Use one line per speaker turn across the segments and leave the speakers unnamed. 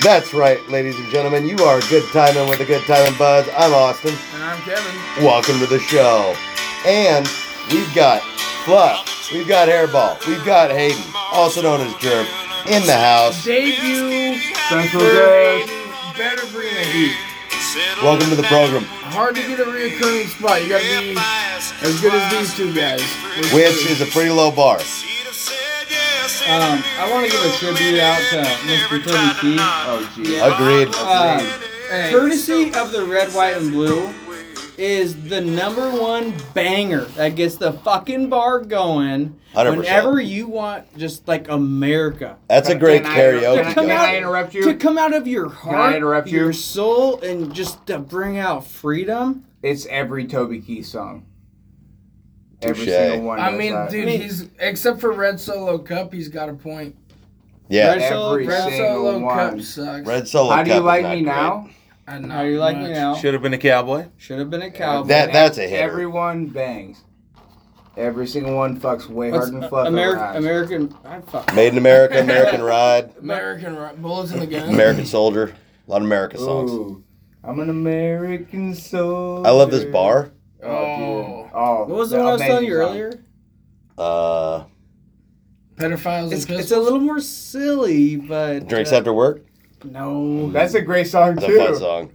That's right, ladies and gentlemen. You are good timing with a good timing buzz. I'm Austin.
And I'm Kevin.
Welcome to the show. And we've got Fluff, we've got Hairball, we've got Hayden, also known as Gerb, in the house.
Debut
Central
for
Gas.
Aiden. Better bring the heat.
Welcome to the program,
Hard to get a reoccurring spot. You gotta be as good as these two guys.
which is a pretty low bar.
Um, I want to give a tribute out to Mr. Pretty Key. Oh, geez.
Agreed.
Um,
Uh,
courtesy of the red, white, and blue is the number one banger that gets the fucking bar going
100%.
whenever you want just like America.
That's a great
Can I inter-
karaoke.
Can
guy.
I interrupt
To
you?
come out of your heart,
interrupt you?
your soul, and just to bring out freedom.
It's every Toby Keith song. Every
Touche.
single one.
I
does
mean,
that.
dude, he's except for Red Solo Cup, he's got a point.
Yeah.
Red Solo,
Every
Red
Red
single
Solo Cup
one.
sucks.
Red Solo
How do
Cup
you
is
like
not
me
great.
now?
I know.
How do you like me
much.
now?
Should have been a cowboy.
Should have been a cowboy.
That- that's a hitter.
Everyone bangs. Every single one fucks way
What's-
harder than fluff.
American,
ever has.
American, I fuck.
Made in America, American Ride,
American Ro- Bullets in the Gun.
American Soldier. A lot of America songs.
Ooh, I'm an American soul.
I love this bar.
Oh,
Oh.
dude. oh
What was the one I was telling you earlier?
Uh,
Pedophiles
It's,
and
it's
pistols.
a little more silly, but
drinks
uh,
after work.
No,
That's a great song
It's
too.
a fun song.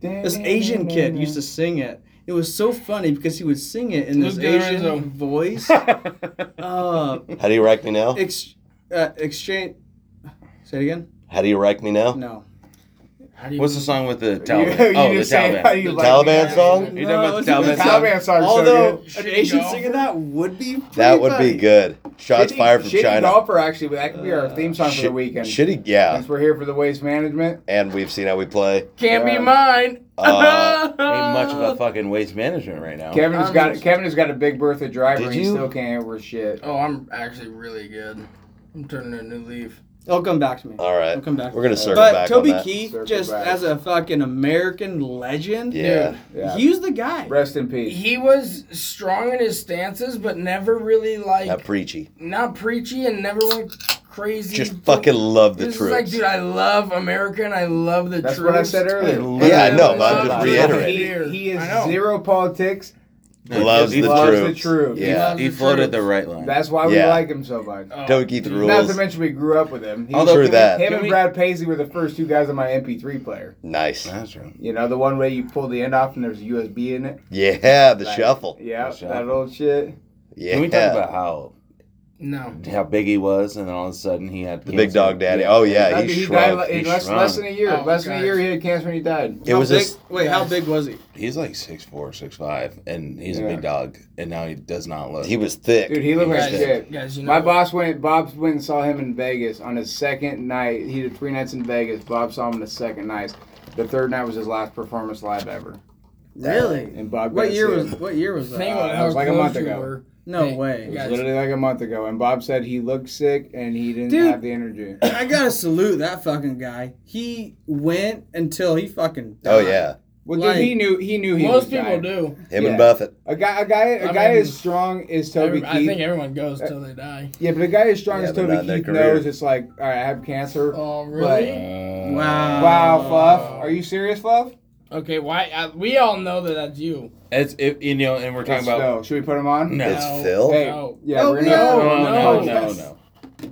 this Asian kid used to sing it. It was so funny because he would sing it in this
Luke
Asian
Lorenzo.
voice. uh,
How do you rank me now?
ex, uh, exchange. Say it again.
How do you rank me now?
no.
How do you-
What's the song with the
You,
Taliban?
you
oh, the
just say how
Taliban.
you
The
like
Taliban
me.
song?
You talking about the
No,
The
Taliban
it's-
song?
Taliban song.
Although an
Shitty
Asian
golfer.
singing that would be
That
pretty
would be
funny.
good. Shots
Shitty-
fired from
shitty
China.
golfer, actually, but that could be our theme song for
Shit-
the weekend.
Shitty, yeah.
Since we're here for the waste management.
And we've seen how we play.
Can't be
Uh,
mine.
Uh,
Ain't much of a fucking waste management right now.
Kevin has
Um,
got Kevin has got a big Bertha
Oh.
driver.
Did
and He
you-
still can't over shit.
oh, I'm actually really good. I'm turning a new leaf.
It'll come back to me.
All right.
It'll come back.
We're gonna circle
But
back
Toby
on that.
Keith,
Circle
just
back.
as a fucking American legend,
Yeah.
Yeah.
he was the guy.
Rest in peace.
He was strong in his stances, but never really like
Not preachy.
not preachy and never went crazy.
Just fucking love the
This is like,
troops.
dude, I love America and I love the
That's
troops.
what I said earlier.
Yeah, I know, but
I
I'm just
love
reiterating.
it.
He, he
I
is
know.
zero politics.
Loves
He
the
loves
troops.
the troops.
He
Yeah.
loves-
He floated the right line.
That's why we
Yeah.
like him so much.
Oh,
Toby Keith
dude.
Not to
rules.
mention we grew up with him. He,
Although,
True
can we-
that.
him
can
and
we-
Brad Paisley were the first two guys on my MP3 player.
Nice.
That's right.
You know, the one where you pull the end off and there's a USB in it.
Yeah, the
Like,
shuffle.
Yeah,
The
that
shuffle.
old shit.
Yeah.
Can we talk about how
No.
how big he was, and then all of a sudden he had
the big dog daddy? Oh yeah,
That
he
dude,
shrunk.
died in
he
less,
shrunk.
less than a year.
Oh,
less than
guys.
a year, he had cancer when he died.
It
How
was
big-
just
wait, how big was he?
He's like six four, six five, and he's
Yeah.
a big dog, and now he does not look.
he was thick.
Dude, he looked like
Guys,
shit.
guys, you know
My boss went. Bob went and saw him in Vegas on his second night. He did three nights in Vegas. Bob saw him the second night. The third night was his last performance live ever.
Really?
And Bob.
What
got
year
sick.
was? What year was
Think
that?
about
it
how
was like a
close
month
you
ago.
were.
No
Hey,
It
way.
was
guys.
literally like a month ago, and Bob said he looked sick and he didn't
Dude.
have the energy.
I gotta salute that fucking guy. He went until he fucking. Died.
Oh yeah,
Well, dude, he
Like,
knew. He knew he was
Most people
dying.
do.
him
Yeah.
and Buffett.
A guy, a guy, a
I
guy
mean,
as strong as Toby
Every- I
Keith.
think everyone goes till they die.
yeah, but a guy as strong
Yeah,
as
but not in
Toby
their
Keith
career.
knows it's like, all right, I have cancer.
Oh,
But-
really?
Uh,
Wow.
Wow, Fluff, are you serious, Fluff?
Okay, why? I, we all know that that's you.
It's it, you know, and we're talking
Let's
about
go. should we put him on?
no,
It's Phil.
Hey,
No.
yeah,
Oh,
we're
no.
gonna.
no, no, no,
Yes.
no.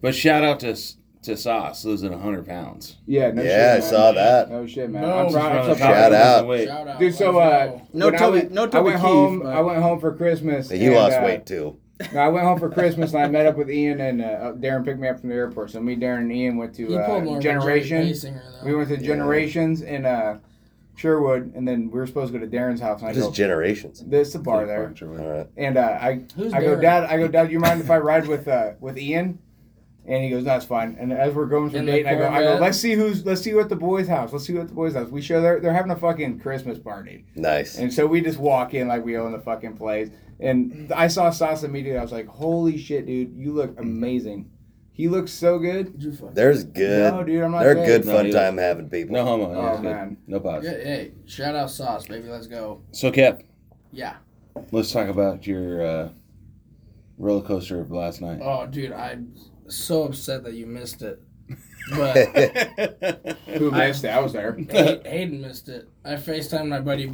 But shout out to to Sauce losing hundred pounds.
Yeah, no shit,
Yeah, I
man.
saw that.
No shit, man.
No,
I'm
just
proud.
run
I'm so
the
proud.
Shout
of you.
out.
Shout out.
Dude, so
Let's
uh,
go.
No
when I
Toby-
went-
no
I
Toby uh,
went
Keith,
home.
but-
I went home for Christmas.
He
and,
lost
uh,
weight too.
No, I went home for Christmas and I met up with Ian and uh, Darren picked me up from the airport. So me, Darren, and Ian went
You
to
pulled more
uh,
of a Johnny
Generation.
Pacinger,
uh,
though.
We went to Generations in uh, Sherwood, and then we were supposed to go to Darren's house. And I
What is
go,
generations?
"This the bar there."
All right.
And uh, I,
Who's
I go,
Darren?
"Dad, I go, Dad, you mind if I ride with uh, with Ian?" And he goes, "That's fine." And as we're going
In
from
the
date, I go, "I go,
Corvette?
let's see who's let's see what the boys' house. Let's see what the boys' house. We show they're they're having a fucking Christmas party."
Nice.
And so we just walk in like we own the fucking place. And I saw Sauce immediately. I was like, holy shit, dude, you look amazing. He looks so good.
Did you fuck?
There's good.
No, dude, I'm not
They're
gay.
good
No,
fun
he
time having people.
No homo.
Oh,
yeah, good.
man.
No pause.
Yeah, hey, shout out Sauce, baby. Let's go.
So Kev,
Yeah.
let's talk about your uh, roller coaster of last night.
Oh, dude, I'm so upset that you missed it. But
Who missed it? I was there.
Hay- Hayden missed it. I FaceTimed my buddy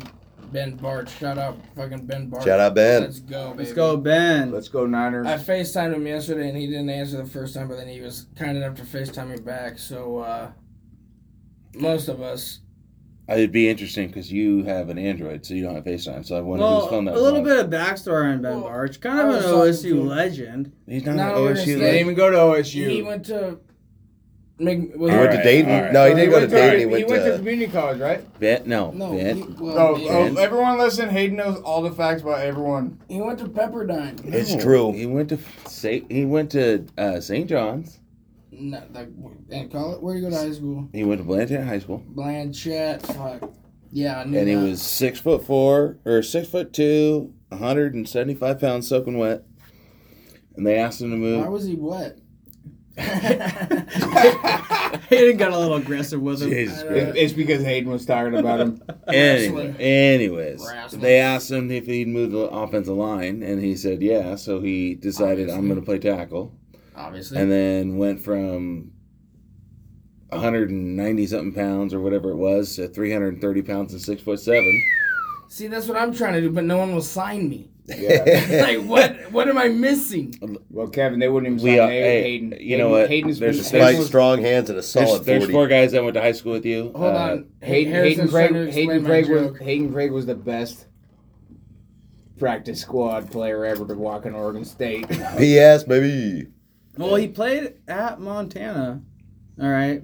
Ben Bart. Shout out fucking Ben Bart.
Shout out, Ben.
Let's go, baby.
Let's go, Ben.
Let's go Niners.
I FaceTimed him yesterday and he didn't answer the first time, but then he was kind enough to FaceTime me back. So, uh, most of us.
It'd be interesting because you have an Android, so you don't have FaceTime. So I wonder whose
Well,
phone that
a little
was.
bit of backstory on Ben
Well,
Barch. Kind
I
of an
was talking to-
OSU legend.
He's not,
Not
an
over
OSU.
his
He didn't
legend.
even go to OSU.
He went to. Mc, was
He went to
Alright,
Dayton.
alright.
No, he didn't go to
went
Dayton. He
he
went
went to
to.
community college, right?
Bet no.
No,
Bet.
he, well,
Oh,
he,
oh, everyone listen. Hayden knows all the facts about everyone.
he went to Pepperdine.
It's
No,
true.
He went to say he went to uh, St. John's.
No, like, and call it, where you go to high school?
He went to Blanchard High School,
Blanchett. Fuck. Yeah, I knew
and he
that.
was six foot four or six foot two, 175 pounds soaking wet. And they asked him to move.
Why was he wet?
Hayden got a little aggressive with him.
Jesus
I
Christ.
It- It's because Hayden was tired about him.
Anyway,
Wrestling.
anyways,
Wrestling.
they asked him if he'd move the offensive line, and he said yeah. So he decided I'm going to play tackle,
Obviously.
and then went from 190 something pounds or whatever it was to 330 pounds and six foot seven.
See, that's what I'm trying to do, but no one will sign me.
Yeah.
like, what? What am I missing?
Uh,
well, Kevin, they wouldn't even
We
sign
are-
Hay-
hey,
Hayden.
you
Hayden-
know what?
Hayden's
There's
been-
a
Mike,
Hayden-
strong hands and a
There's,
solid
there's
40.
four guys that went to high school with you.
Hold
Uh,
on.
Hayden, Hayden
Harrison's trying to
Craig,
explain
Hayden
my
Craig was
joke.
Hayden Craig was the best practice squad player ever to walk in Oregon State.
P.S. Baby.
Well, he played at Montana. All right.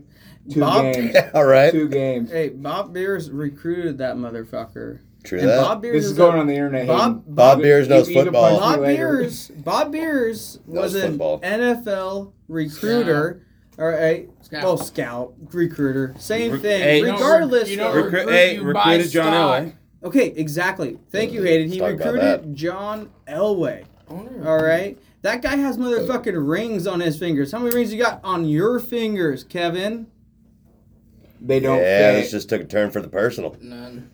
Two
Bob,
games.
All right.
Two games.
hey, Bob Beers recruited that motherfucker.
True
And
that.
Bob Beers
This is going on the internet.
Bob-
Hayden.
Bob Beers knows
You- you can
football.
punch
Bob
me later.
Beers. Bob Beers was
was
an
football.
NFL recruiter. All right.
Scout.
Well, scout, recruiter, same
Recru-
thing.
hey, you don't
re-
Regardless,
you don't
though-
re-
Recru-
Recruit
hey,
you by
recruited John
stock.
Elway.
okay, exactly. Thank you, Hayden. He
Talk about
recruited John Elway. All right, that guy has motherfucking rings on his fingers. How many rings you got on your fingers, Kevin?
They don't
Yeah,
fit.
this just took a turn for the personal.
None.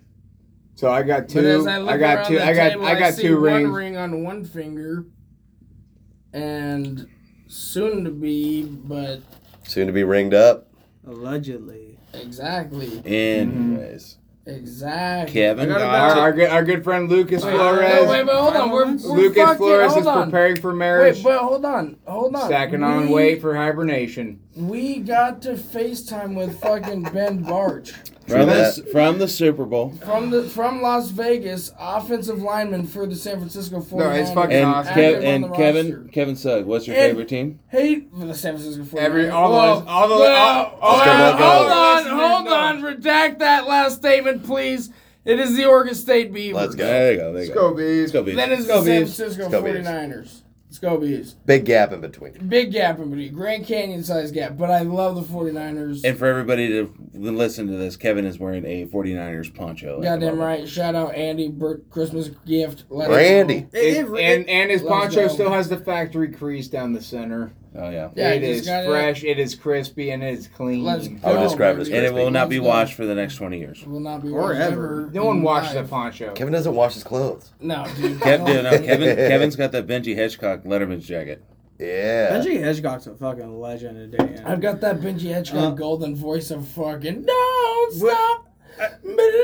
so I got
But as
two.
I, look
I, got
around
two.
the
I got
table,
I got
see
two
one
rings.
ring on one finger, and soon to be, but
Soon to be ringed up.
Allegedly.
exactly,
Anyways,
exactly.
Kevin
I got
got
Uh, Our,
about
to-
our, good, our good friend Lucas
Wait,
Flores.
no, wait, but hold on. We're, we're
Lucas
fucking,
Flores
hold
is
on.
preparing for marriage.
Wait, but hold on, hold on.
Stacking on
We-
weight for hibernation.
We got to FaceTime with fucking Ben Barch
from,
True
the,
that.
s- from the Super Bowl.
from the from Las Vegas, offensive lineman for the San Francisco 49ers.
fucking
And,
Awesome.
Kev-
Active on
and
the
Kevin,
roster.
Kevin Sugg, what's your
And-
favorite team?
Hate for the San Francisco 49ers.
Every all
Well,
the all the
well,
all, all,
Let's go,
well,
let's go.
hold on,
Listen,
hold
no.
on. Redact that last statement, please. It is the Oregon State Beavers.
Let's go.
There you go. There
Let's
you
go,
go.
bees.
Let's go, Bees.
Then it's
Let's
the
go,
San
Beavs.
Francisco
Let's go, Beavs.
49ers. Let's go, Bees.
Big gap in between.
Big gap in between. Grand Canyon size gap. But I love the 49ers.
And for everybody to listen to this, Kevin is wearing a 49ers poncho. at the
Goddamn
moment.
right. Shout out Andy Burt Christmas gift. Let us
Randy.
know.
It- it-
and, and and his
Let's go.
poncho still has the factory crease down the center.
Oh, yeah.
Yeah,
it
you just
is
gotta-
fresh. It is crispy and it is clean.
Let's
I would
go,
describe it as
baby.
And it will not be
Let's go.
washed for the next 20 years.
Will not be
Or
washed
ever.
no one
in
washed the
life.
poncho.
Kevin doesn't wash his clothes.
No, dude.
Kev, dude, no, Kevin, Kevin's got that Benji Hitchcock Letterman's jacket.
Yeah.
Benji Hitchcock's a fucking legend today.
I've got that Benji Hitchcock
Uh,
golden voice of fucking don't stop
I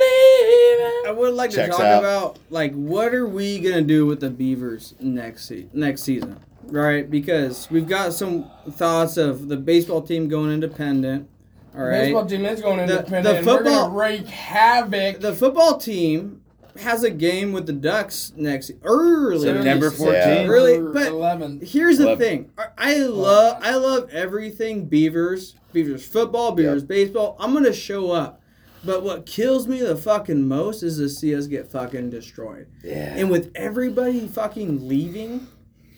believing.
would like to
Checks
talk
out.
about like what are we gonna do with the Beavers next se- next season, right? Because we've got some thoughts of the baseball team going independent. All right,
Baseball team is going
The-
independent.
the
and we're gonna
football-
wreak havoc.
the football team has a game with the Ducks next early.
September
Yeah.
14th.
Really?
Or
But-
11.
Here's the
Love-
thing. I- I love I love everything Beavers, Beavers football, Beavers baseball. I'm gonna show up. But what kills me the fucking most is to see us get fucking destroyed.
Yeah.
And with everybody fucking leaving,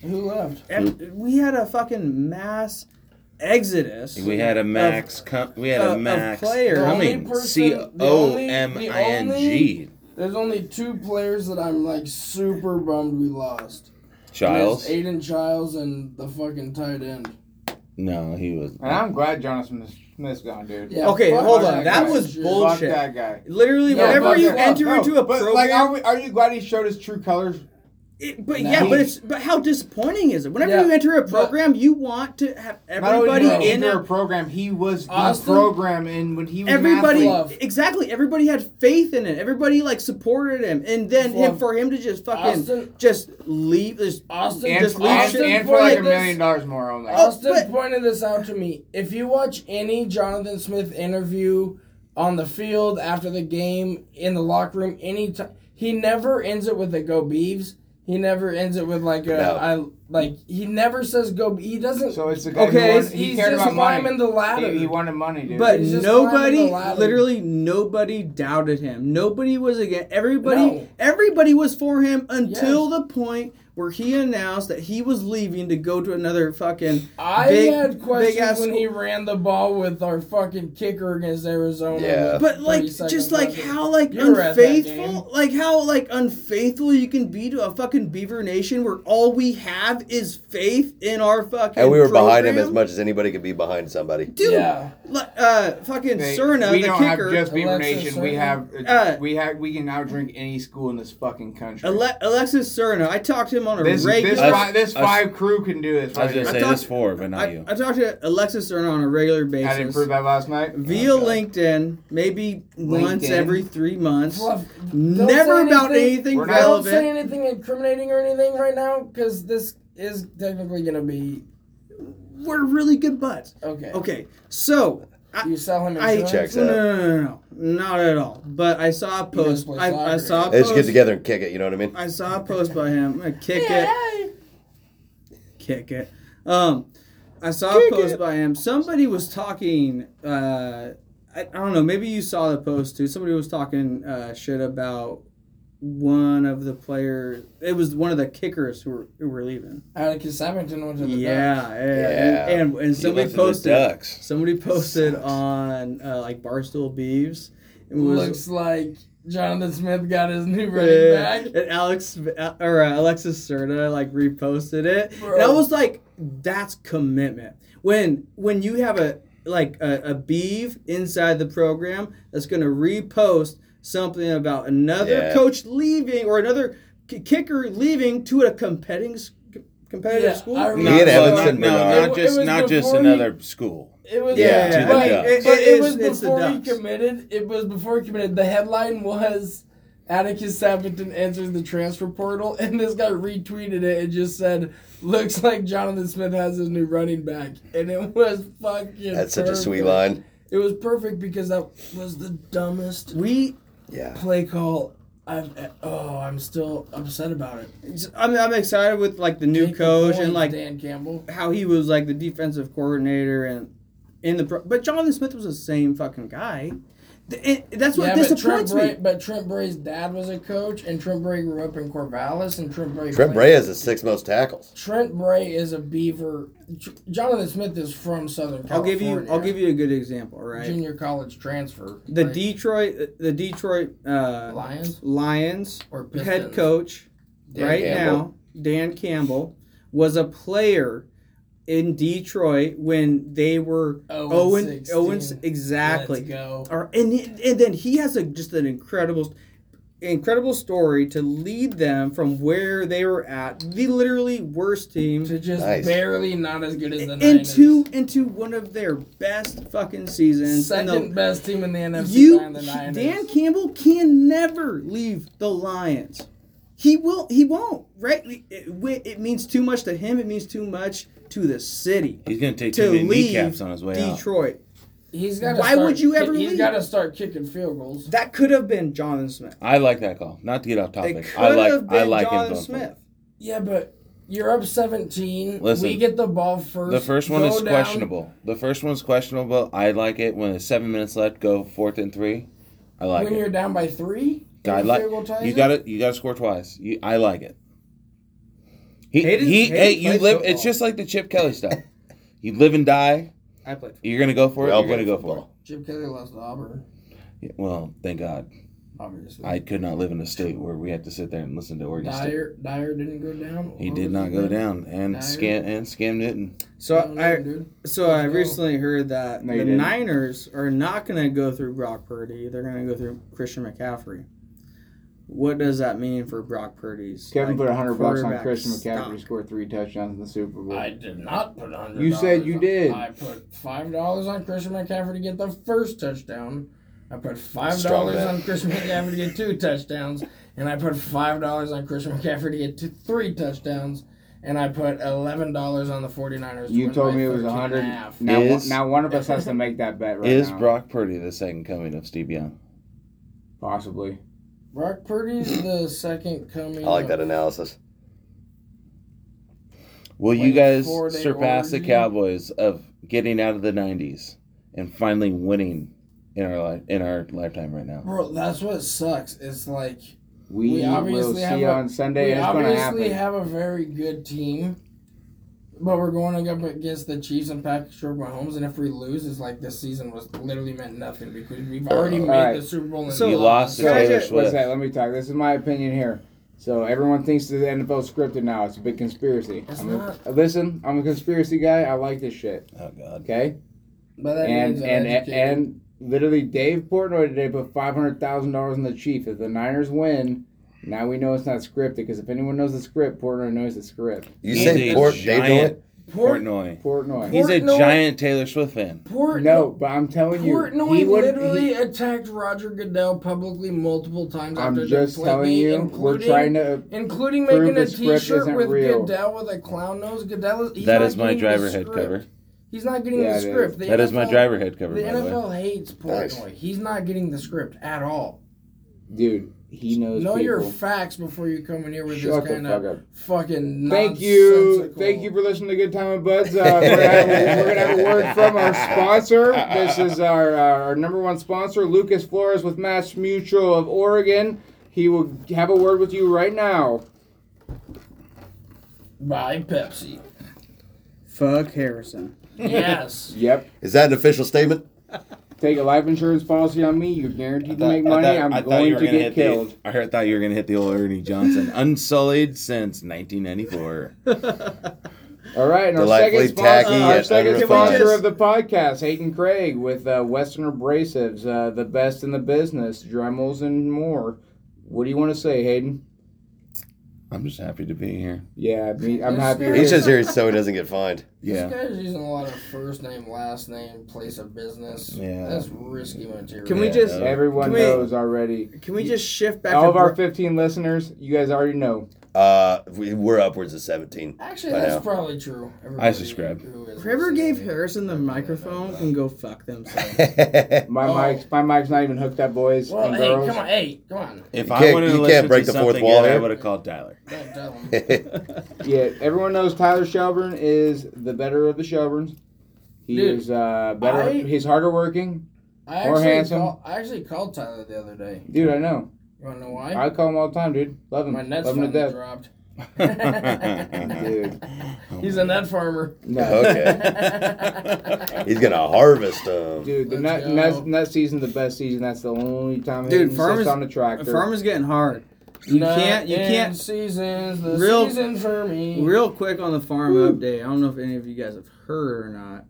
Who left?
Mm-hmm.
ev- we had a fucking mass exodus.
We had a max. com- we had
of-
a
of
max.
player. The
only
Cumming.
person-
C
the
O
only-
M
the
I N G.
There's only two players that I'm like super bummed we lost.
Giles.
It's Aiden Childs and the fucking tight end.
No, he was.
And I'm glad Jonathan Smith's gone, dude.
Yeah,
Okay,
fuck
hold
that
on. That
guy.
was
Shit.
bull-
Fuck
bullshit.
that guy.
Literally,
No,
whenever
but-
you
but-
enter
no,
into a
but
program,
like, are, we, are you glad he showed his true colors?
It, but
No.
yeah, but it's but how disappointing is it? Whenever
Yeah.
you enter a
But-
program, you want to have
Not only
everybody
did he
in
enter a
a
program, he was the
Austin-
program, and when he was
everybody
an athlete,
Love.
exactly everybody had faith in it. Everybody like supported him, and then him
Love.
for him to just fucking
Austin-
just leave this.
Austin,
and,
Just
and-
leave
Austin
shit
and for like a
pointed
million
this-
dollars more only.
Oh,
Austin
but-
pointed this out to me. If you watch any Jonathan Smith interview on the field after the game in the locker room, any time he never ends it with a "Go Beavs." He never ends it with like a
No.
I like he never says "Go." He doesn't.
so it's the guy
Okay,
who won,
he's
he
he's
cared
just
about money.
climbing the ladder.
He, he wanted money, dude.
But
He's just climbing
nobody,
the ladder.
literally nobody doubted him. Nobody was against. Everybody,
No.
everybody was for him until the point where he announced that he was leaving to go to another fucking.
I
big-
had questions
big-ass
when he ran the ball with our fucking kicker against Arizona.
Yeah.
But like,
30
just
seconds
like
left.
how like
You were at that game.
unfaithful, like how like unfaithful you can be to a fucking Beaver Nation where all we have is faith in our fucking.
And we were behind him as
program.
much as anybody could be behind somebody.
Dude,
Yeah.
li- uh, fucking
They-
Cerna,
we
the
don't
kicker.
have just Beaver
Alexis
Nation. We
Cerna.
have
Uh,
we have we can now drink any school in this fucking country.
Ale- Alexis Cerna. I talked to him on a
this
regular.
this,
I-
five, this
I-
five crew can do this.
I
Right
was gonna
here.
say
thought-
this four, but not
I,
you.
I talked to Alexis Cerna on a regular
I didn't
basis
prove that last night.
via LinkedIn, maybe once
LinkedIn.
every three months.
Fluff. Don't
Never
say
about
anything.
anything
We're not-
Don't say
relevant.
anything incriminating or anything right now, because this is technically gonna be
We're really good buds.
okay.
Okay, so I,
You sell him
I
insurance.
Checks
no,
out.
no, no, no, no, not at all. But I saw a post.
play
I, I
soccer.
saw a
They just get
post.
together and kick it. You know what I mean?
I saw a post by him. I'm gonna kick
Yeah.
it, kick it. Um, I saw a post by him. Somebody was talking. Uh, I, I don't know. Maybe you saw the post too. Somebody was talking uh, shit about one of the players. It was one of the kickers who were, who were leaving.
Atticus Savington went to the Ducks.
Yeah, yeah. And, and, and
He
somebody
went to the
posted.
Ducks.
Somebody posted on uh, like Barstool Beeves. It was
Looks like Jonathan Smith got his new running
Yeah.
back.
And Alex or uh, Alexis Serna like reposted it.
Bro.
And I was like, that's commitment. When when you have a like a, a beef inside the program that's gonna repost something about another
Yeah.
coach leaving or another k- kicker leaving to a competing s- c- competitive
Yeah,
school.
I
Not,
Me and
well,
Evanston
not, no,
Bernard.
not
It
just
was
not just
before he-
another school.
It was
Yeah,
to the
but,
Ducks.
it,
It-
but
it
it was
is- it's the
before he
Ducks.
committed. It was before he committed. The headline was Atticus Sappington enters the transfer portal, and this guy retweeted it and just said, "Looks like Jonathan Smith has his new running back," and it was fucking.
That's such a sweet
perfect.
line.
It was perfect because that was the dumbest
we
Yeah.
play call. I've oh, I'm still upset about it.
I'm, I'm excited with like the new
Take the
coach
points,
and like
Dan Campbell.
how he was like the defensive coordinator and in the pro- but Jonathan Smith was the same fucking guy. Th- it- that's what
Yeah, but Trent
disappoints
Bray,
me.
but Trent Bray's dad was a coach, and Trent Bray grew up in Corvallis, and Trent Bray.
Trent
played-
Bray has the sixth most tackles.
Trent Bray is a Beaver. Tr- Jonathan Smith is from Southern
I'll
California.
give you I'll give you a good example, right?
junior college transfer.
the
right?
Detroit the Detroit uh,
Lions
Lions
or Pistons.
head coach
Dan
right
Campbell.
now, Dan Campbell was a player in Detroit when they were
Oh,
Owen
16.
Owens exactly.
Let's go.
Or and and then he has a just an incredible, incredible story to lead them from where they were at, the literally worst team,
To just
Nice.
barely not as good as the
into into one of their best fucking
Niners.
seasons.
second
and
best team in the
the,
NFC.
you
behind the Niners.
Dan Campbell can never leave the Lions. He will. He won't. Right? It, it, it means too much to him. It means too much to the city.
He's gonna take
To
too many
leave
kneecaps on his way out.
Detroit.
He's got.
Why would you ever
He's
leave?
got to start kicking field goals.
That could have been Jonathan Smith.
I like that call. Not to get off
It
topic.
could
I like
have been
I like him
Jonathan
going for
Smith.
it.
Yeah, but you're up 17.
Listen,
we get the ball first.
The first one
go
is
down.
questionable. The first one's questionable. I like it when there's seven minutes left. Go fourth and three. I like
when
it.
you're down by three.
I
and
like
field goal ties
you.
it?
Got to You got to score twice. You, I like it. He,
Hayden-
he,
Hayden
hey, you
plays
live.
football.
It's just like the Chip Kelly stuff. you live and die.
I played.
You're gonna go for
We
it.
all
You're gonna
play
go for it.
football.
Chip Kelly lost to Auburn.
Yeah, well, thank God,
Obviously.
I could not live in a state where we have to sit there and listen to Oregon State.
Dyer, Dyer didn't go down.
He
What
did
was
not
his
go
name?
down, and
Dyer?
scam and scam Newton.
So
I don't know,
I
dude.
so I
Let's go.
recently heard that
No, you
the
didn't.
Niners are not going to go through Brock Purdy. They're going to go through Christian McCaffrey. What does that mean for Brock Purdy's?
Kevin
like,
put 100 bucks on
quarterback
Christian McCaffrey
stock?
scored three touchdowns in the Super Bowl.
I did not put hundred.
You said you did.
I put five dollars on Christian McCaffrey to get the first touchdown. I put five
Strong
dollars
bet.
on Christian McCaffrey to get two touchdowns, and I put five dollars on Christian McCaffrey to get two, three touchdowns, and I put eleven dollars on the 49ers. to
you
win
told
by
me it was
13 and
100.
half.
Now,
Is-
now one of us has to make that bet right
Is
now.
Brock Purdy the second coming of Steve Young?
Possibly.
Brock Purdy's the second coming.
I like
of-
that analysis.
Will
Like
you guys
four-day
surpass the
orgy?
Cowboys of getting out of the '90s and finally winning in our li- in our lifetime right now?
Bro, that's what sucks. It's like We
We, will
obviously have
see
a-
on Sunday,
we
and it's going to
obviously
happen.
have a very good team, but we're going up against the Chiefs and Patrick Mahomes, and if we lose, it's like this season was literally meant nothing because we've already made
Uh, Alright.
the Super Bowl. And
So-
you lost to
So,
Guys,
Taylor
it-
Swift.
what's that? Let me talk. This is my opinion here. So everyone thinks that the NFL is scripted now. It's a big conspiracy.
It's
I'm a-
not.
listen, I'm a conspiracy guy. I like this shit.
Oh God.
Okay,
but that
and
means
and and,
uneducated.
literally, Dave Portnoy today put five hundred thousand dollars on the Chiefs. If the Niners win, now we know it's not scripted. Because if anyone knows the script, Portnoy knows the script.
You
He's
say
a
Port
giant-
Dave Dorn?
Port-
Portnoy.
Portnoy.
He's a
Portnoy-
giant Taylor Swift fan.
Port-
no, but I'm telling you,
Portnoy
he would-
literally
he-
attacked Roger Goodell publicly multiple times. after
I'm
the
just
play,
telling you, we're
including-
trying to.
including
prove
making a
the script
T-shirt
isn't
with
real.
Goodell with a clown nose. Goodell is he's
That
not
is my
getting the
driver head
script.
cover.
He's not getting
Yeah,
the
it
script.
is.
The
That is my
NFL
driver head cover,
The
by the way.
NFL hates
Nice.
Portnoy. He's not getting the script at all.
Dude, he knows.
know
people.
your facts before you come in here with
Shut
this
the
kind
fuck up.
of fucking.
Thank you.
nonsensical-
Thank you for listening to Good Time and Buds. Uh, we're, gonna have, we're gonna have a word from our sponsor. This is our, uh, our our number one sponsor, Lucas Flores with Mass Mutual of Oregon. He will have a word with you right now.
Buy Pepsi.
Fuck Harrison.
Yes.
Yep.
Is that an official statement?
Take a life insurance policy on me. You're guaranteed to make money. I'm
I thought
going
you were
to
gonna
get
hit the-
killed.
I heard- thought you were going to hit the old Ernie Johnson. Unsullied since 1994.
All right, and our
Delightfully
second sponsor,
tacky
our
yet
second
unrefined.
sponsor of the podcast, Hayden Craig with uh, Western Abrasives, uh, the best in the business, Dremels and more. What do you want to say, Hayden?
I'm just happy to be here.
Yeah, me, I'm
Yes,
happy.
sir.
you're
He's
here.
just here so he doesn't get fined.
Yeah.
This guy's using a lot of first name, last name, place of business.
Yeah.
That's risky material.
Can we
Yeah,
just
no.
Everyone
Can we-
knows already.
can we just shift back?
All
to
of our
Bro-
15 listeners, you guys already know.
Uh, we, we're upwards of 17.
Actually,
I
that's
know.
probably true.
I subscribe.
who is
whoever gave
listening.
Harrison the microphone can go fuck themselves.
you
My
Oh.
mic's my mic's not even hooked up, boys
Well,
and
hey,
girls.
come on, hey, come on.
If
You
I
can't-
wanted
you
to
can't
listen
break
to
the fourth
something
wall
good, I
here.
would have called Tyler.
Don't tell him.
Yeah, everyone knows Tyler Shelburne is the better of the Shelburnes. He
Dude,
is uh, better.
I-
he's harder working,
I
Or
actually,
handsome.
call, I actually called Tyler the other day.
dude. I know.
You wanna know why?
I call him all the time, dude. Love him.
My nets
Love him to
finally
death.
dropped.
Dude.
He's a net farmer.
No.
Okay. He's going to harvest them.
Dude, the
Let's go.
nut, nut, nut season the best season. That's the only time
Dude,
Hayden
farmers-
sits on the tractor.
Farmer's getting hard. You
Not
can't. You
in
can't.
Seasons, the
Real-
season for me.
Real quick on the farm update. I don't know if any of you guys have heard or not,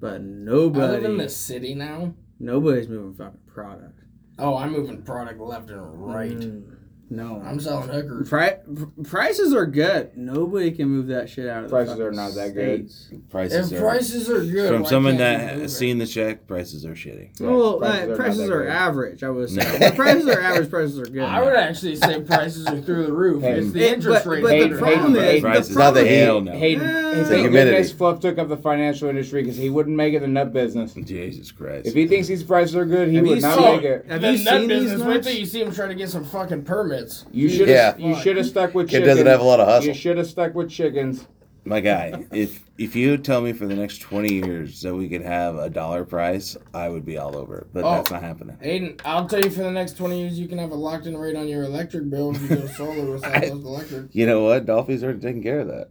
but
I live in
nobody,
the city now.
nobody's moving fucking product.
Oh, I'm moving product left and right.
Mm, no.
I'm selling hookers.
Pri- pr- prices are good. Nobody can move that shit out of.
Prices
the
are not that good.
good.
prices
If
are
prices are good,
from
why
someone
can't
that
you move
has
it?
seen the check. Prices are shitty.
Yeah,
well,
uh,
prices
prices,
are not
prices
that
are
great.
average. I was
No.
saying But prices are average. Prices are good.
I would actually say prices are through the roof.
Hey.
It's the
Hey,
interest
but-
rate.
but
the
that are
problem
high.
is- the
prices
problem
are
is-
hell no.
Hayden,
Yeah.
hey,
The
thank
humidity.
goodness Fluff took up the financial industry because he wouldn't make it in the nut business.
Jesus Christ.
If he thinks these prices are good, he
Have
would
you
not
seen-
make it.
Have
The
you
nut
seen these
business, wait
nuts?
till you see him try to get some fucking permits.
You should have.
Yeah.
You should have stuck with
Kid
chickens.
doesn't have a lot of hustle.
You should have stuck with chickens.
My guy, if if you tell me for the next twenty years that we could have a dollar price, I would be all over it. But
Oh.
that's not happening.
Aiden, I'll tell you for the next 20 years, you can have a locked in rate on your electric bill if you go solar without those electric.
You know what? Dolphy's already taking care of that.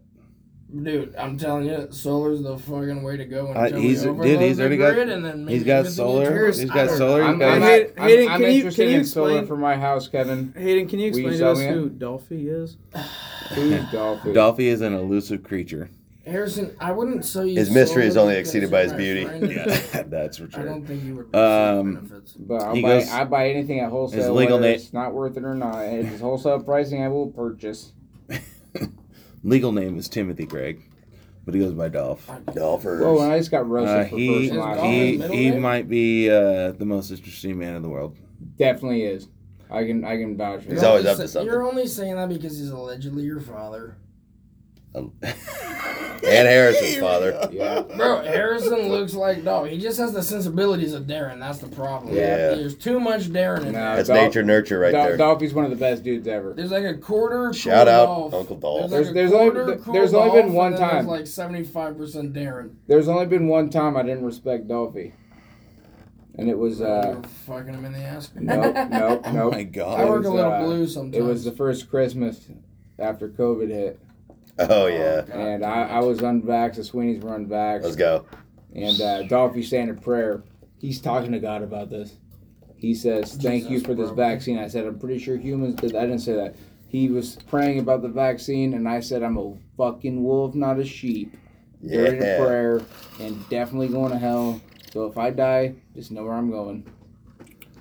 Dude, I'm telling you, solar's the fucking way to go.
Uh,
Until
he's-
we
dude,
overload
he's
the
already got-
grid and then
He's
maybe
got
everything
solar.
gets
He's got
cheaper.
solar. He's
I'm,
got
I'm,
Hayden-
I'm-
Hayden,
I'm
can you-
interested
can you
in solar
explain-
for my house, Kevin.
Hayden, can you
Will you
explain to
sell
us
me
who Dolphy is?
Who's Dolphin?
Dolphy is an elusive creature.
Harrison, I wouldn't sell you.
His
so
mystery is
many
only exceeded by his beauty.
benefits, right?
Yeah, that's for
I
sure.
don't think you would.
Um,
benefits.
But I'll
He
buy,
goes-
I buy anything at wholesale.
his legal
whether
name-
It's not worth it or not. If it's wholesale pricing, I will purchase.
Legal name is Timothy Gregg, but he goes by Dolph.
Dolphers.
Whoa, and I just got roasted
Uh,
for
he
first and last.
he,
Dolph's middle
he
name?
might be uh, the most interesting man in the world.
Definitely is. I can I can vouch for
He's
that.
always up to
You're
something.
You're only saying that because he's allegedly your father,
Um, and Harrison's father.
Yeah.
bro. Harrison looks like dog. He just has the sensibilities of Darren. That's the problem.
Yeah.
there's too much Darren in
No,
there.
That's
Dolph-
nature nurture right
Dol-
there.
Dolphy's one of the best dudes ever.
There's like a quarter.
Shout
cool
out
golf.
Uncle
There's,
Dolph.
There's-
like
there's
a
only-
quarter
th-
cool
there's only
golf,
been one
and then there's
time.
like seventy five percent Darren.
There's only been one time I didn't respect Dolphy, and it was uh,
You're fucking him in the ass.
no, no,
Oh
no.
my
I
god.
Or-
work
was,
a little
uh,
blue sometimes.
It was the first Christmas after COVID hit,
Oh, yeah.
God
and
damn
I,
it.
I was unvaxxed. The Sweeney's were unvaxxed.
Let's go.
And uh, Dolphy saying a prayer. He's talking to God about this. He says, "Thank you
Jesus,
for this
bro.
vaccine." I said, "I'm pretty sure humans did." I didn't say that. He was praying about the vaccine, and I said, "I'm a fucking wolf, not a sheep." During the
Yeah.
prayer, and definitely going to hell. So if I die, just know where I'm going.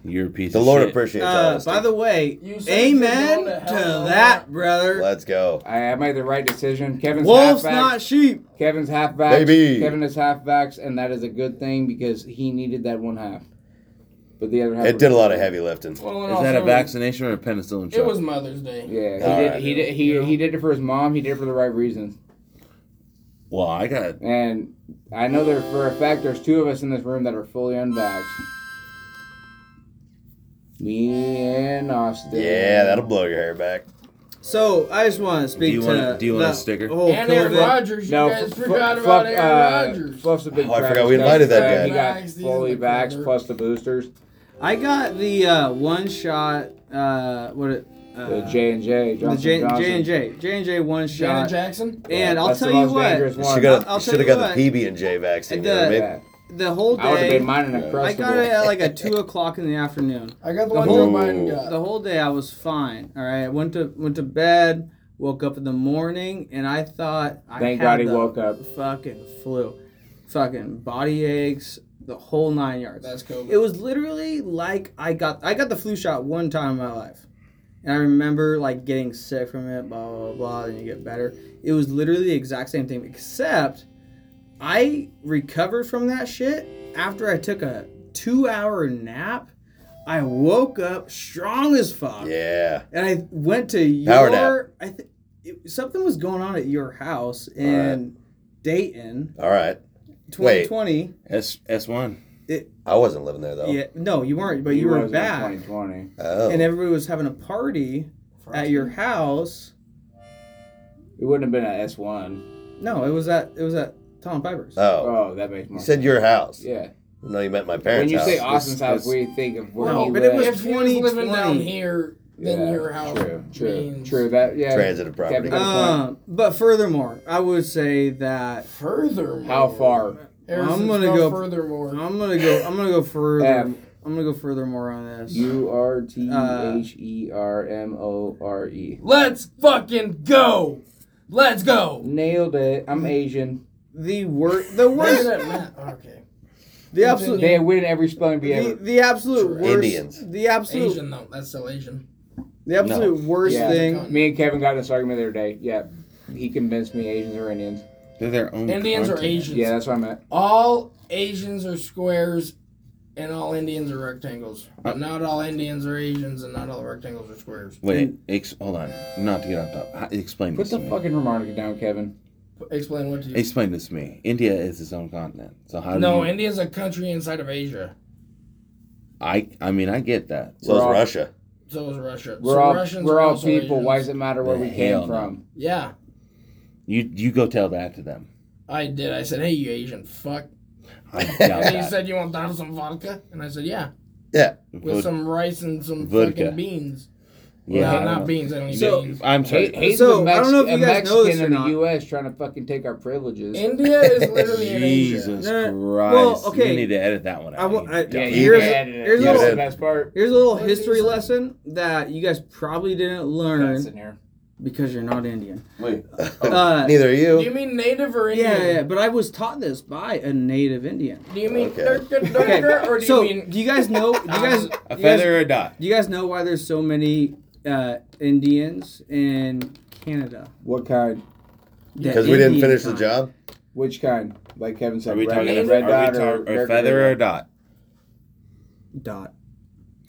You're a piece
The
of
Lord
shit.
appreciates all
Uh,
this.
by the way,
You said
amen
you're going
to
to hell.
that, brother.
Let's go.
I, I made the right decision. Kevin's
Wolves,
half
not sheep.
Kevin's half vax.
Baby.
Kevin is half vax, and that is a good thing because he needed that one half. But the other half.
It did a lot of heavy lifting.
Well, and
Is that a
also,
vaccination or a penicillin shot?
It was Mother's Day.
Yeah, he
All
did.
right.
He did. He, he did it for his mom. He did it for the right reasons.
well, I got
And I know there for a fact there's two of us in this room that are fully unvaxxed. Me and Austin.
Yeah, that'll blow your hair back.
So I just want to speak
you
to.
wanna- do you wanna
the
sticker?
whole
And Aaron
COVID.
Rodgers. You
No,
guys
F-
forgot
F-
about
Fluff,
Aaron
uh,
Rodgers.
Fluff's a big.
Oh, I
Travis
forgot we
Scott
invited that
fan.
guy.
He got
Vaxxed, he's
fully
in the
vaxxed
cupboard.
plus the boosters,
I got the uh, one shot. Uh, what it? Uh,
the J and J,
the
Johnson
J
Johnson.
and J, J and J one
Janet
shot.
Jackson.
And I'll
That's the
tell you
most dangerous
what,
one.
Should have
I'll- I'll
got, should have
tell
got the
you
PB and J vaccine.
It
You know what I mean?
Yeah.
the whole
I would have
day.
been mine in a
I
crust.
got it at like a two o'clock in the afternoon.
I got the one Joe
whole-
Biden got.
The whole day I was fine. All right, went to went to bed, woke up in the morning, and I thought I
Thank
had
God he
the
woke up.
Fucking flu, fucking body aches, the whole nine yards.
That's COVID.
It was literally like I got I got the flu shot one time in my life. And I remember like getting sick from it, blah blah blah, blah then you get better. It was literally the exact same thing, except I recovered from that shit after I took a two hour nap. I woke up strong as fuck.
Yeah.
And I went to your
Power
I think something was going on at your house in Dayton,
All right. Wait.
2020.
S S one.
I wasn't living there though.
Yeah, no, you weren't, but
He
you were
was in
back.
2020.
Oh.
and everybody was having a party at your house.
It wouldn't have been an S one.
No, it was at it was at Tom Piper's.
oh.
Oh, that makes more.
You said your house.
yeah.
No, you meant my
When
parents'
you
house.
say Austin's
That's-
house, we think of where
No,
he
but it was
lived.
if he was living
2020.
down here, then
Yeah,
your house
True, true,
means
true. That yeah.
Transitive property.
Kevin-
Um, but furthermore, I would say that
Furthermore,
How far?
Harrison's
I'm gonna
no
go-
Furthermore,
I'm gonna go. I'm gonna go further.
F.
I'm gonna go furthermore on this.
U R T H E R M O R E.
let's fucking go. Let's go.
Nailed it. I'm Asian.
The worst. The
Where's
worst.
that map? Okay,
the absolute.
They win every spelling bee
The,
ever.
the absolute
True.
worst.
Indians.
The absolute.
Asian though. That's still Asian.
The absolute worst
Yeah.
thing.
Me and Kevin got in this argument the other day. Yeah, he convinced me Asians are Indians.
They're their own.
Indians are
continent.
Asians.
Yeah, that's what I meant.
All Asians are squares, and all Indians are rectangles.
Uh,
But not all Indians are Asians, and not all rectangles are squares.
Wait, ex- hold on. Not to get off top. h- Explain
Put
this
the
to me.
fucking harmonica down, Kevin.
Explain what to you.
Explain this to me. India is its own continent. So how do
No,
you?
India's a country inside of Asia.
I I mean I get that.
So
We're
is
all-
Russia.
So is Russia.
We're
so
all
Russians
we're
are
all
also
people.
Asians.
Why does it matter where
The
we
hell
came
no.
from?
Yeah,
You you go tell that to them.
I did. I said, "Hey, you Asian fuck."
I doubt
And he
that.
said, "You want to have some vodka?" And I said, "Yeah,
Yeah.
with
Vod-
some rice and some
Vodka.
fucking beans."
yeah, I
no,
don't
not
know.
beans. I don't eat
So-
beans.
I'm sorry.
Hate, hate's
So,
a
I
Mex-
don't know if
a
you guys
Mexican
know this or
in the
not.
U.S. trying to fucking take our privileges.
India is literally in Asia.
Jesus
No, no, no.
Christ!
Well, okay.
You need to edit that one out.
I won't- I-
you
yeah,
dummy.
you
Here's-
added it.
here's
a
That's
little-
the best part.
Here's a little
What did you
history
say?
lesson that you guys probably didn't
That's
learn
in here.
because you're not Indian.
Wait.
Uh,
Neither are
Do you
you.
mean native or Indian?
yeah, yeah, but I was taught this by a native Indian.
Do you mean
Okay.
durk, durk, durk,
Okay,
durk, or do
so
you mean
do you guys know? Do you guys,
A
do you guys,
feather or a dot.
do you guys know why there's so many uh, Indians in Canada?
What kind?
The
Because we didn't
Indian
finish the
kind.
job.
Like, which kind? Like Kevin said,
Are we
red,
talking
red
are
dot
we
or
talking a
darker
feather or
red
a dot?
Dot.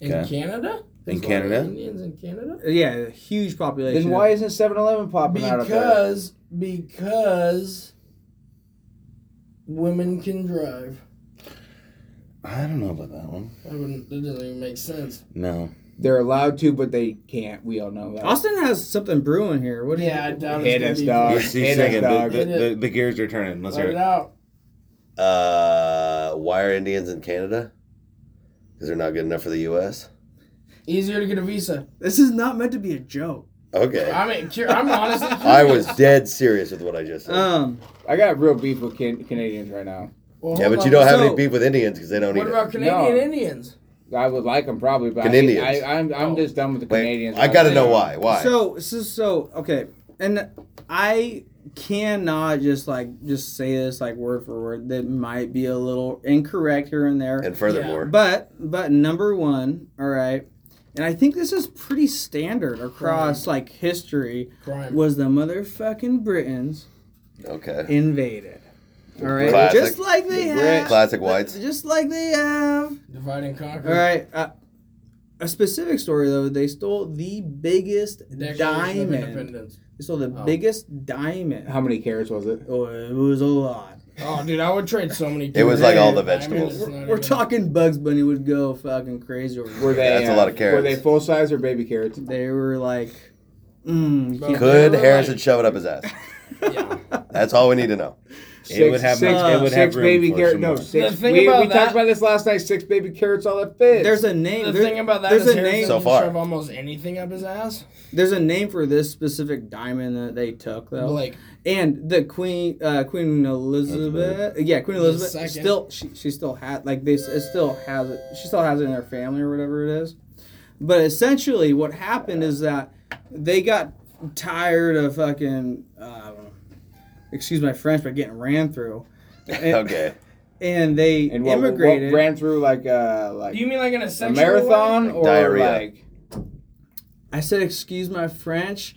in
Okay.
Canada?
In
There's a lot of
Canada?
Indians in Canada?
Yeah, a huge population.
Then why isn't 7-Eleven popping out of there?
Because because women can drive.
I don't know about that one.
I wouldn't. That doesn't even make sense.
No.
They're allowed to, but they can't. We all know that.
Austin has something brewing here. What do
Yeah, I
you?
doubt
Hit us,
it's
dog.
gonna
You
be.
see,
Hit us,
second, the,
dog.
the, the, the gears are turning. Let's
Let
hear
it
it.
out.
Uh, why are Indians in Canada? Because they're not good enough for the U.S.
Easier to get a visa.
This is not meant to be a joke.
Okay.
I mean, cur- I'm honestly. Curious.
I was dead serious with what I just said.
Um,
I got real beef with can- Canadians right now.
Well,
yeah,
hold
but
on.
you don't have
So-
any beef with Indians because they don't
What
eat
about
it.
Canadian
No.
Indians?
I would like them probably, but
Canadians.
I, I, I'm, I'm just done with the
Wait,
Canadians.
I
right
got to
now.
know why. Why?
So, so, so, okay. And I cannot just like just say this like word for word. That might be a little incorrect here and there.
and furthermore,
but but number one, all right. And I think this is pretty standard across like history.
Crime.
Was the motherfucking Britons
okay.
invaded? All right,
Classic.
just like they
The
have.
Classic whites.
Just like they have.
Divide and conquer.
All right. Uh, a specific story though, they stole the biggest
Declaration of
diamond.
Independence.
They stole the
Oh.
biggest diamond.
How many carrots was it?
Oh, it was a lot.
Oh, dude, I would trade so many.
It was like all the
diamonds.
vegetables.
It's
We're,
not
we're
even-
talking Bugs Bunny would go fucking crazy over
Were
this.
they?
that's a
uh,
lot of
Were
carrots.
they full size or baby carrots?
They were like, mm, you
Bro.
can't-
Could
Yeah, right.
Harrison shove it up his ass?
Yeah.
That's all we need to know.
It would have-
six,
it would
have
six
room
baby
for
carrots.
some
No,
more.
six.
The thing
we
about
we
that-
talked about this last night. Six baby carrots, all that fits.
There's a name.
The
there-
thing about that
there's
is
a
Harrison
name.
So
can
far.
shove almost anything up his ass.
There's a name for this specific diamond that they took though.
Like
and the Queen, uh, Queen Elizabeth, yeah, Queen Elizabeth,
second.
still she, she still had like this. It still has it. She still has it in her family or whatever it is. But essentially, what happened is that they got tired of fucking. Uh, excuse my French, but getting ran through. And,
Okay.
And they
and what,
immigrated.
what ran through like uh like
Do you mean like in a
a
sexual
marathon
way?
or
Diarrhea.
like
I said, excuse my French.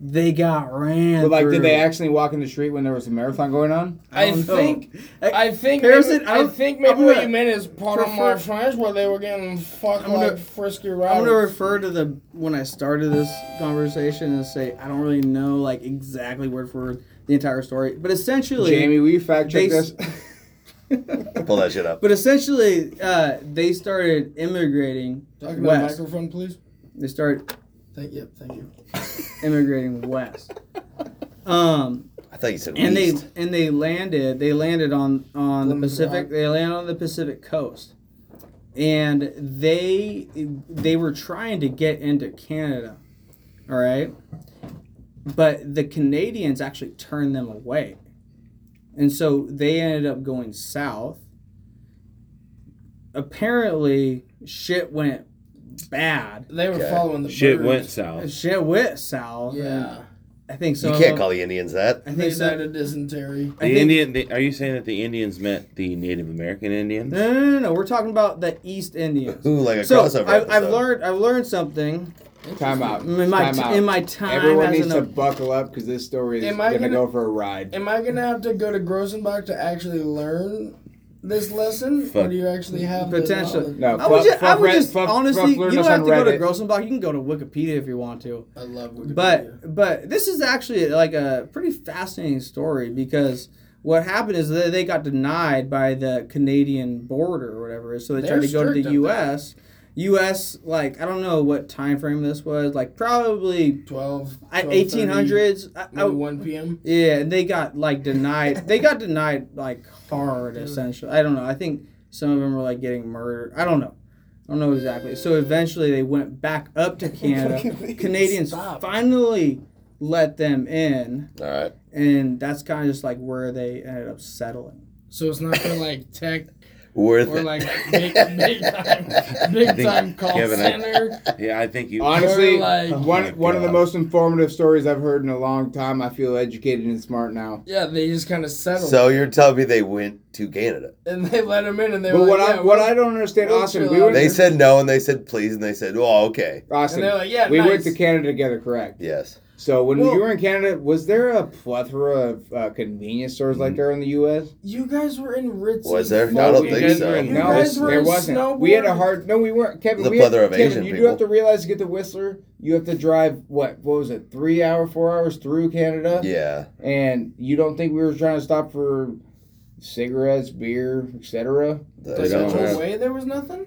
They got ran.
but like
through.
did they actually walk in the street when there was a marathon going on?
I
don't know.
think- I think
Harrison,
maybe,
I
I,
don't-
think
I'm
maybe
gonna-
what you meant is part of
for-
my
for-
friends where they were getting fucked
I'm gonna-
like frisky
I'm gonna
robbers.
refer to the when I started this conversation and say I don't really know like exactly word for word the entire story, but essentially,
Jamie, will you fact
they
check
s-
this?
Pull that shit up.
but essentially, uh, they started immigrating
Talking about
west.
microphone, please.
They started
Thank you. Thank you.
immigrating west. Um,
I thought you said
and they
least.
and they landed. They landed on on the
Plymouth
Pacific.
Rock.
They landed on the Pacific coast, and they they were trying to get into Canada. All right, but the Canadians actually turned them away, and so they ended up going south. Apparently, shit went bad.
They were
Okay.
following the
Shit
birds.
went south.
Shit went south.
Yeah,
and I think so.
you can't call the Indians that.
I
they
think
died
so.
of dysentery.
I
The
think-
Indian. The, are you saying that the Indians meant the Native American Indians?
No, no, no, no. We're talking about the East Indians.
Ooh, like a
So
crossover.
I, I've
episode.
learned I've learned something
Time out.
in my
Time out.
in my time
Everyone
as
needs
an
to buckle up because this story is
Am I
gonna,
gonna-
go for a ride.
Am I gonna have to go to Grossenbach to actually learn this lesson, or
Fuck.
do you actually have
Potentially.
The knowledge?
No,
I would
fuck-
just, I
fuck
would
Red-
just
fuck- fuck
honestly, you
learn
don't
us
have
on
to go to
Reddit.
Grossenbach. You can go to Wikipedia if you want to.
I love Wikipedia.
But but this is actually like a pretty fascinating story because what happened is they, they got denied by the Canadian border or whatever, so they
They're
tried to go to
strict
the
up
U.S. U.S. like I don't know what time frame this was, like probably
12,
eighteen hundreds.
maybe one p.m.
Yeah, and they got like denied. they got denied like hard, essentially. I don't know. I think some of them were like getting murdered. I don't know. I don't know exactly. So eventually they went back up to Canada. Canadians
Stop.
finally let them in,
All right.
and that's kind of just like where they ended up settling.
So it's not for like tech
worth
We're
it.
like big, big time, big
think
time call
Kevin, I-
center.
yeah, I think you.
Honestly,
Or like-
one
my
one of the
God.
most informative stories I've heard in a long time. I feel educated and smart now.
Yeah, they just kind of settled,
So you're telling me they went to Canada?
and they let him in, and they
But
were
what
like,
I
yeah,
what
we'll-
I don't understand,
we'll
Austin,
chill
we
out.
went
They
to,
said no, and they said please, and they said, "Oh, okay,
Austin,
And they're like, yeah,
we
nice.
went to Canada together, correct?
yes."
So when
Well-
you were in Canada, was there a plethora of uh, convenience stores like there in the U.S.?
You guys were in Ritz.
Was
and
there?
Fulton.
No, I don't
We
think
guys
so.
were in-
You
no,
guys were
there
in
wasn't. We had a
snowboarding.
hard. No, we weren't. Kevin,
The
we had,
plethora of
Kevin,
Asian
you do
people.
have to realize to get to Whistler, you have to drive what? What was it? Three hour, four hours through Canada.
Yeah,
And you don't think we were trying to stop for cigarettes, beer, etc.
The-
Like,
They don't
the whole
have-
way there was nothing.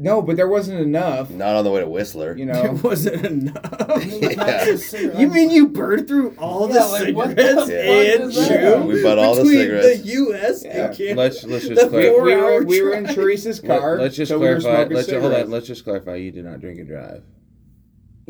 No, but there wasn't enough.
not on the way to Whistler.
You
It
know.
wasn't enough.
Yeah.
You mean you burned through all the
Yeah, like, what the
cigarettes
fuck
and
is that?
chew?
We bought all the
between
cigarettes.
The U.S.
Yeah.
and Canada.
let's let's just
The
We,
clarify.
four-
we
Four-hour
were, we were in
drive.
Teresa's
Let,
car.
us just
so we were
clarify.
smoking
let's ju- hold
cigarettes.
on. Let's just clarify. You did not drink and drive.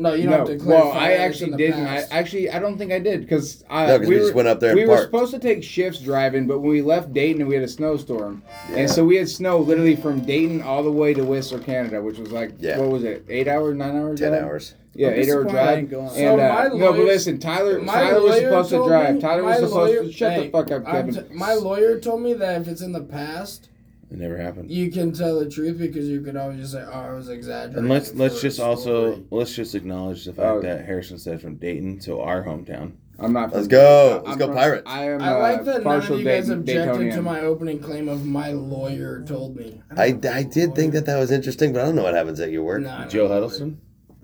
No, you don't have
No,
to.
well,
clarify
I
that it's
actually
in the
didn't. I
past.
actually, I don't think I did because
No, 'cause we just went up there and
We were
parked.
supposed to take shifts driving, but when we left Dayton, we had a snowstorm, and so we had snow literally from Dayton all the way to Whistler, Canada, which was like,
Yeah.
what was it, eight hours, nine hours,
Ten
drive?
hours.
Yeah,
I'm
eight hour
disappointed I
drive.
didn't go on.
And,
So
uh,
my
no, but
lawyers-
listen, Tyler,
My
Tyler was
lawyer
supposed to
told
drive.
me-
Tyler was
my
supposed
lawyer-
to shut
hey,
the fuck up,
I'm
Kevin.
t- my lawyer told me that if it's in the past,
It never happened.
you can tell the truth because you could always just say, "Oh, I was exaggerating."
And let's
for
let's
a
just
story."
also let's just acknowledge the fact
Oh.
that Harrison said from Dayton to our hometown.
I'm not.
Let's
from-
go.
I'm
Let's go,
from-
Pirates.
I am.
I like
uh,
that none of
partial
you guys
Dayton-
objected to
Daytonian.
my opening claim of my lawyer told me.
I, I did think that that was interesting, but I don't know what happens at your work.
No, I don't
Joe
have a lawyer.
Huddleston.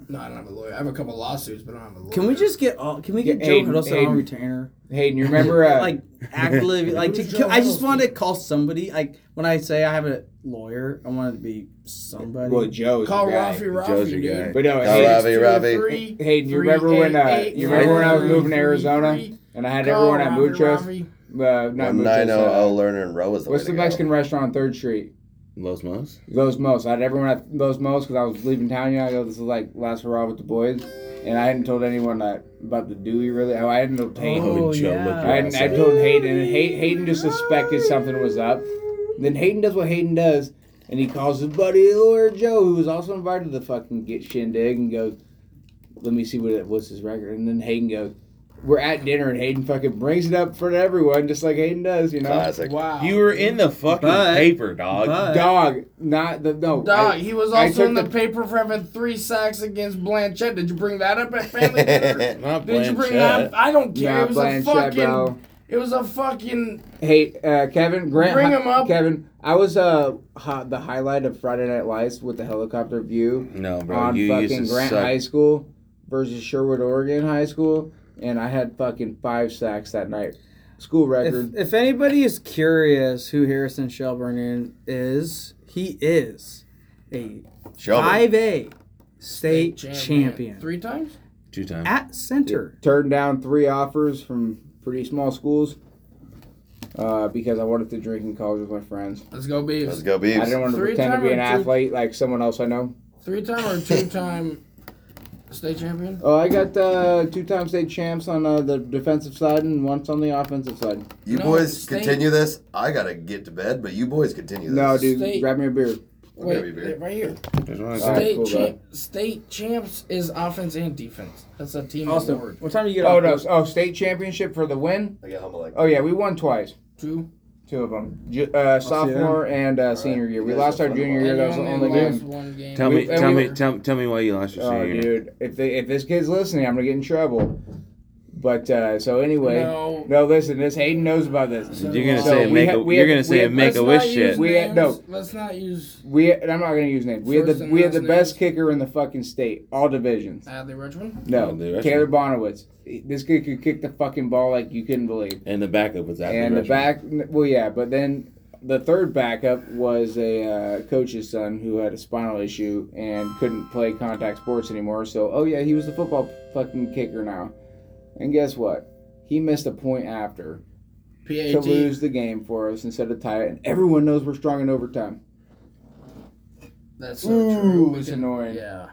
No, I don't have a lawyer. I have a couple lawsuits, but I don't have a lawyer.
Can we just get all? Can we get
Yeah,
Joe
Aiden,
Huddleston on
Aiden.
retainer?
Hayden, you remember? Uh,
like actively, like
Who's
to-
Joe
I just
Huddleston?
want to call somebody. Like when I say I have a lawyer, I want it to be somebody.
well, Joe's
call
the guy.
Rafi Rafi,
Joe's your
dude.
guy.
But no,
Call
Hayden-
Rafi. Ravi.
Three,
Hayden, you
three,
remember
eight,
when uh,
eight,
you remember when I was
three,
moving to
three,
Arizona
three.
and I had
Call
everyone at
Ravi,
Muchos? Uh,
Ravi.
not
One
Muchos.
nine oh oh
Uh,
learner and row was the
what's
way
the
to go.
Mexican restaurant on Third Street?
Los Mos.
Los Mos. I had everyone at Los Mos because I was leaving town. You know, I go, this is like last hurrah with the boys, and I hadn't told anyone that about the Dewey really. Oh, I hadn't told Hayden.
Oh,
Joe,
Uh,
yeah.
look your
I,
ass
I
up.
told Hayden, and Hay- Hayden just suspected something was up. Then Hayden does what Hayden does, and he calls his buddy Lawyer Joe, who was also invited to the fucking get shindig, and goes, "Let me see what it, what's his record." And then Hayden goes, "We're at dinner," and Hayden fucking brings it up in front of everyone, just like Hayden does, you know.
Classic.
Wow.
You were in the fucking
But-
paper, dog.
but-
Dog, not the no.
Dog,
I-
he was
I
also
took
in the,
the-
paper for having three sacks against Blanchett. Did you bring that up at family dinner?
Not
Did you bring
Blanchett.
that up? I don't care.
Not
it was
Blanchett,
a fucking.
bro.
It was a fucking.
Hey, uh, Kevin, Grant,
Bring him up.
Kevin, I was uh hi- the highlight of Friday Night Lights with the helicopter view.
No, bro.
on
you used
fucking
to
Grant
suck.
High School versus Sherwood, Oregon High School, and I had fucking five sacks that night. School
if,
record.
if anybody is curious who Harrison Shelburne is, he is a
Shelby.
five A state
Jam, man.
champion
Three times?
two times.
at center.
Turned down three offers from pretty small schools uh, because I wanted to drink in college with my friends.
Let's go,
Let's
Beavs.
go,
I
Beavs.
didn't want to
Three
pretend to be an
time or two-
athlete like someone else I know.
Three time or two time state champion?
Oh, I got uh, two-time state champs on uh, the defensive side and once on the offensive side.
You
No,
boys
stay-
continue this. I gotta get to bed, but you boys continue this.
No, dude,
State-
grab me a beer.
I'll grab you
Wait,
a beer.
right here.
There's one
All right,
State,
cool,
champ, state champs is offense and defense. That's a team
Also,
award.
what time do you get
Oh
off?
no!
work?
Oh, state championship for the win.
I got humble like.
Oh yeah, we won twice.
Two.
Two of them, Ju- uh, sophomore and uh, senior year. We
You guys
lost
are
our
fun
junior
to
year.
And
That was
you
the
only
only
lost
game.
one game.
Tell me,
and
tell
we
me, tell, tell me why you lost your
Oh,
senior year.
dude, if they, if this kid's listening, I'm gonna get in trouble. But uh, so anyway,
No.
listen, this Hayden knows about this.
You're gonna
So
say
we
make
ha-
a,
we
you're
had-
gonna
we
say
had-
make a
Let's
wish
not use
shit.
We had- no.
names. Let's not use
We and I'm not gonna use names. We had
First
the
and
we had
last
the best
names.
kicker in the fucking state, all divisions.
Adley Richmond.
No,
Oh, dude, that's-
Taylor Bonowitz. This kid could kick the fucking ball like you couldn't believe.
And the backup was that.
and the
freshman.
back, well, yeah, but then the third backup was a uh, coach's son who had a spinal issue and couldn't play contact sports anymore. So, oh yeah, he was the football fucking kicker now. And guess what? He missed a point after to
PAT.
lose the game for us instead of tie it. And everyone knows we're strong in overtime.
That's so
Ooh,
true. We
it's
can-
annoying.
Yeah.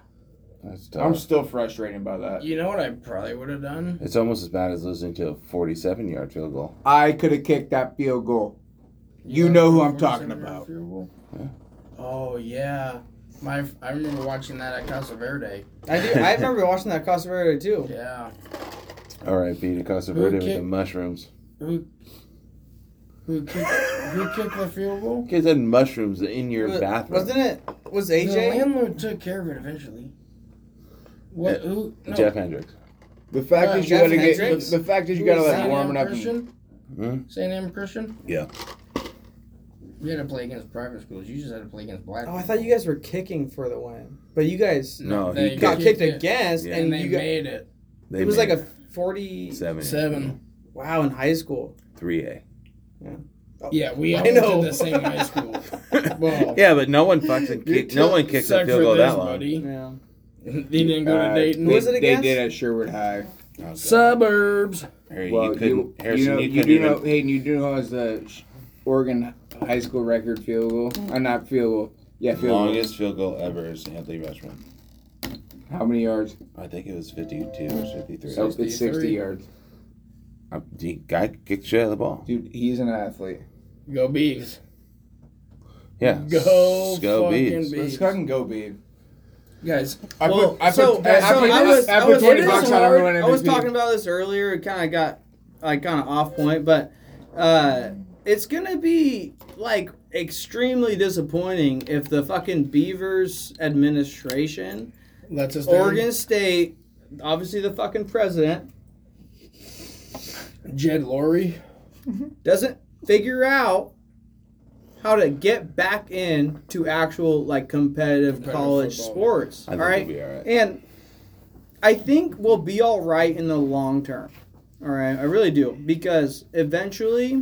That's
I'm
tough.
still frustrated by that.
You know what I probably would have done?
it's almost as bad as losing to a 47 yard field goal.
I could have kicked that field goal. You know who I'm talking about.
What Oh yeah, my I remember watching that at Casa Verde.
I do. I remember watching that Costa Verde too.
Yeah.
R.I.P. to Costa
Who
Verde with the
kicked-
mushrooms.
Who who kicked, who kicked the field goal?
You guys had mushrooms in your
Wa-
bathroom.
Wasn't it? Was
The
AJ?
landlord took care of it eventually. What?
Yeah,
Who? No.
Jeff Hendricks.
The fact
Uh,
is you gotta
Jackson
get
Hendricks?
the, the fact is
who
you gotta
was
let
Saint
it
Anne
warm it up. and- Uh,
Christian?
Hmm?
Saint Anne Christian.
Yeah.
We had to play against private schools. You just had to play against black.
Oh, I thought you guys were kicking for the win, but you guys
No,
They
he
got
kicked.
kicked
kicked it.
against,
Yeah.
and,
and
they
you got,
made it
They
it was
made
like a forty.
seven,
seven.
Wow, in high school.
three A.
Yeah, we all
I know.
did the same high school. Well,
yeah, but no one fucking
You
kicked. No one
took-
kicks
suck
a field
for
goal
this,
that long.
buddy.
Yeah.
He didn't go
Uh,
to Dayton.
Who was it
They-
against?
They did at Sherwood High.
Suburbs.
Oh, Harry,
Well,
you couldn't.
you, you
Harrison,
know,
you,
you
couldn't
do
even.
know, Hayden, you do know as the sh- Oregon high school record field goal. Uh, not field goal. Yeah, field
longest field goal ever is Anthony Rushman.
goal. How many yards?
I think it was 52 or 53.
So it's 60
63.
yards.
Uh, the guy kicked shit out of the ball.
Dude, he's an athlete.
Go Beavs.
Yeah.
Go
S- Go
fucking
Beavs.
Beavs.
Let's fucking go, babe.
Guys,
I
Well,
put, I put,
so-
I,
so
put,
I was-
I
I
put
was-
20
it is
bucks on
hard.
everyone MVP.
I was talking about this earlier. It kind of got like kind of off point, but uh, it's gonna be like extremely disappointing if the fucking Beavers administration,
let's us
Oregon State, obviously the fucking president,
Jed Laurie.
doesn't figure out how to get back in to actual like competitive,
Competitive
college
football.
sports.
I think
all right?
we'll be all right.
And I think we'll be all right in the long term. All right, I really do because eventually,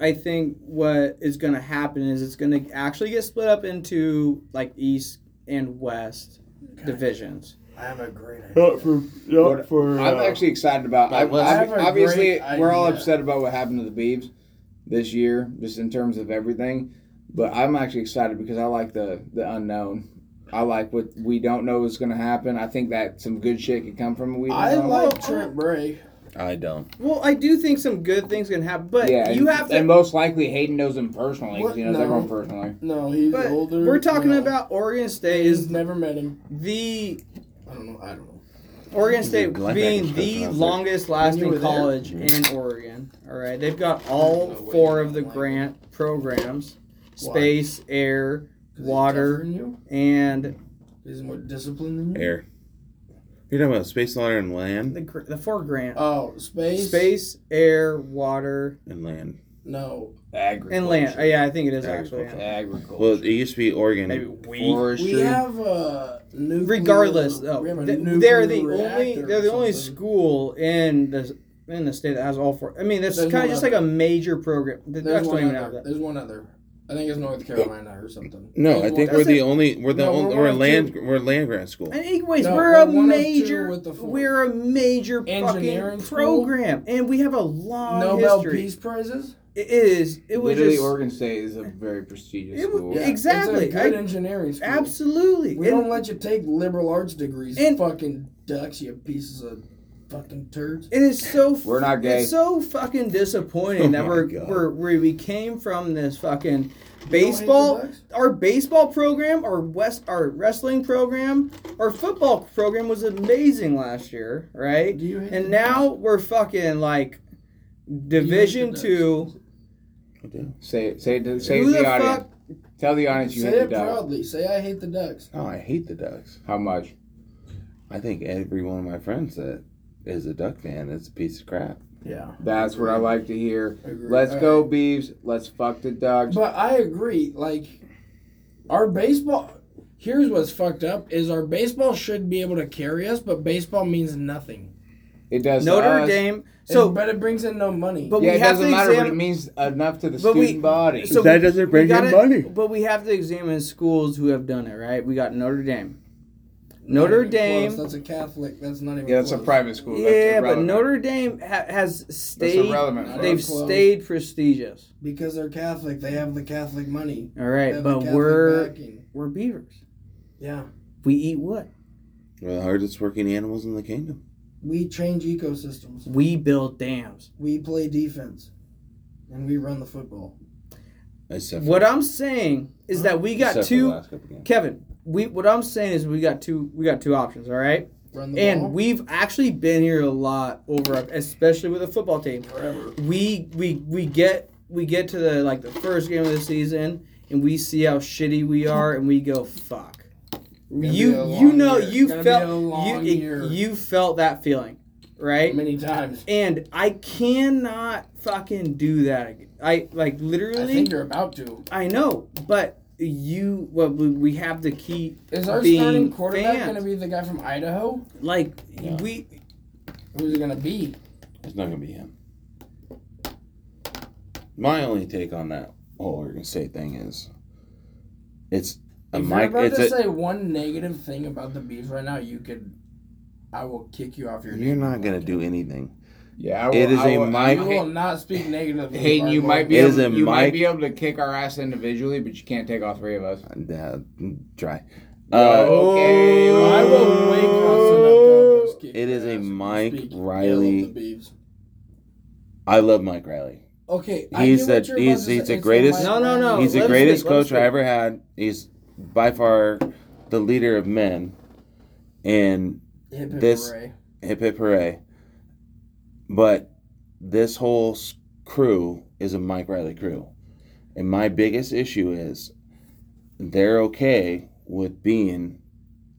I think what is going to happen is it's going to actually get split up into like East and West divisions.
I have a great idea.
Not for, not for.
I'm
uh,
actually excited about. I,
That was-
I-
Have a
obviously,
great
we're all
idea.
upset about what happened to the Beavs this year, just in terms of everything. But I'm actually excited because I like the the unknown. I like what we don't know is going to happen. I think that some good shit could come from it. We don't
I
know.
like Trent Bray.
I don't.
Well, I do think some good things can happen, but
Yeah,
you
and,
have to
and most likely Hayden knows him personally. 'cause He
What?
knows
No.
everyone personally.
No, he's
But
older.
we're talking
no.
about Oregon State
He's
is
never met him.
the
I don't know. I don't know.
Oregon State
Glenn
being
Beck
the
was
longest
You were
lasting
there. Mm-hmm.
college in Oregon. All right, they've got all four of the grant programs: space, air,
'Cause he's tougher
water,
than you.
and
He's more disciplined than you.
Air. You're talking about space, water, and land?
the gr- the four grant.
Oh, space.
Space, air, water,
And land.
No.
Agriculture.
and land. Oh, yeah, I think it is actually. yeah.
Agriculture.
Well, it used to be Oregon.
Maybe we.
forestry.
We have a nuclear.
Regardless, though,
we have a
th-
nuclear
they're the
reactor
only
or
they're the only
something.
school in the in the state that has all four. I mean, that's
There's
kind of
no
just like
other.
a major program. They
There's
actually
one,
don't even have
other.
that.
There's one other. I think it's North Carolina or something.
No,
There's
I think
one-
we're
That's
the
it.
only we're the
No,
only
we're
we're,
one of
land we're land grant school.
And anyways,
No,
we're a
we're one of two
major,
with the four.
we're a major fucking
Engineering school?
program, and we have a long
Nobel
history.
Peace Prizes.
It is. It was
Literally,
just
Oregon State is a very prestigious
It was-
school.
Yeah. Exactly.
It's a good
I-
engineering school.
absolutely.
We
And
don't let you take liberal arts degrees,
And-
fucking ducks, you pieces of fucking turds.
it is so.
We're not gay.
It's so fucking disappointing
Oh
that
my
we're,
God.
we're we we came from this fucking
hate the
baseball,
Ducks?
our baseball program, our west, our wrestling program, our football program was amazing last year, right?
Do you hate
And
the
now we're fucking like division
Ducks?
two.
Say it. Say it. To, say it
Who
to the,
the
audience.
fuck-
Tell the audience you
Say
hate the
it
Ducks.
proudly. Say I hate the ducks.
Oh, I hate the Ducks.
How much?
I think every one of my friends that is a Duck fan is a piece of crap.
Yeah.
That's what I like to hear.
Agree.
Let's
All
go, Beavs. Let's fuck the Ducks.
But I agree. Like, our baseball. Here's what's fucked up: is our baseball should be able to carry us, but baseball means nothing.
It does. to
Notre
us.
Dame.
So,
So,
but it brings in no money.
but
Yeah,
we
it
have to
doesn't matter,
examine.
but it means enough to the
But we-
student body.
so
That
we-
doesn't
we
bring in
gotta-
money.
But we have to examine schools who have done it, right? We got Notre Dame. Notre
Not even
Dame.
close. That's a Catholic. That's not even.
yeah, that's a
close.
private school. That's
yeah, but
irrelevant.
Notre Dame ha- has
That's
stayed.
irrelevant. for
They've
us.
Close.
stayed prestigious.
because they're Catholic. They have the Catholic money.
All
They
right,
have the
but
Catholic
we're
backing.
we're beavers.
yeah.
We eat wood.
We're the hardest working animals in the kingdom.
We change ecosystems.
We build dams.
We play defense, and we run the football.
Except for,
What I'm saying is that we got
except for the
two.
last couple games.
Kevin, we what I'm saying is we got two. We got two options. All right.
Run the ball.
And we've actually been here a lot over, especially with the football team.
Forever.
We we we get we get to the like the first game of the season, and we see how shitty we are, and we go fuck.
gonna be a
You you
long
know
year.
you
It's gonna be a
felt you
long year.
it, you felt that feeling, right?
many times.
And I cannot fucking do that. Again. I like literally.
I think you're about to.
I know, but you well, we- we have to keep
Is our
being
starting quarterback
fans.
going to be the guy from Idaho?
like
Yeah.
we
Who's it going to be?
It's not gonna be him. My only take on that whole Oregon State thing is, it's a
If
mic.
you're about
It's
to
a,
say one negative thing about the Beavs right now, you could. I will kick you off your.
you're not gonna do anything.
Yeah, I
It is
I
a mic-
You will not speak negatively. of
Hayden,
our
you
boy.
might be
It
able,
is a
you
mic-
might be able to kick our ass individually, but you can't take all three of us.
Uh, try. Uh,
Okay, well,
I will wake us up.
It is a Mike
Speak ill of
Riley-
the Beavs.
I love Mike Riley.
Okay,
He's
I get what you're
the- he's-
about to
he's
say.
the
It's
greatest-
Mike
No, no, no.
Riley.
He's the
Oh, let him
greatest
speak, let him
coach I
speak.
ever had. He's by far the leader of men in
Hip, hip,
this-
hooray.
hip hip hooray. But this whole s- crew is a Mike Riley crew. And my biggest issue is they're okay with being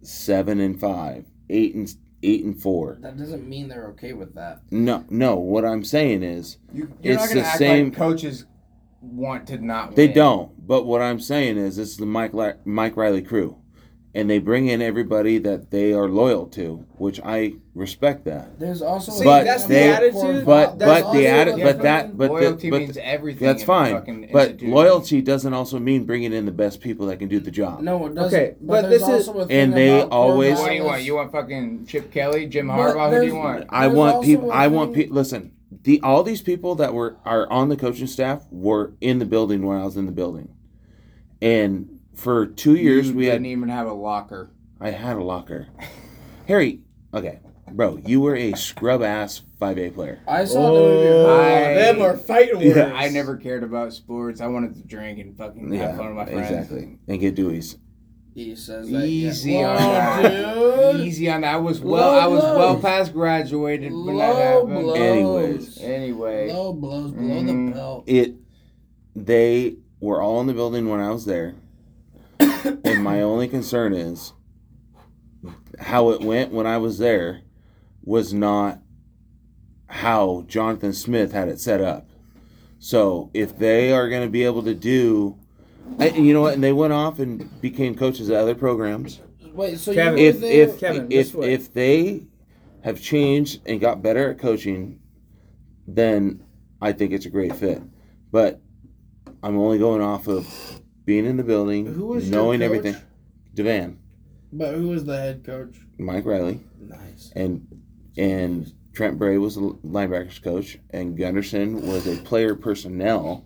seven and five, eight and eight and four.
That doesn't mean they're okay with that.
No, no. What I'm saying is
You, you're not
It's
going
the
to act
same-
like coaches want to not.
They
win.
don't. But what I'm saying is, this is the Mike Li- Mike Riley crew, and they bring in everybody that they are loyal to, which I respect that.
There's also
See, But that's the
attitude-
But
That's
but the
also
atti-
different
but that
than-
but
loyalty
the, but
means everything.
that's
in a
fine.
fucking
But
institution.
loyalty doesn't also mean bringing in the best people that can do the job.
No, it doesn't.
Okay,
but,
but
there's
this is-
also a thing
and they
about
always-
What do you
Corvallis.
want? You want fucking Chip Kelly, Jim
But
Harbaugh? Who do you
there's-
want?
I
There's
want
also
people.
a
I want
thing-
people. Listen, the all these people that were are on the coaching staff were in the building when I was in the building, and for two years
You
we had
didn't even have a locker.
I had a locker. Harry, okay, bro, you were a scrub ass five A player.
I saw the
Oh,
movie.
I-
them are fighting words.
Yeah,
I never cared about sports. I wanted to drink and fucking have fun with my friends.
exactly. And get Dewey's.
He says that.
Easy
yeah.
on
Whoa,
that.
Oh, dude.
Easy on that. I was well. I was
Low
well
blows.
past graduated when that
Low
happened.
blows.
Anyways.
Anyway,
Low blows below
Mm.
the belt.
It. They were all in the building when I was there, and my only concern is how it went when I was there was not how Jonathan Smith had it set up. So if they are going to be able to do, I, you know what, and they went off and became coaches at other programs.
Wait, so
Kevin,
you were
if
there,
if
Kevin,
if,
this way.
if they have changed and got better at coaching, then I think it's a great fit. But I'm only going off of being in the building,
Who was your
knowing
coach?
everything. Devan,
but who was the head coach?
Mike Riley,
Nice.
and and Trent Bray was the linebackers coach, and Gunderson was a player personnel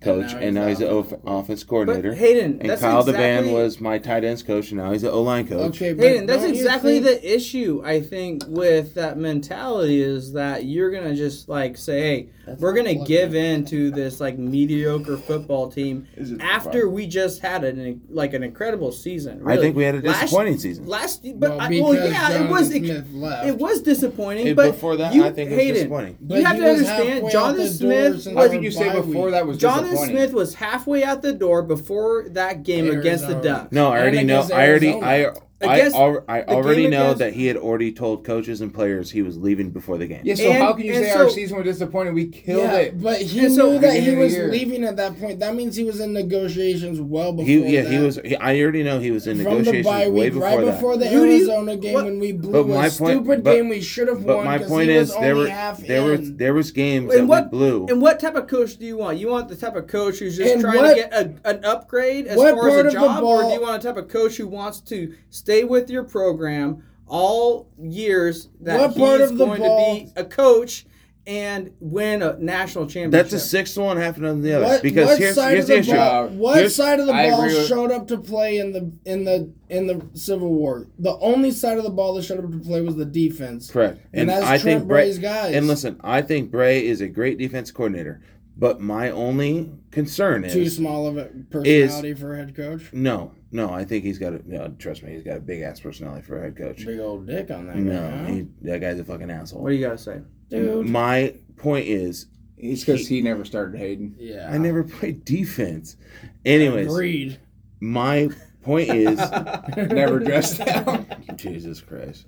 coach, and now he's, the off- offense
But
coordinator.
Hayden,
and
that's
Kyle
exactly,
DeVan was my tight ends coach, and now he's the O line coach.
Okay, but
Hayden, that's
don't you
exactly
think-
the issue I think with that mentality is that you're gonna just like say, hey, we're gonna give in to this like mediocre football team after we just had an like an incredible season.
I
Really.
think we had a
Last-
disappointing season.
last, but
Well,
I,
because
well yeah, it
Jonathan
was it,
Smith left.
it was disappointing.
And
but
before that,
you,
I think it was
Hayden,
disappointing.
you
But
have
he
to
was
understand,
halfway out
Jonathan
the door
Smith
since
I
was
think you
Bye
said before
week.
that was
Jonathan
disappointing.
Smith was halfway out the door before that game against the
Arizona.
Ducks.
No, I
And
already know.
against
I already, I,
Arizona.
I,
Against-
al- I
the
already
game
know
against-
that he had already told coaches and players he was leaving before the game.
yeah. So
And-
how can you
and
say our
so-
season was disappointing? We killed
Yeah,
it.
but he
And so-
knew that he
Beginning of
was
the year.
leaving at that point. That means he was in negotiations well before.
He, yeah,
that.
he was. He, I already know he was in
from the
negotiations
bye
way
week,
before
right
that.
before the
Who do you-
Arizona game
what-
when we blew
But
a
my point-
stupid
but-
game we should have
but
won.
my
'cause
point
he was
is, there
only
were
half
there were
in.
there was games that
And what
we blew.
and what type of coach do you want? You want the type of coach who's just
And
trying
what-
to get a, an upgrade as
what
far as
part
a
of the
job, or do
ball-
you want a type of coach who wants to stay with your program all years that
What
he's
part of the
going
ball-
to be a coach and win a national championship?
That's the sixth one happened on the other
What,
because
what
here's
side
here's
of the,
the issue.
ball? What
Here's-
side of the
I
ball
agree with-
showed up to play in the in the in the Civil War? The only side of the ball that showed up to play was the defense.
Correct.
And that's Trent Bray's guys.
And listen, I think Bray is a great defense coordinator. But my only concern
Too
is
small of a personality for a head coach.
no, no. I think he's got a no. Trust me, he's got a big ass personality for a head coach.
Big old dick on that.
No,
guy, huh?
he, that guy's a fucking asshole.
What do you gotta say?
dude.
My point is,
It's because he never started Hayden.
Yeah.
I never played defense. Anyways,
Ah. Agreed.
my point is,
Never dressed down.
Jesus Christ.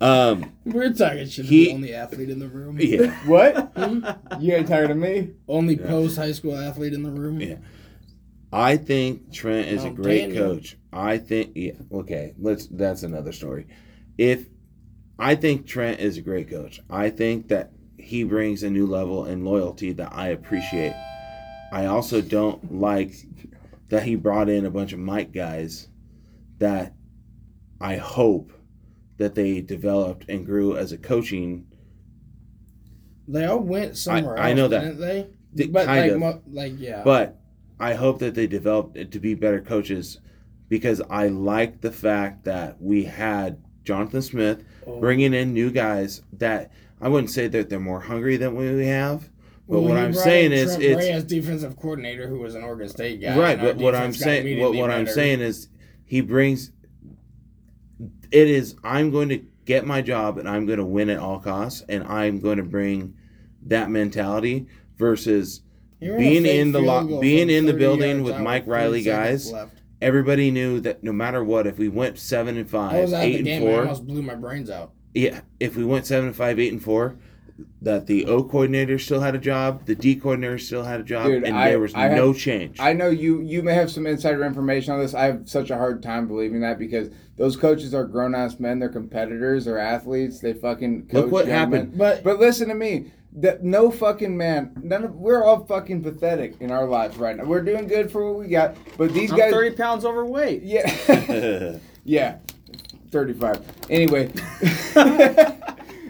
Um,
We're talking shit. to
He-
the only athlete in the room.
yeah,
What?
Hmm?
You ain't tired of me?
Only post high school athlete in the room.
Yeah. I think Trent is a
Oh,
great
Daniel.
coach. I think, yeah, okay, let's. That's another story. If I think Trent is a great coach, I think that he brings a new level and loyalty that I appreciate. I also don't like that he brought in a bunch of Mike guys that I hope that they developed and grew as a coaching.
They all went somewhere
I
else,
know that.
didn't they?
They-
but
kind
like,
of.
mo- like yeah.
But I hope that they develop it to be better coaches because I like the fact that we had Jonathan Smith
Oh.
bringing in new guys that I wouldn't say that they're more hungry than we we have. But
Well,
what
he
I'm
brought
saying
in
is,
Trent
it's
Bray as defensive coordinator who was an Oregon State guy.
right.
and our
But what I'm
defense got
saying, what,
immediately
what I'm
better.
saying is, he brings. It is. I'm going to get my job, and I'm going to win at all costs, and I'm going to bring that mentality versus
You're on a
being
fake
in the
field
lo-
goal
being
from
in the
30
building
yards
with
out
Mike
three
Riley
seconds
guys.
left.
everybody knew that no matter what, if we went seven and
I
five,
was at
eight
the
and
game. I
four,
almost blew my brains out.
yeah, if we went seven and five, eight and four, that the O coordinator still had a job, the D coordinator still had a job,
Dude,
and
I-
there was
I
no
have-
change.
I know you you may have some insider information on this. I have such a hard time believing that because those coaches are grown ass men. They're competitors. They're athletes. They fucking coach
Look what
young
happened.
men.
But-
but listen to me. That no fucking man. None of we're all fucking pathetic in our lives right now. We're doing good for what we got, but these
I'm
guys.
30 pounds overweight.
Yeah. Yeah, 35. Anyway.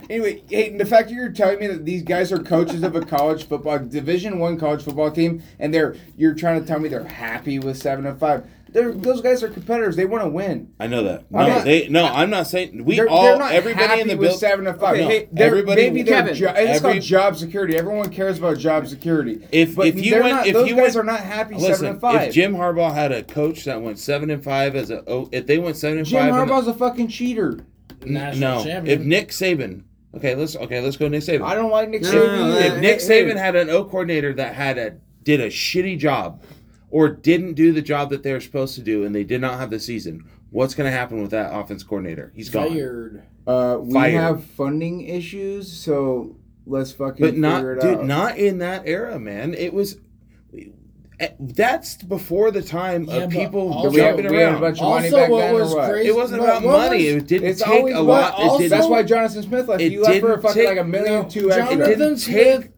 anyway, Hayden, the fact that you're telling me that these guys are coaches of a college football division 1 college football team and they're you're trying to tell me they're happy with 7 and 5. They're, those guys are competitors. They want to win.
I know that. No,
I'm not-
they no, I'm not saying we
They're,
all
they're not
everybody
happy
in the
with
building.
seven and five.
No,
Hey, they're-
everybody-
maybe they're
Kevin.
jo- it's
Every-
called job security. Everyone cares about job security.
If-
but
if you
they're
went-
not,
if
those
you
guys
went-
are not happy seven
Listen,
and five.
if Jim Harbaugh had a coach that went seven and five as a, oh, if they went seven and
Jim
five, in the-
Harbaugh's a fucking cheater.
National
no,
champion.
if Nick Saban, okay, let's okay, let's go Nick Saban.
I don't like Nick
No, no,
Saban.
no, no,
either.
no,
if Nick
Hey, hey.
Saban had an O coordinator that had a did a shitty job or didn't do the job that they were supposed to do and they did not have the season, what's going to happen with that offense coordinator? He's gone.
Fired.
Uh, we
Fired.
have funding issues, so let's fucking
But not
figure it
dude,
out.
not in that era, man. It was eh, that's before the time
Yeah,
of
but
people
also-
we, had,
jumping
we had a
around.
bunch of money
Also,
back
what
then,
was
or what?
crazy-
It wasn't
But
about
what
money.
was-
It didn't
It's
take
always
a
what
lot.
also,
it
that's
didn't,
why Jonathan Smith left.
it
He left for a
didn't
fucking
take-
like a million
No,
two extra.
it
Jonathan
didn't
Smith-
take.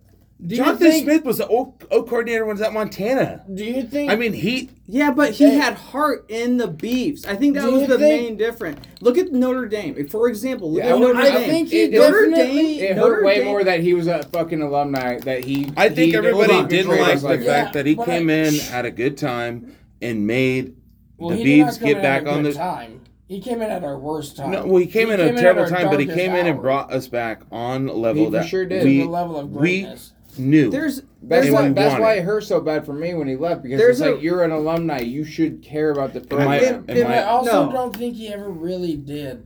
Do you
Jonathan
think?
Smith was the O, o coordinator when he was at Montana.
Do you think?
I mean, he
Yeah, but he had heart in the beefs. I think that
Do
was
you
the
think-
main difference. Look at Notre Dame. For example, look
Yeah, I
at
would-
Notre
I
Dame.
think he
It-
Notre
definitely-
Dame.
it
Notre
hurt way
Dame-
more that he was a fucking alumni. That he.
I think
he
everybody
fucking
didn't
treated
like
us
the
that.
fact that he
but
came
I-
in, had a good time, and made
well,
the
he did not
Beavs
come
get
in
back
at a
on
good
the-
time. He came in at our worst time.
no. Well, he came in a
at
terrible
our
time, but he
darkest
came in and
hour.
brought us back on a level
for
that
sure did.
we
the level of
we
greatness.
knew.
There's
That's
They
there's
why.
wouldn't
That's
want
why
it.
it hurt so bad for me when he left because
There's
it's like
a-
you're an alumni. You should care about the
I-
program.
am
But I also
No.
don't think he ever really did.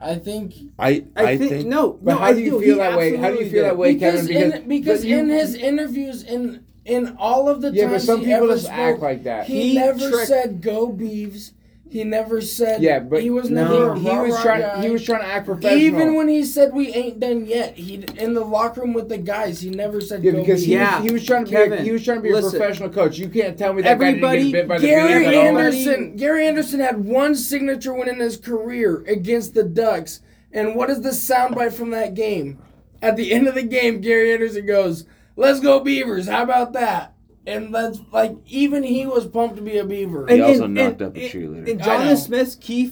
I think
I
I,
I
think,
think
no.
But
no,
how
I
do you
do.
feel
He
that way? How do you
absolutely
feel
did.
that way, Kevin?
because
Because
in, because
but you-
in his interviews in in all of the
Yeah, but
times
some
he
people
ever
just
spoke,
act like that.
He,
He
never
tricked-
said go Beavs. He never said
Yeah, but
he was
he,
never a
he was
rah-rah
trying.
guy.
He was trying to act professional.
even when he said we ain't done yet, he in the locker room with the guys, he never said
Yeah,
go
because he,
Beavs.
Yeah.
was, he was trying to be a,
Kevin,
he was trying to be
listen.
a professional coach. You can't tell me that guy
Everybody-
didn't get bit by the
Gary
bee at all.
Anderson. Gary Anderson had one signature win in his career against the Ducks. And what is the soundbite from that game? At the end of the game, Gary Anderson goes, "Let's go Beavers! How about that?" And that's like even he was pumped to be a Beaver.
He also knocked up a
And
cheerleader.
I know.
Jonathan Smith's key,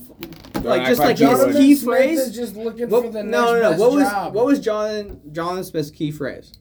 f- like
act
just
like
like his
Jonathan
key
Smith
phrase.
is just looking
What,
for
no,
the next
no, no.
best
What was
job.
what was John Jonathan Smith's key phrase?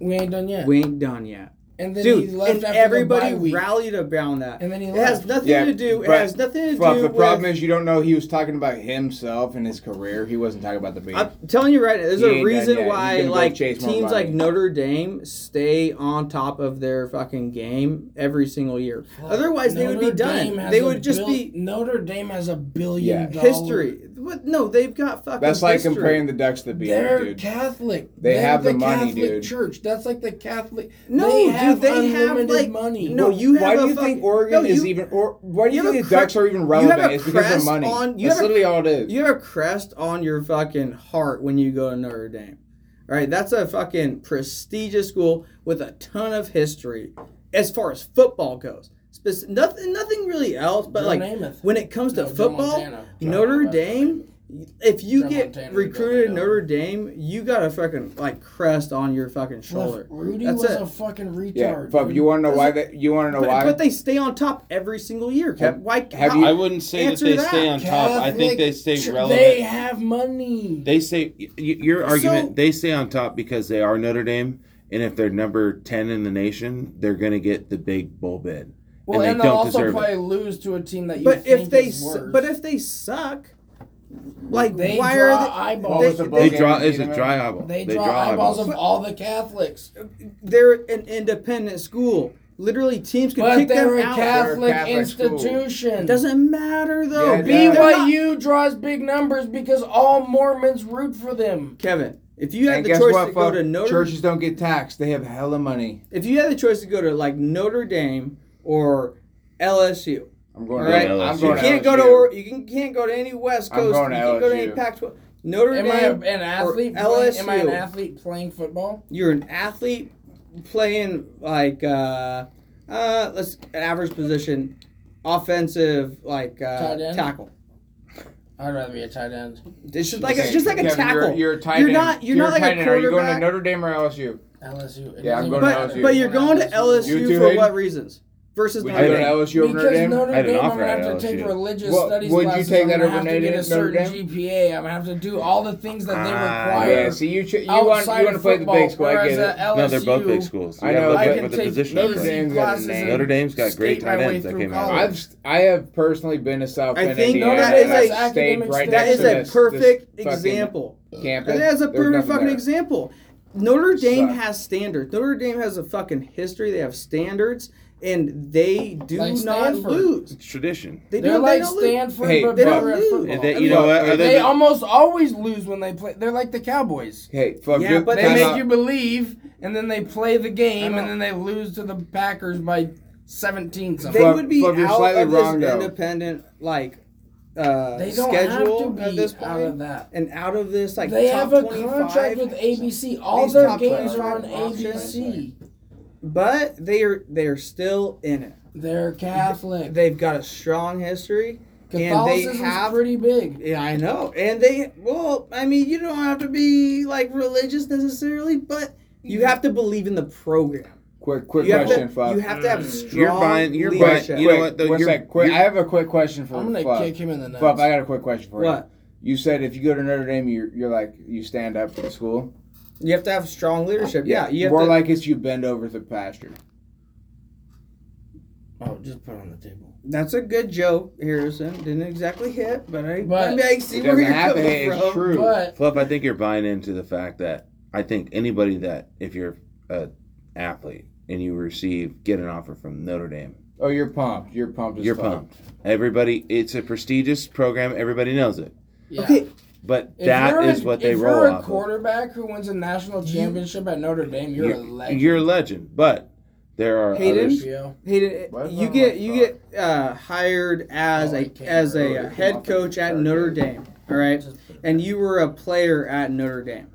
we ain't done yet?
We ain't done yet.
and then
Dude,
he left
and
after
everybody
the bye week.
rallied around that.
And then he
it
left.
has nothing
Yeah,
to do. It
but-
has nothing to
Fuck,
do.
the problem
with,
is you don't know he was talking about himself and his career. He wasn't talking about the beat.
I'm telling you right now, there's
He ain't
a
done yet.
reason
He's
why
gonna go
like
chase
teams
more money.
like Notre Dame stay on top of their fucking game every single year. Otherwise, they would be
Notre Dame
done.
has
They
a
would just
bil-
be
Notre Dame has a billion
Yeah.
dollar-
history. What? No, they've got fucking.
That's like
history.
comparing the Ducks to the beat,
They're
dude.
Catholic.
They
They're
have the money,
Catholic
dude.
Church. That's like the Catholic.
No,
they
dude,
have
they have,
unlimited
like-
money.
no, you have
why
a
do you
fuck-
think Oregon
no,
is
you-
even or why do you,
you have
think
a
the Ducks
cre-
are even
you
relevant?
have a
It's because of
crest
money.
on- you
That's
have a-
literally all it is.
You have a crest on your fucking heart when you go to Notre Dame. All right, that's a fucking prestigious school with a ton of history as far as football goes. Spec- nothing, nothing really else, but
Joe
like
Namath.
when it comes to
No, Joe
football,
Montana. Joe
Notre
Montana.
Dame. If you
Joe
get
Montana,
recruited
Joe
to Notre Dame, you got a fucking like crest on your fucking shoulder.
Look, Rudy
That's
was
it.
a fucking retard.
yeah, fuck.
dude.
You want to know why that? You want to know
But,
why?
but they stay on top every single year. Kev. Why?
have
how-
you-
I wouldn't say that
Answer
they
that.
stay on top. I think they stay
Catholic Church-
relevant.
They
They,
have money.
say y- y- your argument. they stay on top because they are Notre Dame, and if they're number ten in the nation, they're gonna get the big bowl bid,
well, and,
and they
they'll
don't
also
deserve
probably
it.
lose to a team that you
But
think
if they,
is
su-
worse.
but if they suck, like
They
why
draw
are
eyeballs. What
they?
was the
they,
bowl
They
Okay,
draw
you
is a
know.
dry eyeball.
they draw eyeballs of all the Catholics,
they're an independent school. Literally, teams can
but
kick
they're
them
a
out.
Catholic,
Catholic school.
institution.
It doesn't matter though.
Yeah, it
They're
does.
not-
BYU draws big numbers because all Mormons root for them.
Kevin, if you had
and
the
guess
choice
what?
to go
Fuck,
to Notre,
churches don't get taxed. They have hella money.
if you had the choice to go to like Notre Dame or LSU,
I'm going.
All right.
to, I'm
You
going
you
to
can't go to
LSU.
or, you can, can't go to any West
I'm
Coast.
going
you
to
can't go to any
LSU.
Pac-12. Notre
Am I
Dame.
an athlete?
or
Playing, am I an
LSU.
athlete playing football?
you're an athlete playing like uh uh let's an average position offensive like
Tight
uh
end?
tackle
I'd rather be a tight end.
it's just like a,
Okay,
just like a
Kevin,
tackle
You're, you're a tight
You're
end.
not you're, not
a tight
like a
end. Are you going to
quarterback
Notre Dame or LSU?
LSU. It
Yeah, I'm
doesn't
going to
matter.
but
LSU.
but you're going to
You
LSU
too,
for
Hayden?
what reasons versus
Would you
Notre
go to
Dame
LSU over Notre
Because
Dame?
Notre
I had an
Dame, I'm
offer
gonna
at
have to take
LSU.
religious
Well,
studies
would you
classes.
take
I'm
that
gonna
over
have to
Notre
get a
Dame?
certain GPA. I'm gonna have to do all the things that they
Ah,
require.
yeah, see, you ch- you want you
outside
want to
of
play the
football,
big school. I
whereas
get it.
at LSU,
No, they're both big schools.
I
You gotta
know,
look
I
but-
at
can
what the
take
position
Notre
is.
Dame's got a
classes
name.
and
Notre Dame's got great
skate my
tight
way
ends that
through
came
college.
out.
I've st- I have personally been to South
I
Bend,
think
Indiana,
that
and
is
I've
a-
stayed
academic
right
state.
that
next
is
to
a
this-
perfect
this fucking
example
Campus.
that is a
There's
perfect
nothing
fucking
there.
example Notre Dame
Suck.
has standards Notre Dame has a fucking history they have standards and they do
Like
not
Stanford.
lose
It's tradition.
they
They're
do
like
they don't lose.
Stanford,
Hey,
but
they
better
don't
at
lose.
football.
And they, you know
Look,
what?
if
Other
Oh, they
than-
almost always lose when they play. They're like the Cowboys.
Hey, fuck
Yeah,
you.
but
They
time
That's
make
out.
you believe, and then they play the game,
I
and
know.
then they lose to the Packers by 17
they
something.
Fuck-
would be
fuck, you're
out
slightly
of
wrong,
this
though.
independent like uh,
They don't
schedule
have to
at
be
this
out of
point
that.
and out of this like
They
top
have a
25,
contract with ABC. All
These
their
top
games are
25
on ABC.
but they are they are still in it.
They're Catholic.
They've got a strong history, and they
Catholicism's
have. Oh,
pretty big.
yeah, I know, and they well, I mean, you don't have to be like religious necessarily, but you have to believe in the program.
Quick, quick
You have,
question,
to,
fuck.
you have to
Mm.
have strong
You're buying- you're buying-
leadership.
you know what, though,
One
you're-
sec, quick.
you're-
I have a quick question for
I'm gonna
fuck.
kick him in the nuts.
Fuck, I got a quick question for
What?
you. You said if you go to Notre Dame, you're, you're like you stand up for the school.
You have to have strong leadership. Yeah, you have
more
to,
like it's you bend over the pasture.
oh, just put it on the table.
That's a good joke, Harrison. Didn't exactly hit, but I,
But-
I, mean, I
It
see where
doesn't
you're
have to.
coming
hey,
from.
It's true.
But
Fluff, I think you're buying into the fact that I think anybody that if you're a athlete and you receive get an offer from Notre Dame,
Oh, you're pumped. You're pumped. As
you're
fuck.
pumped. Everybody, it's a prestigious program. Everybody knows it,
yeah.
Okay,
but
If
that
you're a-
is what they
if you're
roll
a
off. of.
quarterback who wins a national championship at Notre Dame, you're, a
You're,
legend.
you're a legend, but there are
Hayden?
others.
Yeah.
Hayden,
Why is
you
that
get
my
you get uh, hired as
Oh, I
a
can't
as
really
a uh,
come
head
up with
coach at
third
Notre
grade.
Dame, all right? And you were a player at Notre Dame.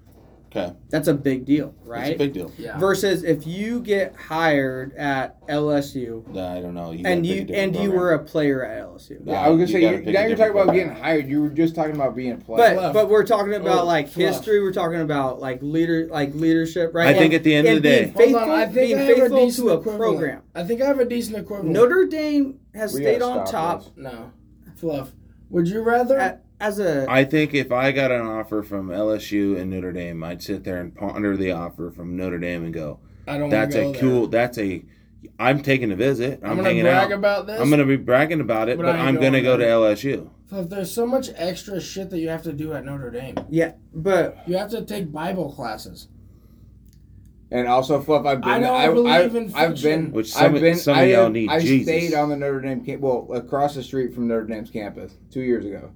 Okay,
That's a big deal,
it's a
right?
big deal.
Yeah.
Versus if you get hired at LSU
Nah, I don't know. You
and
gotta pick
you
a different
and you
program.
were a player at LSU.
Yeah, I was gonna
You
say
gotta
you,
pick
now
a
you're talking
different
about
program.
getting hired. You were just talking about being a player.
But but we're talking about
Oh,
like
fluff.
history. We're talking about like leader like leadership, right?
I think
And-
at the end of
and
the
being
day-
faithful,
Hold on, I think
being
I have a
faithful
decent
to a
equivalent.
program.
I think I have a decent equivalent.
Notre Dame has
We
stayed
gotta
on
stop
top
this.
no, fluff. Would you rather
at, as a
I think if I got an offer from LSU and Notre Dame, I'd sit there and ponder the offer from Notre Dame and go,
I don't. wanna
"That's
go
a
there.
cool. That's a. I'm taking a visit. I'm,
I'm, gonna
hanging
brag
out.
about this.
I'm gonna be bragging about it,
But
but,
I ain't
I'm gonna
going
go to
there.
LSU.
So there's so much extra shit that you have to do at Notre Dame.
yeah, but
You have to take Bible classes.
And also, Fluff, I've been,
I
I
know, I
have
believe in
I've been,
fiction.
Which some-
I've been,
some of
I,
y'all
have-
need
I
Jesus.
stayed on the Notre Dame, camp, well, across the street from Notre Dame's campus two years ago,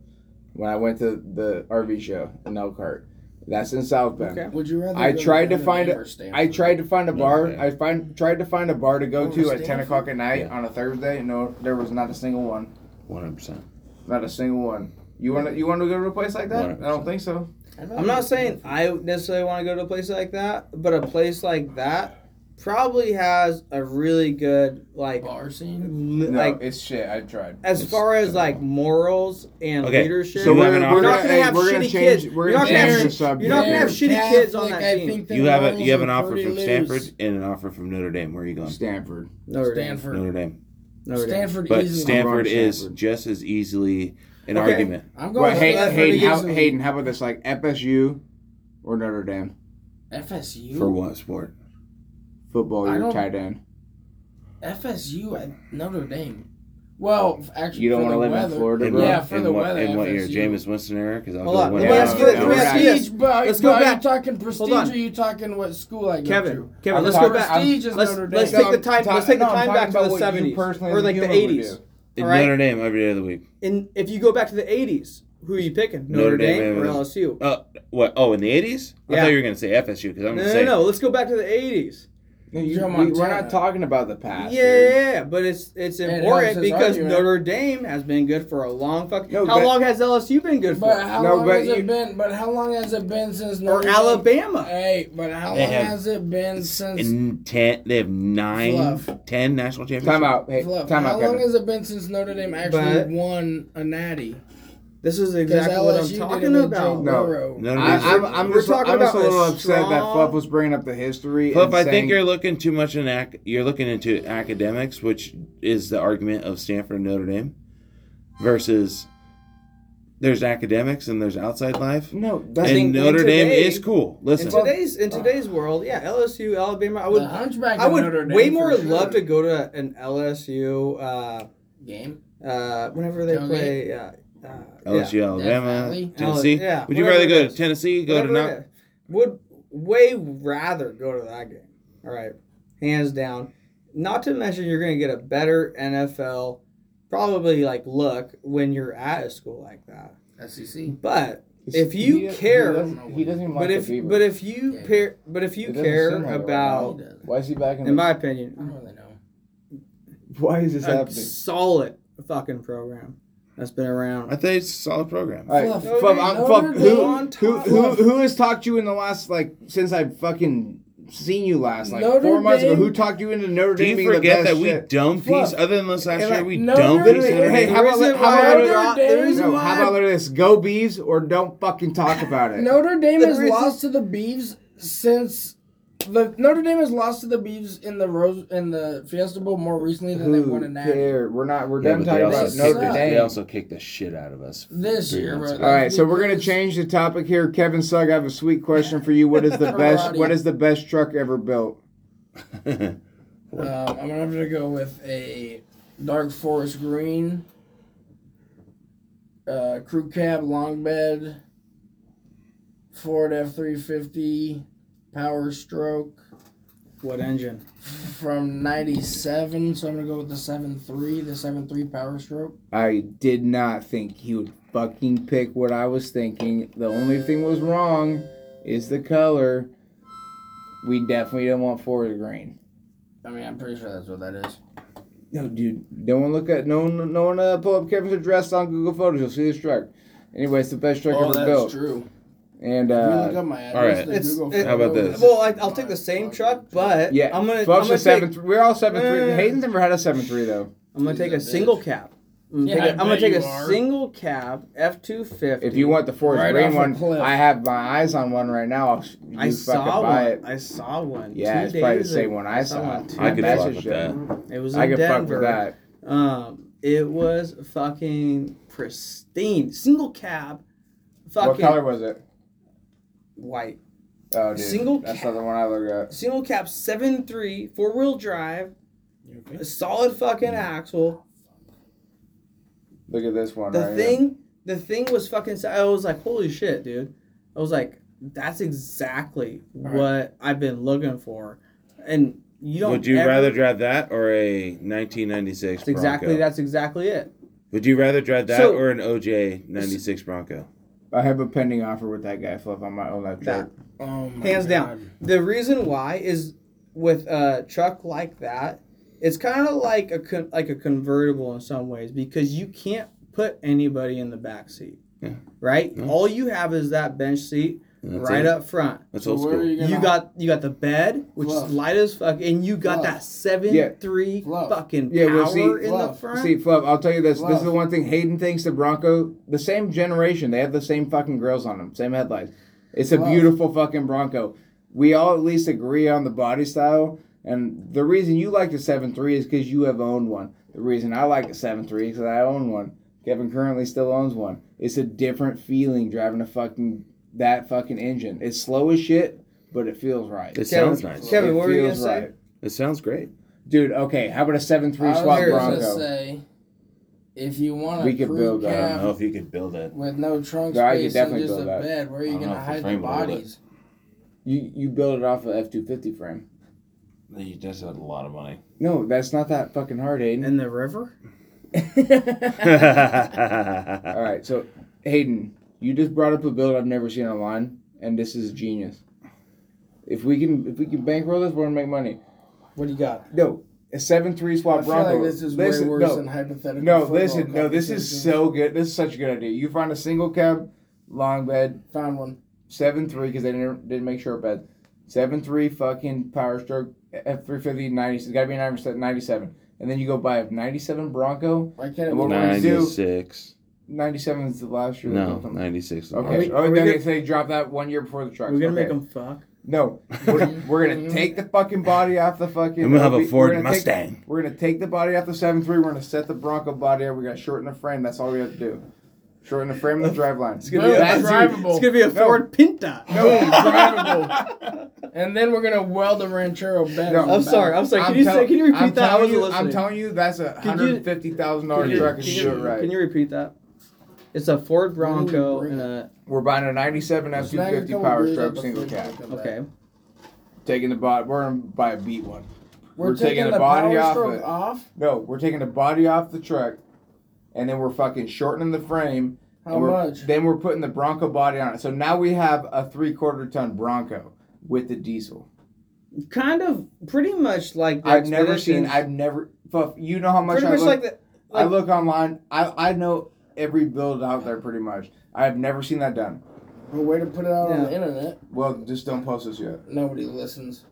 when I went to the RV show in Elkhart. That's in South Bend.
Okay.
Would you rather?
I
go
tried to
Notre
find
Dame
a,
or Stanford?
I tried to find a bar.
okay.
I find tried to find a bar to
Oh,
go to at
Stanford?
ten o'clock at night
Yeah.
on a Thursday. No, there was not a single one.
One hundred percent.
Not a single one. You want to you want to go to a place like that? I don't think so.
I'd rather
I'm
go
not
to
saying
Stanford.
I necessarily want to go to a place like that, but a place like that probably has a really good like
bar scene.
li-
No,
like
it's shit. I tried.
as far as like morals and
Okay,
leadership.
so we're-
you're not
we're gonna-
gonna
hey,
have
we're gonna
shitty
change-
kids.
we're
You're not
gonna
gonna have
change the
They're-
shit-
subject.
you're not gonna have
They're
shitty kids on that
Catholic, I
team.
think their
You have a
morals
you have
are
an offer
pretty
from
loose.
Stanford and an offer from Notre Dame. Where are you going?
Stanford.
Notre Dame.
Stanford.
Notre Dame.
Notre Dame.
Stanford.
But
easily.
Stanford is
Stanford.
just as easily an
Okay.
argument.
I'm going
Well,
to
Hay-
Stanford
Hayden, how,
easily.
Hayden, how about this? Like FSU or Notre Dame
FSU.
For what sport?
football?
I
You're
don't-
tight end.
FSU at Notre Dame. Well, f- actually,
You don't
want to
live in Florida,
In
bro.
what-
Yeah, for
in
the
what,
weather,
In what year?
FSU.
Jameis Winston era? Because I
Hold
was
on.
when
Let
me
I
ask
was
you-
there.
let me ask
you this.
Prestige, but
Let's go
but
back.
Are you talking prestige?
on.
or Are you talking what school I go
Kevin,
to?
Kevin,
I'm
let's
talking-
go back.
Prestige is
let's
Notre Dame.
let's take the time. let's take the
No, I'm
time back
talking
to
about
the
what you
seventies
personally
or
as a
like the
human would
eighties.
do.
In
All right.
Notre Dame every day of the week.
And if you go back to the eighties, who are you picking? Notre,
Notre Dame,
Dame, or
yeah.
LSU?
Uh, what? Oh, in the eighties? I
Yeah.
thought you were gonna say FSU because I'm
No,
gonna
no, no,
say
no. Let's go back to the eighties.
No, you,
Joe
we, we're
Montana.
not talking about the past.
Yeah,
dude.
yeah, yeah, but it's it's
helps
important
his
because
argument.
Notre Dame has been good for a long fucking.
No,
how
but-
long has LSU been good for?
But how
No,
long
but
has
you-
it been? But how long has it been since
or
Notre Dame?
Alabama?
Hey, but how
They
long
have-
has it been since?
in ten. They have nine,
Fluff.
ten national championships.
Time out. Hey,
Look,
time
how
out,
long
Kevin.
has it been since Notre Dame actually
But-
won a natty?
This is
Because
exactly what I'm
LSU did it
talking
with
about.
Joe
No.
Burrow.
Notre
I,
Dame's-
I'm, I'm,
We're
just,
talking
I'm just a
about
little
a
upset that
strong-
Fluff was bringing up the history.
Puff, I
and saying,
think you're looking too much in ac- you're looking into academics, which is the argument of Stanford and Notre Dame, versus there's academics and there's outside life.
No,
And
that's
think-
Notre
and
Dame
today-
is cool.
In
Listen,
today's in today's world, yeah, LSU, Alabama. I would
the Hunchback
I
of
would
Notre Dame
way
for
more
sure.
love to go to an LSU uh,
game.
uh, whenever they
Tailgate?
play. Uh, uh, yeah.
LSU,
Definitely.
Alabama, Tennessee.
Al- yeah,
Would you
whatever
rather
it
go
is.
to Tennessee? Go
Whatever
to
it
not?
is. would way rather go to that game. All right, hands down. Not to mention you're going to get a better NFL probably like look when you're at a school like that.
SEC.
But if you
He-
care,
he doesn't, he doesn't even
but
like
if
the Beavers.
but if you
Yeah.
pair but if
It
you
doesn't
care
seem like it right
about
why is he back in?
in
the,
my
I
opinion
don't really know.
why is this
a
happening?
solid fucking program that's been around.
I think it's a solid program.
All right,
Fluff.
Fluff,
Okay,
I'm,
Notre
Fluff,
Dame.
who, who, who, who has talked to you in the last, like, since I fucking seen you last, like,
Notre
four months ago?
Dame-
Who talked you into Notre
Do
Dame
you
being the
forget
best
that we
shit?
dumb
Fluff.
piece? Other than this last
And
year,
like,
we
no,
dumb
no,
piece.
no,
Notre
Hey,
Dame.
how about,
Reason
li- how
why
about,
Notre
how about,
Dame-
no,
reason
how
why-
about this? Go Bees or don't fucking talk about it.
Notre Dame
The
has
reason-
lost to the Beavs since the Notre Dame has lost to the Beavs in the Rose in the Fiesta Bowl more recently than they won
Who
a natty
cares? We're not. We're
Yeah,
done
but
talking
they also
about
kicked
Notre
the-
suck.
They
Dame.
also kicked the shit out of us.
this
Three
year.
months
bro.
ago.
All right, so we're gonna change the topic here. Kevin Sugg, I have a sweet question for you. What is the best?
Karate.
What is the best truck ever built?
Um, I'm gonna have to go with a dark forest green, uh, crew cab long bed, Ford F350 Power Stroke
What engine?
from '97. So I'm gonna go with the 73, the 73 Power Stroke.
I did not think he would fucking pick what I was thinking. The only thing was wrong is the color. We definitely don't want forest green.
I mean, I'm pretty sure that's what that is.
No, dude. No one look at no one. No one uh, pull up Kevin's address on Google Photos. You'll see this truck. Anyway, it's the best truck
Oh,
ever
that's
built.
true.
And
If you look
uh,
up my address,
alright.
to
It's-
Google
it-
How about
Photos,
this?
Well, I, I'll take the same truck, but
yeah,
I'm gonna I'm
Folks
gonna
are
take,
seven. we're all seven three.
Uh,
Hayden's never had a seven three though.
I'm gonna
He's
take
a
a
bitch.
single cab. I'm gonna
Yeah,
take
I
a, I'm gonna
bet
take
you
a
are.
single cab F two fifty.
If you want the forest
Right off
green
a
one,
cliff.
I have my eyes on one right now. I'll sh- you
I
fucking
saw
buy
one.
it.
I saw one.
Yeah,
two
it's probably the
days
same
ago.
one I saw.
one, two
I could
That's
fuck
a
with
shit.
that.
It was in
I could
Denver.
fuck with that.
Um, It was fucking pristine, single cab, fucking
What color was it?
white,
Oh, dude.
Single
That's
cap.
not the one I look at.
single cab seven three, four wheel drive, a solid
Mm.
fucking axle.
Look at this one.
The
right here.
thing, the thing was fucking. I was like, holy shit, dude. I was like, that's exactly what I've been looking for, and you don't.
Would you
ever-
rather drive that or a 1996
That's exactly.
Bronco?
That's exactly it.
Would you rather drive that
So-
or an OJ 96 Bronco?
I have a pending offer with that guy, Fluff, on my electric.
That
Oh my
hands
God.
down. The reason why is with a truck like that, it's kind of like a con- like a convertible in some ways because you can't put anybody in the back seat.
Yeah.
Right.
No.
All you have is that bench seat
That's
right
it.
up front.
That's
So
old
where are
school.
you gonna?
You got you got the bed, which
Fluff.
is light as fuck, and you got
Fluff.
that seven
Yeah.
three
Fluff.
fucking
Yeah,
power
well, see,
in
Fluff.
the front.
See, Fluff, I'll tell you this. This
Fluff.
is the one thing Hayden thinks the Bronco, the same generation, they have the same fucking grills on them, same headlights. It's a
Fluff.
beautiful fucking Bronco. We all at least agree on the body style. And the reason you like the 7.3 is because you have owned one. The reason I like the 7.3 is because I own one. Kevin currently still owns one. It's a different feeling driving a fucking, that fucking engine. It's slow as shit, but it feels right.
It
Kevin-
sounds nice.
Kevin,
It
what were you gonna
feels
say?
It sounds great.
Dude, okay, how about a 7.3
I was
swap
gonna
Bronco?
say, if you want
We
a
could
crew
build that. I don't
I
cab
don't know if you could build that.
with no trunk
Yeah, I could
space and
definitely
just
build
a
that.
bed, where are
I
you
don't know
gonna
if
hide
the
the
frame will hold it.
bodies?
You you build it off of F two fifty frame.
That's a lot of money.
No, that's not that fucking hard, Hayden.
in the river.
All right, so Hayden, you just brought up a build I've never seen online, and this is genius. If we can if we can bankroll this, we're gonna make money.
What do you got?
No, a seven three
I
swap
feel
Bronco.
like this is
listen,
way worse
no,
than hypothetical.
no,
football
listen, no, this is
competition.
so good. This is such a good idea. You find a single cab, long bed,
found one.
seven three because they didn't didn't make short beds. Seven three fucking power stroke F three fifty ninety. It's got to be a ninety seven, and then you go buy a ninety seven Bronco.
Why can't it
And what
be
we're gonna do-
96.
Ninety seven is the last year. they
No,
built them.
96.
Okay.
Are
Oh,
we
then
gonna-
they say drop that one year before the truck.
We're gonna
okay.
make them fuck.
No, we're, we're gonna take the fucking body off the fucking.
I'm gonna have a
we're
Ford
gonna take-
Mustang.
we're gonna take the body off the seven three. We're gonna set the Bronco body up. We gotta shorten the frame. That's all we have to do. Shorten the frame of the drive line.
gonna be
Boom,
a-
that's drivable.
It's gonna be a
No.
Ford Pinta.
Boom, drivable. And then we're gonna weld a Ranchero bed.
No,
on the
I'm
back.
sorry. I'm sorry. Can
I'm
you
tell-
say, can you repeat
I'm
that? I
telling
wasn't
you, I'm
listening.
telling you, that's a
you-
hundred fifty
Can
thousand dollar
you-
truck if
can
you
you-
do it right.
Can you repeat that? It's a Ford Bronco
break
and a
We're buying a '97 F two
Smack a
fifty
couple
Power
beers
Stroke
up
single
the
cab.
front, come back.
okay.
Taking the body. We're gonna buy a beat one.
We're, taking, the body off. Stroke
it.
off.
No, we're taking the body off the truck, and then we're fucking shortening the frame.
How
and we're-
much?
Then we're putting the Bronco body on it. So now we have a three quarter ton Bronco with the diesel.
Kind of, pretty much like the
I've never seen.
Expeditions.
I've never. Fuck, you know how much
pretty
I
much
look.
like the.
I look online. I I know every build out there pretty much. I have never seen that done.
A way to put it out on
Yeah.
the internet.
Well, just don't post this yet.
Nobody listens.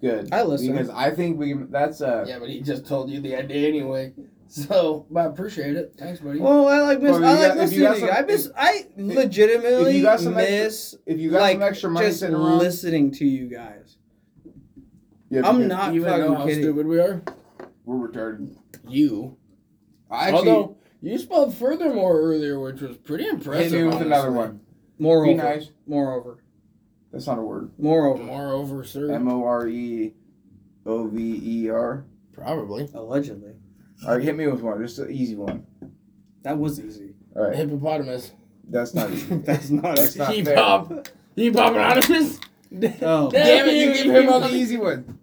Good.
I listen.
because I think we. That's uh, a.
Yeah, but he just told you the idea anyway. So, but I appreciate it. Thanks, buddy.
Well, I like miss.
Well,
I
you
like
got- if
listening
you got
to you.
some-
I miss. I legitimately
if you got some extra-
miss.
If you got
like,
some extra money
just
sitting around,
listening to you guys.
yeah,
I'm
because
not
you even know
fucking
how
kidding.
stupid we are.
We're retarded.
You.
I actually
Although you spelled furthermore earlier, which was pretty
hit
impressive.
me with another
honestly.
one. Be
Moreover,
nice.
moreover,
That's not a word.
moreover,
Moreover, sir.
M O R E O V E R.
Probably.
allegedly,
All right, hit me with one. Just an easy one.
that was easy.
All right,
Hippopotamus.
that's not easy.
That's not.
That's not
He
fair.
pop. He popotamus.
Oh.
Damn it! You give him all the easy one.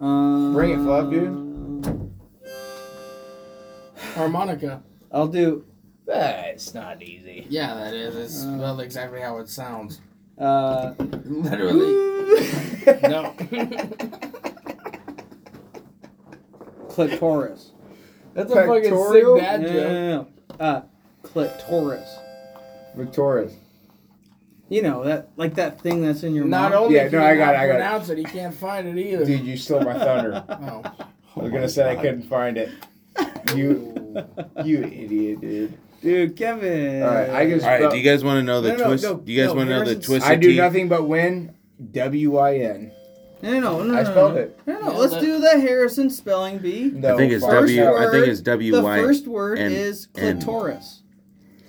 Um,
Bring it, Fluff,
dude.
harmonica.
I'll do.
That's not easy.
Yeah, that is. It's spelled exactly how it sounds.
Uh,
Literally. no.
clitoris.
That's a fucking sick
Pectoral?
dad
No, no,
joke.
no, no. Uh, clitoris.
Victorious.
You know that, like that thing that's in your
Not
mouth.
only
Yeah,
can
no,
he
I got
not
it, I got it.
pronounce it, he can't find it either.
Dude, you stole my thunder.
Oh.
I was gonna say I couldn't find it. You, you idiot, dude.
dude, Kevin.
All right, I just.
All right. Do you guys want to know the
No, no,
twist?
no,
do you guys
no,
want to know the
Harrison's-
twist?
I do nothing but win. W I N.
No, no, no,
I
no, no,
spelled
no.
it.
No, no,
Yeah,
let's
that-
do the Harrison spelling bee.
No,
I think it's
fuck
First
W.
that.
I
word-
think it's W
The
Y.
first word
N-
is
N.
clitoris.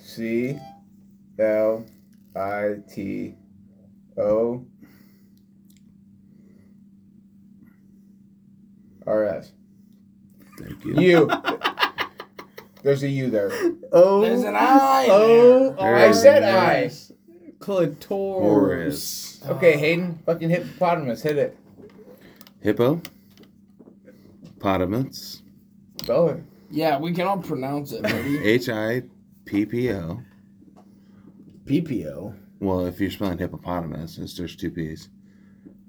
C L I T O R S.
Thank you.
U. There's a U there.
Oh,
There's an I
Oh,
there.
I said I.
Clitoris.
Horus.
Okay, Hayden, fucking hippopotamus, hit it.
Hippo. Potamus.
Spell it.
Yeah, we can all pronounce it. Buddy.
H I P P O.
PPO.
Well, if you're spelling hippopotamus, it's there's two P's.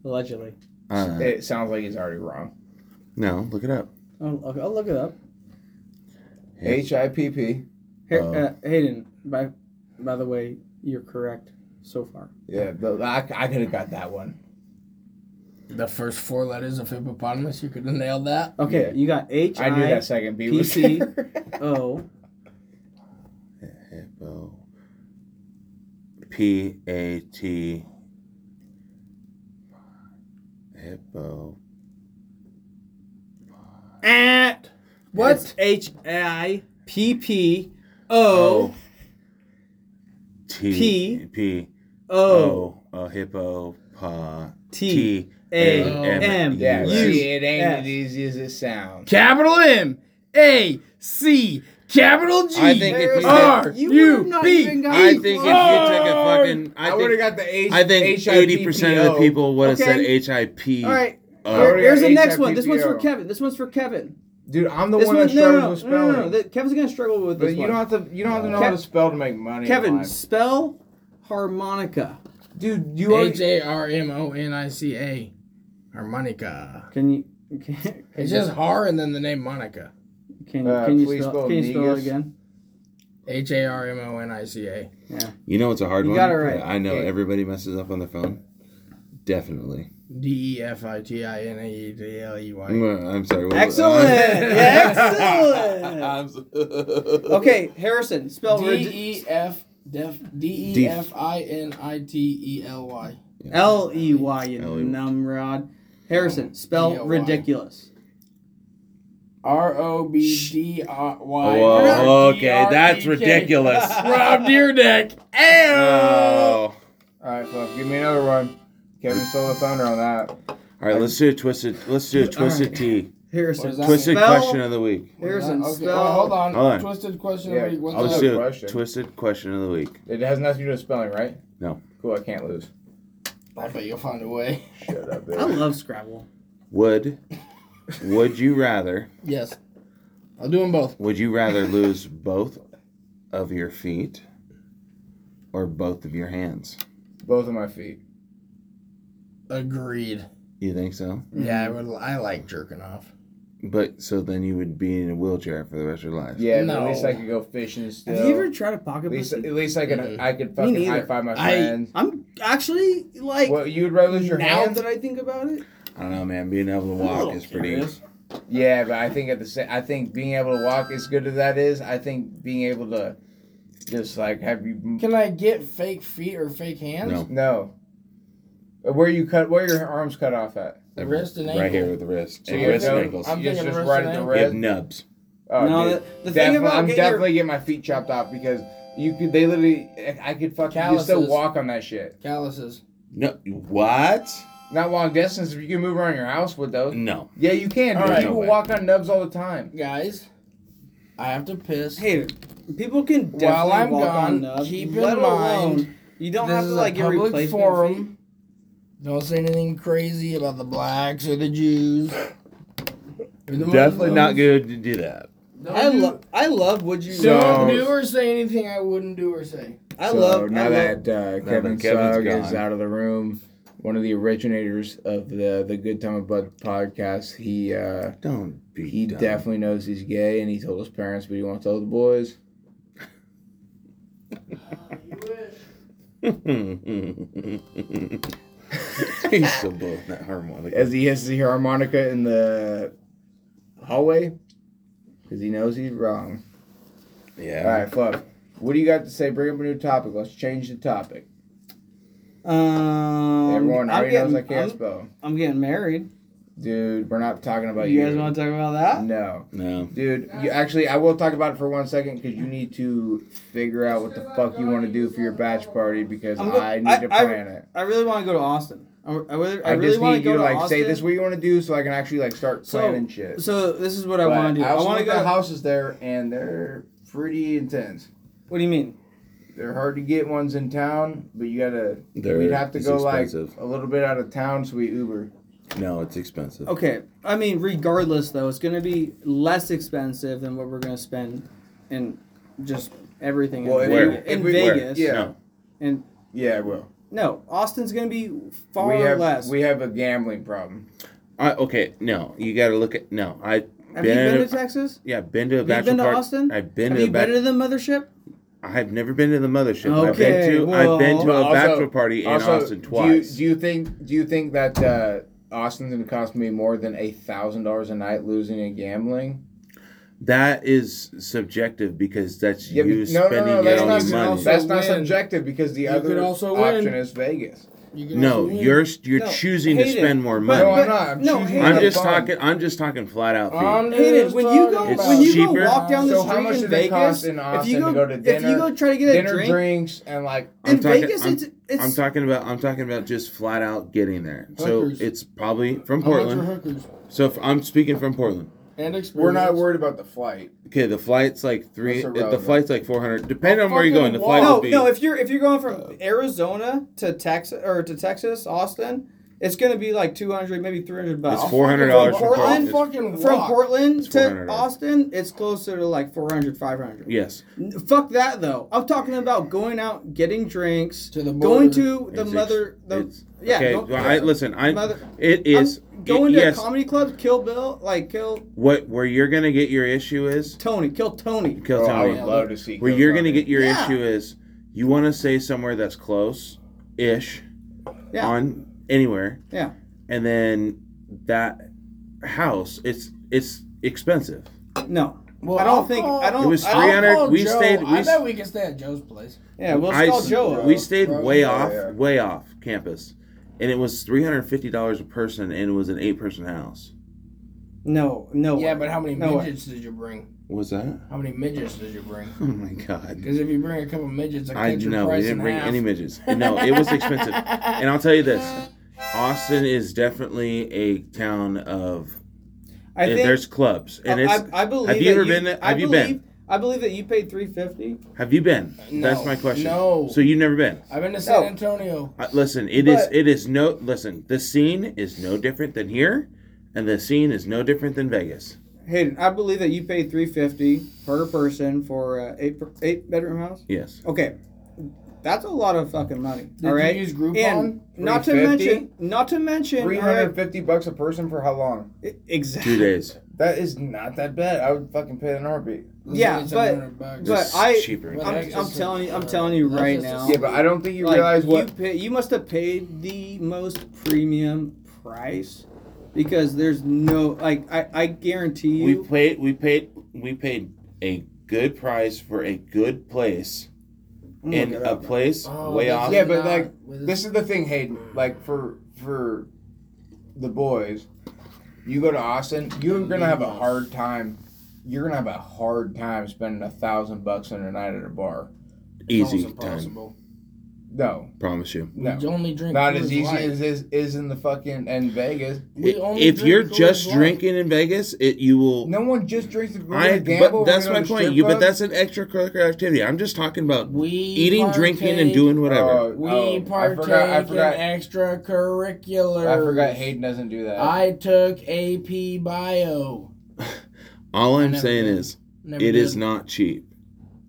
Allegedly.
Uh,
It sounds like he's already wrong.
no, look it up.
Oh, okay, I'll look it up.
Hip-
H I P P.
Hey,
Oh.
uh, Hayden, by by the way, you're correct so far.
Yeah, the, I, I could have got that one.
The first four letters of hippopotamus, you could have nailed that.
Okay,
Yeah.
you got H
I knew
I
that second B was
P, P.
there.
O.
Hippo. Oh. P A T. Hippo.
At
What?
H I P P O
T
P-
P
O
O a hippo pa
T
A
A M
Yeah,
U.
see, it ain't
F.
as easy as it sounds.
Capital M A C capital G.
I think if you
R,
took,
You
U,
would've not
B,
even got
I
it
think if you took
wrong.
a fucking I
I would have got
think
the H.
I think eighty percent of the
HIPPO.
people would have said
Okay.
H I P. Uh,
All right.
O.
Here- here's the
Already got
next one. This one's for
HIPPO.
Kevin. This one's for Kevin.
Dude, I'm the
This
one,
one,
that
no,
struggles
no, no,
with
no,
spelling.
no, no, that- Kevin's gonna struggle with
But
this
you
one.
don't have to. You don't have to know
Kev-
how to spell to make money. in
Kevin,
life.
spell harmonica.
dude, you
H
already.
A R M O N I C A. Harmonica.
Can you? Can,
It's just har and then the name Monica.
can,
Uh,
can you
please
spell?
spell
can you spell it
negus.
again?
H A R M O N I C A.
You know it's a hard
You
one.
got it right.
I know
Okay.
everybody messes up on their phone. Definitely.
D E F I T I N A E D L E
I'm,
Y.
gonna- I'm sorry. what-
Excellent. Excellent.
I'm so-
Okay, Harrison, spell
D
regi-
E F def D E F I N I T E L Y.
L E Y. You
L E Y.
numrod. Harrison, spell
D-O-Y.
ridiculous.
R O B D R Y.
Whoa, okay, that's
E
ridiculous.
Rob Deerdeck.
Oh.
All right, Fluff, give me another one. Kevin stole the thunder on that.
All right, let's do a twisted. Let's do a twisted T.
What
Harrison,
is that?
Twisted
spell,
question of the week.
Harrison,
Okay,
spell.
oh, hold on.
Hold on.
Twisted question
Yeah,
of the week. What's
I'll
up?
just do a
question.
twisted question of the week.
It has nothing to do with spelling, right?
No.
Cool, I can't lose.
I bet you'll find a way.
Shut up,
I
bitch.
love Scrabble.
Would Would you rather?
Yes. I'll do them both.
Would you rather lose both of your feet or both of your hands?
Both of my feet.
Agreed.
You think so?
Yeah, I, would, I like jerking off.
But so then you would be in a wheelchair for the rest of your life.
Yeah, but
No.
at least I could go fishing still.
Have you ever tried a pocket
at least,
pussy?
at least I could,
Mm-mm.
I could fucking
neither.
high five my
I-
friends.
I'm actually like
Well, you would rather lose your
now
hands?
that I think about it.
I don't know, man. Being able to
a
walk
little
is pretty.
curious.
Yeah, but I think at the same, I think being able to walk as good as that is. I think being able to just like have you
Can I get fake feet or fake hands?
No.
no. Uh, Where you cut? Where your arms cut off at?
The wrist and
Right
ankle.
here with the wrist. So
And
you
wrist
have
and
no-
ankles.
I'm
You just,
thinking
just
wrist
right
and
at the
ankle.
You have
wrist.
nubs.
Oh,
No,
dude.
the- the thing
Definitely-
about
I'm
getting your-
definitely getting my feet chopped off because you could. They literally, I could fucking you still
Calluses.
walk on that shit.
Calluses.
No. What?
Not long distance. If you can move around your house with those.
No.
Yeah, you can.
All
dude.
right.
People
No way.
walk on nubs all the time.
Guys, I have to piss.
Hey, people can definitely
While I'm
walk on
gone,
nubs.
keep in
let alone-
mind,
you don't
this
have to
is
like
a
get
public
replacement feet.
forum. Don't say anything crazy about the blacks or the Jews.
Definitely not good to do that.
Don't
I
do-
love I love would you
So-
Don't do or say anything I wouldn't do or say.
I love
now
I love,
that uh,
that
Kevin
Kevin's
Sugg is
gone.
out of the room, one of the originators of the the Good Time of Bud podcast, he uh,
Don't be.
he
dumb.
definitely knows he's gay, and he told his parents, but he won't tell the boys.
He's still blowing that harmonica.
As he hits the harmonica in the hallway, because he knows he's wrong. All
Yeah.
right, Fluff. What do you got to say? Bring up a new topic. Let's change the topic.
Um,
Everyone
I'm
already
getting-
knows I can't
I'm,
spell.
I'm getting married.
Dude, we're not talking about you.
you guys want to talk about that?
No.
No.
Dude, you actually, I will talk about it for one second because you need to figure out what the fuck you want to do for your batch party because
I'm go-
I need
I-
to
I-
plan it.
I really want to go to Austin. I, I really, I
I,
really
just
want
need
to go
you to
to
like
Austin.
say this is what you want to do so I can actually like start
So-
planning shit.
So this is what I
But
want to do. I,
also
want to
looked
go.
at houses there and they're pretty intense.
what do you mean?
They're hard to get ones in town, but you gotta.
They're-
we'd have to
it's
go
expensive.
like a little bit out of town, so we Uber.
No, it's expensive.
Okay, I mean, regardless though, it's going to be less expensive than what we're going to spend in just everything
Well,
in,
if
Where?
Ve-
we-
in
if we- where?
Vegas.
Yeah.
No.
And
Yeah, well,
no, Austin's going to be far
we have
less.
we have a gambling problem.
I, okay, no. You got to look at no. I've
have you
been,
been
in a-
to Texas?
yeah, been to a
Have you
bachelor
been to
party.
Austin?
I've been
have
to
you
a
been to
bachelor.
the mothership?
I've never been to the mothership. I've
Okay,
been to
well-
I've been to a
Also-
bachelor party in
also,
Austin twice.
Do you, do you think do you think that uh, Austin's gonna cost me more than a thousand dollars a night losing in gambling?
that is subjective because that's
Yeah, but-
you
no,
spending
no, no,
your
that's
own
not
money.
that's not
win.
subjective because the
You could
other
also
option
win.
is Vegas.
You can
No,
also win.
you're you're
No,
choosing to
hate it.
spend more
But-
money.
No, I'm
but-
not. I'm
no,
choosing
hey,
not
I'm
to
just
fun.
talking. I'm just talking flat out.
I'm
Feet.
Hayden,
just
when you go
talking
It's
when you
cheaper.
go walk down the
So how
street
much
in
do they
Vegas,
cost in
if you
Austin
go,
to go to
if you
dinner-
go try to get a
Dinner,
drink,
drinks, and like
I'm
in
talking-
Vegas,
I'm-
it's it's
I'm talking about. I'm talking about just flat out getting there.
Hookers.
So it's probably from
How much are
Portland.
hookers
So if I'm speaking from Portland.
and experience.
we're not worried about the flight.
Okay, the flight's like three.
That's
The
irrelevant.
flight's like four hundred. Depending on where you're
fucking
going, the
walk.
flight
no
will be.
no if you're if you're going from Arizona to Texas or to Texas Austin, it's gonna be like two hundred maybe three hundred bucks.
it's four hundred dollars
from
from
Portland,
Portland. It's-
fucking
From
walk.
Portland
It's
to
$400.
Austin, it's closer to like 400, 500.
Yes,
N- Fuck that though. I'm talking about going out, getting drinks,
To the
going
border.
to the
It's ex-
mother. The,
it's-
yeah,
Okay,
go-
well, I, listen. I
Mother-
it
I'm
is
going
it-
to
yes.
comedy clubs, Kill Bill, like kill
What where you're gonna get your issue is?
Tony, kill Tony.
Kill
Bro, I
Tony.
would love to see.
Where
Coach
you're gonna
Hardy.
get your
Yeah.
issue is you want to say somewhere that's close, ish,
Yeah.
on anywhere,
Yeah,
and then that house it's it's expensive.
no,
Well,
I don't think I
alcohol-
don't.
It was
Oh, I don't-
I'll
300
call
we
Joe.
stayed- we
I
s-
bet we can stay at Joe's place.
Yeah, we'll
I
call
s-
Joe. up.
we stayed way
yeah,
off,
yeah.
way off campus, and it was three hundred fifty dollars a person, and it was an eight person house.
No, no.
Yeah,
way.
but how many
No way.
midgets did you bring?
Was that?
How many midgets did you bring?
Oh my god.
Because if you bring a couple midgets, I
I
cut your
know we
price
didn't
in
bring
half.
any midgets. No, it was expensive. and I'll tell you this, Austin is definitely a town of.
I
and
think
there's clubs, and it's.
I, I believe.
have you
that
ever been?
I
Have you
believe,
been?
I believe that you paid three fifty.
Have you been? That's
No,
my question.
no.
So you've never been.
I've been to San
No.
Antonio.
Uh, listen, it is.
But-
It is no. Listen, the scene is no different than here, and the scene is no different than Vegas.
Hayden, I believe that you paid three fifty per person for a eight per, eight bedroom house.
Yes.
Okay, that's a lot of fucking money.
Did
all
you
right,
use Groupon?
and not to
350?
mention, not to mention, all
Three
right,
hundred fifty bucks a person for how long?
e- exactly.
Two days.
That is not that bad. I would fucking pay it in an heartbeat.
Yeah,
It's
but-
700 bucks.
But
It's
I-
cheaper.
But-
I'm, I'm telling you, I'm telling you
That's
right
uh, just a-
now.
Yeah, but I don't think you
like,
realize what.
you, pay, you must have paid the most premium price because there's no like I, I guarantee
we
you
paid. We paid. We paid a good price for a good place, in a place
Oh,
way
that's
off.
Yeah, but
Not
like
with-
this is the thing, Hayden. Like for for the boys, you go to Austin, you're gonna have a hard time. You're gonna have a hard time spending a thousand bucks on a night at a bar.
Easy
Almost
time.
impossible.
No,
Promise you.
no,
We only drink
not as
Coors
easy
Light.
as is, is in the fucking and Vegas.
We only
if
drink
you're
Coors
just
Light.
drinking in Vegas, it you will.
No one just drinks. The
I.
gamble
But that's
we're
my
gonna go to
point.
strip
You. But
clubs.
that's an extracurricular activity. I'm just talking about
We
eating, drinking, and
partake-
doing whatever.
Oh,
We
oh,
partake
I forgot. I
in
forgot.
extracurricular.
I forgot. Hayden doesn't do
uh,
that.
I took AP Bio.
All I'm
never
saying
did.
is,
Never
it
did.
is not cheap.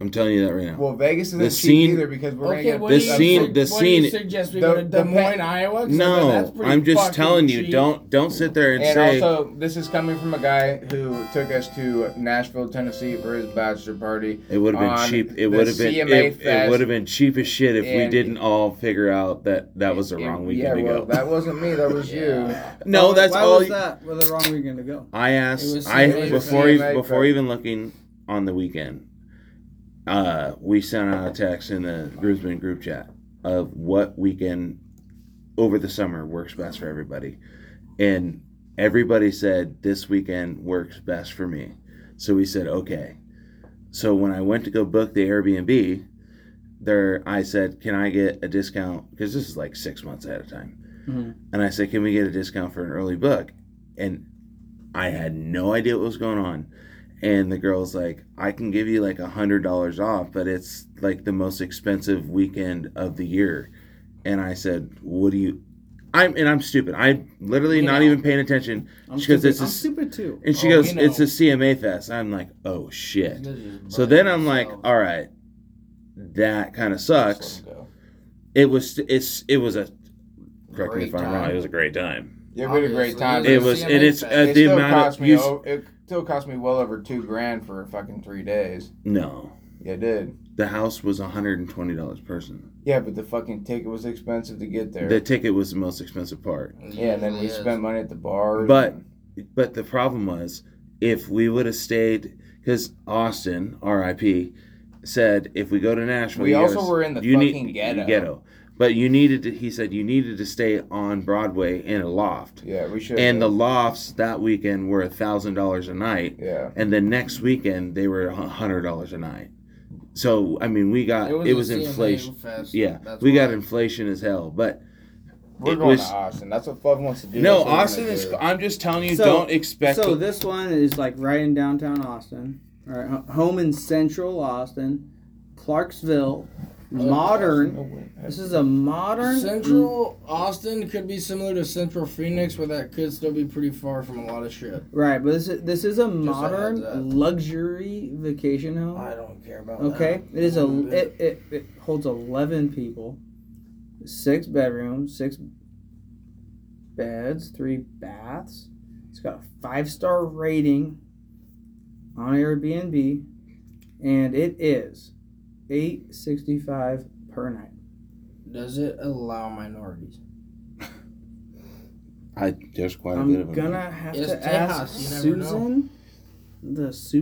I'm telling you that right now.
well, Vegas isn't
The
cheap
scene-
either because we're
Okay,
gonna
what
get
the
do you,
scene-
what
the
do
scene-
You suggest we
The-
go to
the
Des
pa-
Moines, Iowa. 'Cause I bet that's
No,
pretty
I'm
fucking
just telling you.
cheap.
Don't don't sit there and,
And
say.
also, this is coming from a guy who took us to Nashville, Tennessee for his bachelor party.
It would have been
on
cheap. It
the
would have been.
CMA
It,
Fest.
would have been cheap as shit if we
And-
didn't all figure out that that was the
And-
wrong
yeah,
weekend
well,
to go.
that wasn't me. That was you.
no,
Why-
that's
Oh, why
all.
was
you-
that were the wrong weekend to go
I
It
asked.
was
I
CMA Fest.
before
CMA
even, before
Fest.
even looking on the weekend, uh, we sent out a text in the groupsman group chat of what weekend over the summer works best for everybody. And everybody said this weekend works best for me. So we said, okay. So when I went to go book the Airbnb, there I said, can I get a discount? Because this is like six months ahead of time.
Mhm.
And I said, can we get a discount for an early book? And I had no idea what was going on. And the girl's like, I can give you like a hundred dollars off, but it's like the most expensive weekend of the year. And I said, What do you I'm and I'm stupid. I'm literally
We
not
know.
even paying attention.
I'm
She goes,
stupid.
"It's a
I'm
s-
stupid too.
And she
Oh,
goes,
we know.
It's a CMA fest. I'm like, Oh shit. So then I'm like, All right, that kind of sucks. It was it's it was a correct me
Great
if I'm wrong,
time.
it was a great time.
Yeah, we had a
Obviously,
great time.
It
It
was a
was and
CMA
it's
fest.
at
it
the
still
amount
cost
of
me.
you s-
o- it still cost me well over two grand for fucking three days.
No.
Yeah, it did.
The house was hundred and twenty dollars person.
Yeah, but the fucking ticket was expensive to get there.
The ticket was the most expensive part.
yeah, and then we spent money at the bar.
But- but the problem was if we would have stayed because austin rip said if we go to nashville
We
you
also
gotta-
were in the
you
fucking
need,
ghetto.
but you needed to he said you needed to stay on broadway in a loft
yeah, we should.
and the lofts that weekend were a thousand dollars a night
yeah,
and the next weekend they were a hundred dollars a night so i mean we got it was,
a CMA
inflation
fest.
yeah
That's
we got
why.
inflation as hell but
we're
it
going
was-
to Austin. That's what Fluff wants to do.
no
That's what we're
austin
gonna
is
do.
i'm just telling you
So-
don't expect
So this one is like right in downtown Austin. All right, ho- home in central Austin,
Oh,
Clarksville, modern. This is a modern
Central Austin could be similar to Central Phoenix, where that could still be pretty far from a lot of shit.
Right, but this is, this is a
heads up.
modern luxury vacation home.
I don't care about
Okay,
that.
it is a
Mm.
it, it, it holds eleven people, six bedrooms, six beds, three baths. It's got a five star rating on Airbnb, and it is eight sixty five per night.
Does it allow minorities?
I there's quite a bit of
I'm
them.
gonna have
It's
to ask
Tejas, you never know.
Susan,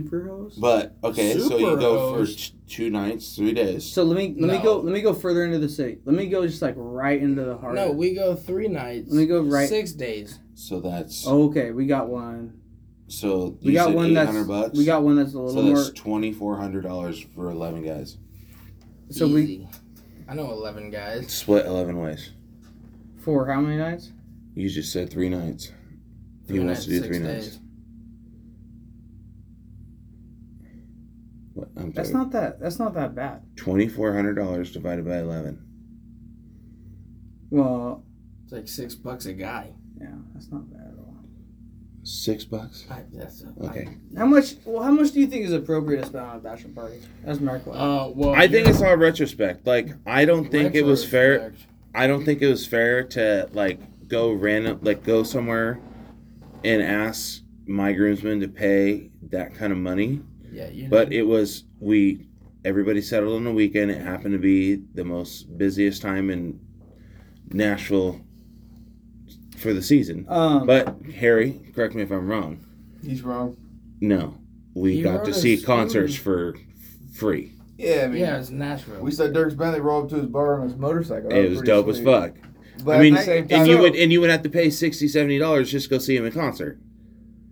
the superhost.
But okay, so you
Super
go for
host.
t- two nights, three days.
So let me let me
No.
go let me go further into the city. Let me go just like right into the heart.
No,
of it.
we go three nights.
Let me go right-
Six days.
So that's
okay, we got one.
so
oh, We got one that's
bucks.
we got one that's a
so
little
that's
more.
twenty four hundred dollars for eleven guys.
So we
Easy. I know eleven guys.
Split eleven ways.
for how many nights?
You just said three nights.
Three
he
nights,
wants to do
six
three
days.
nights. What, I'm
That's not that. That's not that bad.
twenty four hundred dollars divided by eleven.
Well,
It's like six bucks a guy.
yeah, that's not bad at all.
Six bucks.
I, that's a,
Okay.
How much? Well, how much do you think is appropriate to spend on a bachelor party? That's my question.
Uh, well,
I think
you're-
it's all retrospect. Like I don't think it was fair.
Retrospect.
I don't think it was fair to like go random, like go somewhere and ask my groomsmen to pay that kind of money.
Yeah, you.
But it was we everybody settled on a weekend. It happened to be the most busiest time in Nashville for the season.
um,
But Harry, correct me if I'm wrong.
He's wrong.
No, we
He
got
wrote
to
a
see
story.
concerts for free.
Yeah, I mean,
yeah, it's Nashville.
we saw Dirk Bentley roll up to his bar on his motorcycle. That
It was
pretty
dope as
sweet.
fuck.
But
I mean,
at the same time,
And you would and you would have to pay 60 dollars just to go see him in concert.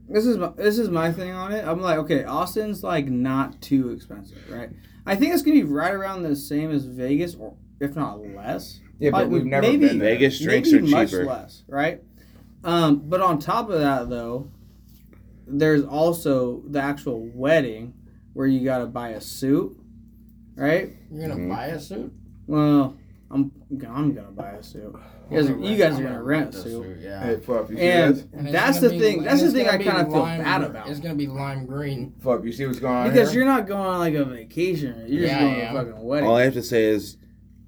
this is my, this is my thing on it. I'm like, okay, Austin's like not too expensive, right? I think it's gonna be right around the same as Vegas, or if not less.
yeah,
like,
but we've never
maybe-
been there.
Vegas drinks
Maybe
are
much
cheaper.
less, right? Um, but on top of that, though, there's also the actual wedding where you gotta buy a suit, right?
You're gonna
Mhm.
buy a suit?
Well, I'm I'm gonna buy a suit. You guys, you guys are gonna rent a suit,
Yeah.
Hey, Fluff, you see this?
and
And it's
that's
gonna
the
be-
thing.
and
That's the
it's
thing I
gonna be
kind of feel
lime
bad
gr-
about
It's gonna be lime green.
Fluff, you see what's going on
because
here?
you're not going on like a vacation. You're just
Yeah,
going
I
to a
am.
fucking wedding.
All Oh, I have to say is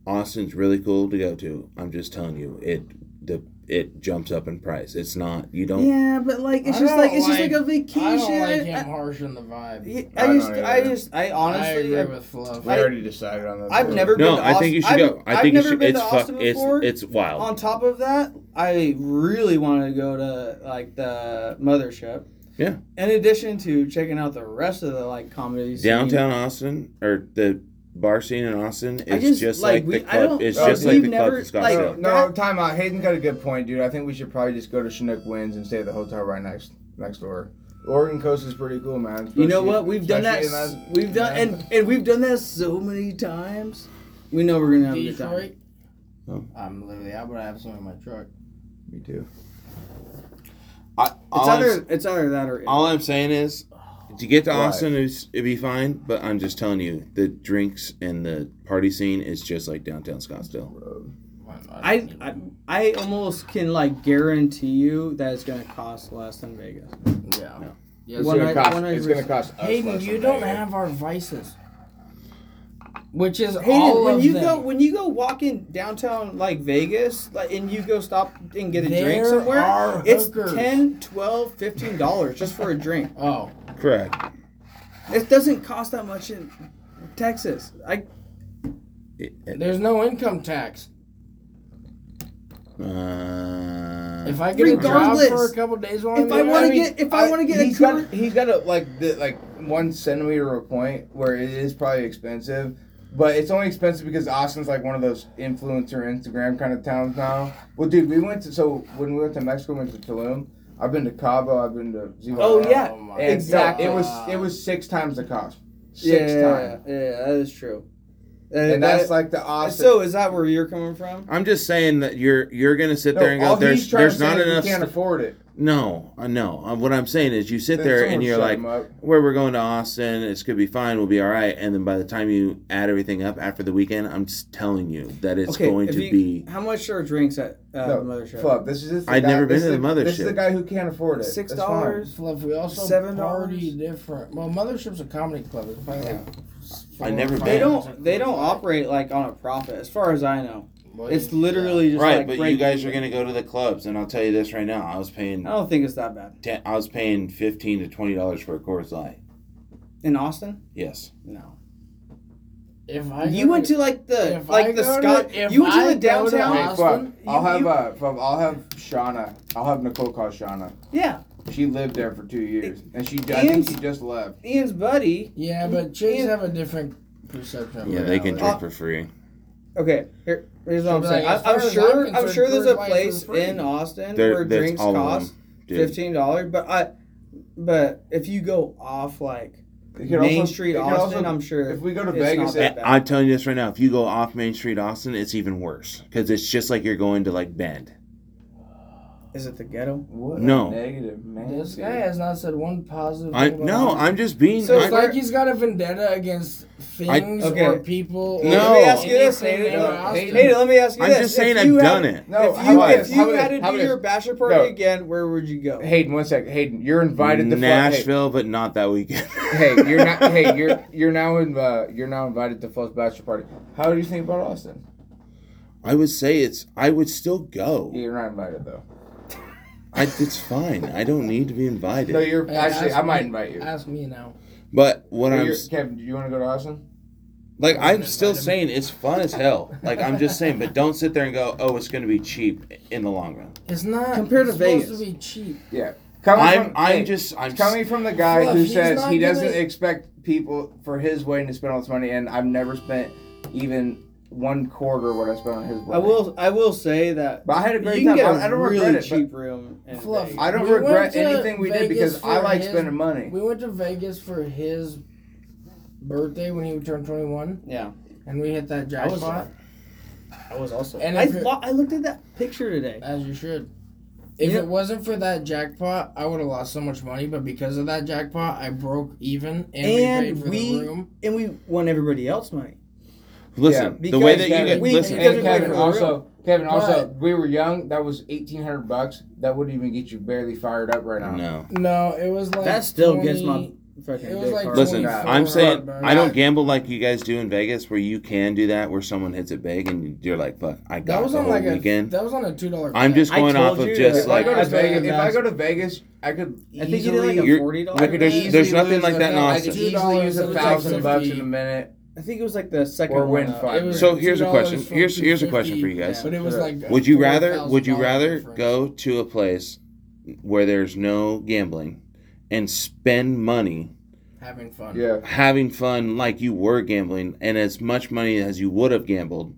Austin's really cool to go to. I'm just telling you, it the it jumps up in price. It's not you don't
yeah, but like it's
I
just
don't
like it's just
like-
like a
I don't
vacation.
like him harsh in the vibe.
I,
I don't
just, I
either.
just, I
I
honestly,
agree
I
with Fluff.
we already decided on that.
I've
too.
never been
No,
to
I think you should
Austin-
go. I
I've
think you
never
should.
been
It's
to
fuck.
Austin
It's
before.
it's wild.
On top of that, I really wanted to go to like the mothership.
Yeah.
In addition to checking out the rest of the like comedy scene.
Downtown Austin or the bar scene in Austin is
just-
just,
like,
like,
we-
the
I
club.
don't-
It's
uh,
just like
we've
the
never,
club in
like,
Scottsdale.
No, time out. Hayden got a good point, dude. I think we should probably just go to Chinook Winds and stay at the hotel right next next door. Oregon coast is pretty cool, man.
You know what?
Especially-
We've done that.
especially
s-
in
We've done
yeah.
and and we've done that so many times. We know we're gonna have a good time.
Detroit.
Oh.
I'm literally. I would have some in my truck.
me too.
I,
It's
all, I'm,
either
s-
it's either that or
all I'm saying is, to get to
Right.
Austin, it's, it'd be fine. But I'm just telling you, the drinks and the party scene is just like downtown Scottsdale.
I, I I almost can like guarantee you that it's gonna cost less than Vegas.
yeah.
No.
It's
One
gonna
night-
cost.
one night
It's
versus-
gonna cost. us
Hayden,
less
you
than
don't
Vegas.
have our vices. Which is
Hayden,
all
when
of
you
them.
go when you go walking downtown like Vegas like, and you go stop and get a drink
There
somewhere,
are
it's
hookers.
ten, twelve, fifteen dollars just for a drink.
oh,
Correct.
It doesn't cost that much in Texas. I
It- it-
there's no income tax.
uh,
If I get a job for
Regardless.
a couple days while
if
I'm
I
there,
want
I
to
mean,
get if I, want to get a
he's
cooler,
got he's got a like the like one centimeter of a point where it is probably expensive, but it's only expensive because Austin's like one of those influencer Instagram kind of towns now. Well, dude, we went to so when we went to Mexico, we went to Tulum. I've been to Cabo. I've been to. Zihuatanejo,
Oh, yeah.
my
and
Exactly.
It
God.
was it was six times the cost.
yeah,
Six
yeah,
times.
that is true.
And that's like the Austin.
so. Is that where you're coming from?
I'm just saying that you're you're gonna sit
No,
there and go,
all he's
there's
trying to
there's
say
not
is we
enough.
Can't
st-
afford it.
no, uh, no. Uh, What I'm saying is, you sit
Then
there
someone
and you're
shut
like,
him up.
where we're going to Austin, it's gonna be fine. We'll be all right. And then by the time you add everything up after the weekend, I'm just telling you that it's going
if
to
you-
be.
How much are drinks at uh,
No,
the mothership?
fuck. This is this. is the
I'd
guy-
never been
this
to
is
the
This is the
mothership.
guy who can't afford it.
Six
That's fine.
dollars.
Fluff, we also
Seven
party different. Well, Mothership's a comedy club. It's probably like four
I
or
never
five
They
been.
don't. They don't operate like on a profit, as far as I know.
Well,
It's
you-
literally just
Right,
like
but you
break
guys are
even.
gonna go to the clubs, and I'll tell you this right now. I was paying
I don't think it's that bad
ten, I was paying fifteen to twenty dollars for a Coors Light.
in Austin.
Yes,
No,
If I
you went to like the
if I
like the
go to-
Scott.
if
you went to
I
the
go to
downtown.
Hey,
Austin?
fuck. I'll
You-
have
you-
uh, fuck, I'll have Shauna. I'll have Nicole call Shauna.
yeah,
She lived there for two years, and she I think she just left.
Ian's buddy.
Yeah, but chicks
Yeah.
have a different perception. of
yeah, they can
reality.
drink for free.
Okay, here, here's what I'm
Like,
saying.
as
I,
far
I'm
as
sure.
I'm
I'm, sure
concerned,
there's a
Coors Light
place
is free.
in Austin
They're-
where
that's
drinks
all of
cost
them, dude.
fifteen dollars. But I, but if you go off like
It could
Main
also-
Street
it could
Austin,
also-
I'm sure.
if we go to
it's not
Vegas, it-
that
And
bad.
I'm telling you this right now. If you go off Main Street, Austin, it's even worse because it's just like you're going to like Bend.
Is it the ghetto?
What a
No.
negative man.
Oh,
This
dude.
guy has not said one positive.
I
thing about
no,
Austin.
I'm just being.
So
I-
It's like he's got a vendetta against things
okay.
or people.
No.
or
Let me ask you this,
anything in
Hayden.
uh,
Austin.
Hayden,
Hey, let me ask you
I'm
this.
just saying
If
I've
you
done
had-
it.
No,
if
how
you,
about
if
this?
you
How about
had
this?
to
How
do
about
your
this?
bachelor party
No.
again, where would you go?
Hayden, one sec. Hayden, you're invited to Nashville.
Nashville, but not that weekend.
Hey, hey, you're not. hey, you're you're now in. Uh, you're now invited to Flo's bachelor party. How do you think about Austin?
I would say it's. I would still go.
Yeah, You're not invited though.
I, it's fine. I don't need to be invited.
No, you're
Hey,
actually.
ask
I might
me-
invite you.
Ask me now.
but what
Hey,
I'm
you're-
s-
Kevin, do you want to go to Austin?
like,
gonna
I'm
invite
still
him.
saying it's fun as hell. Like I'm just saying, but don't sit there and go, oh, it's going to be cheap in the long run.
It's not
Compared to
it's supposed
Vegas.
to be cheap.
Yeah. Coming
I'm.
from-
I'm
hey,
just. I'm. s-
coming from the guy
Look,
who
he's
says
not
he doesn't
gonna-
expect people for his wedding to spend all this money, and I've never spent even one quarter what I spent on his
I
wedding.
will. I will say that
But I had a great
you can
time.
get
I, I
a
don't
really
regret it. but
cheap room. In
Fluff.
Vegas.
I don't
We went
regret
to
anything we did
Vegas
because I
for
like
his-
spending money.
We went to Vegas for his birthday when he turned 21,
yeah,
and we hit that
I was
jackpot.
I was also.
And
I,
if it-
lo- I looked at that picture today.
As you should. If
Yeah.
it wasn't for that jackpot, I would have lost so much money. But because of that jackpot, I broke even and, we
And
paid for
we-
the room.
and we won everybody else money.
Listen,
Yeah,
the way that
because
you
Kevin-
get.
we-
Listen,
because
And
we paid
Kevin
for the room.
also, Kevin also,
But-
we were young. That was eighteen hundred bucks. That wouldn't even get you barely fired up right now.
no.
No, it was like
That still
20,
gets my fucking.
it was
dick
like
hard.
Listen,
24
I'm saying
hard, bro.
I don't gamble like you guys do in Vegas, where you can do that, where someone hits it big and you're like, "Fuck, I got
That was
the
on
whole
like a
weekend."
that was on a two dollar.
I'm just
I
going
told
off of
you
just
If I
like
go to
I've been
Vegas,
to
if I
Vegas.
go to Vegas, I could.
I think you did like
easily-
a
You're-
forty dollars.
I could- there's-
easily
there's nothing
lose
like
a
that in
thou- I
Austin.
could easily use a
$2,
thousand
it's like
bucks
50.
in a minute.
I think it was like the second
Or
one.
win
up.
five.
It was
So here's a
$2
question.
for
Here's- here's a question
250,
for you guys.
But it was like a
Would you rather?
$4,000
Would you rather
difference.
go to a place where there's no gambling and spend money
having fun.
Yeah.
having fun like you were gambling and as much money as you would have gambled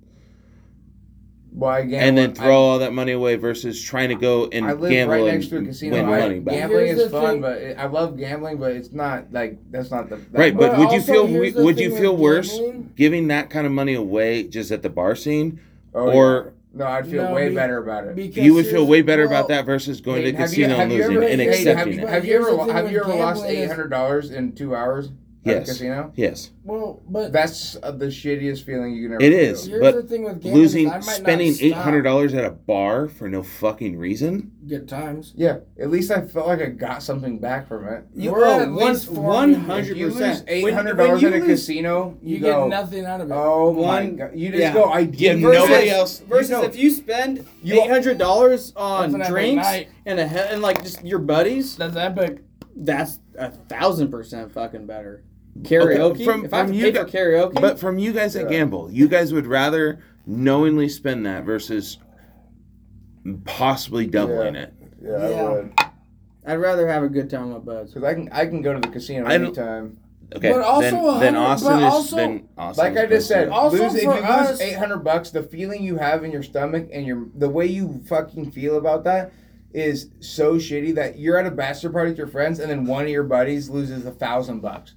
Why gamble?
and then throw all that money away versus trying to go and
I, I live
gamble
right
and
next to a casino.
win
I-
money back.
Gambling
Here's
is
the
fun,
thing-
but it, I love gambling, but it's not like that's not the that
Right, but
much.
would you
also,
feel
here's the
would you
thing
feel
with
worse
gambling.
giving that kind of money away just at the bar scene,
Oh,
or
yeah. no, I'd feel
No,
way
be-
better about it.
Because
you would feel
here's-
way better
well,
about that versus going
Hey,
to
have you-
casino
have
and
you
losing
ever-
and
hey, have
accepting
you,
it?
Have you
Here's the
ever
thing
have you
with
ever lost
gambling
eight
is-
hundred dollars in two hours at a
Yes.
casino?
Yes,
Well, but
That's uh, the shittiest feeling you can ever.
it
feel.
is.
here's the
But
thing with gambling is I
losing,
might not
spending eight
stop.
hundred dollars at a bar for no fucking reason.
Good times.
Yeah, at least I felt like I got something back from it.
You
We're
owe
at least forming-
one
If
hundred
you lose
percent.
eight hundred dollars
When- when
at a
you lose-
casino,
You,
you,
get
go,
nothing out of it.
Oh my
One-
god! You just
yeah.
go. I
You have
did this."
nobody else.
Versus
You know-
if you spend
You-
eight hundred dollars on
That's an epic
drinks
night.
and a he- and like just your buddies,
That's epic.
that's a thousand percent fucking better. Karaoke.
from-
if I have
from
to
you
pay
gu-
for karaoke,
But from you guys that gamble, you guys would rather knowingly spend that versus possibly doubling it.
Yeah, I
Yeah.
would.
I'd rather have a good time with buds.
Because I can I can go to the casino
I don't-
anytime.
Okay,
But also
then, then
100
Austin
but
is
also-
then Austin
Like
is
I just said,
pissed.
Also
lose, if you
for
lose
us-
eight hundred bucks, the feeling you have in your stomach and your the way you fucking feel about that is so shitty that you're at a bachelor party with your friends and then one of your buddies loses a thousand bucks.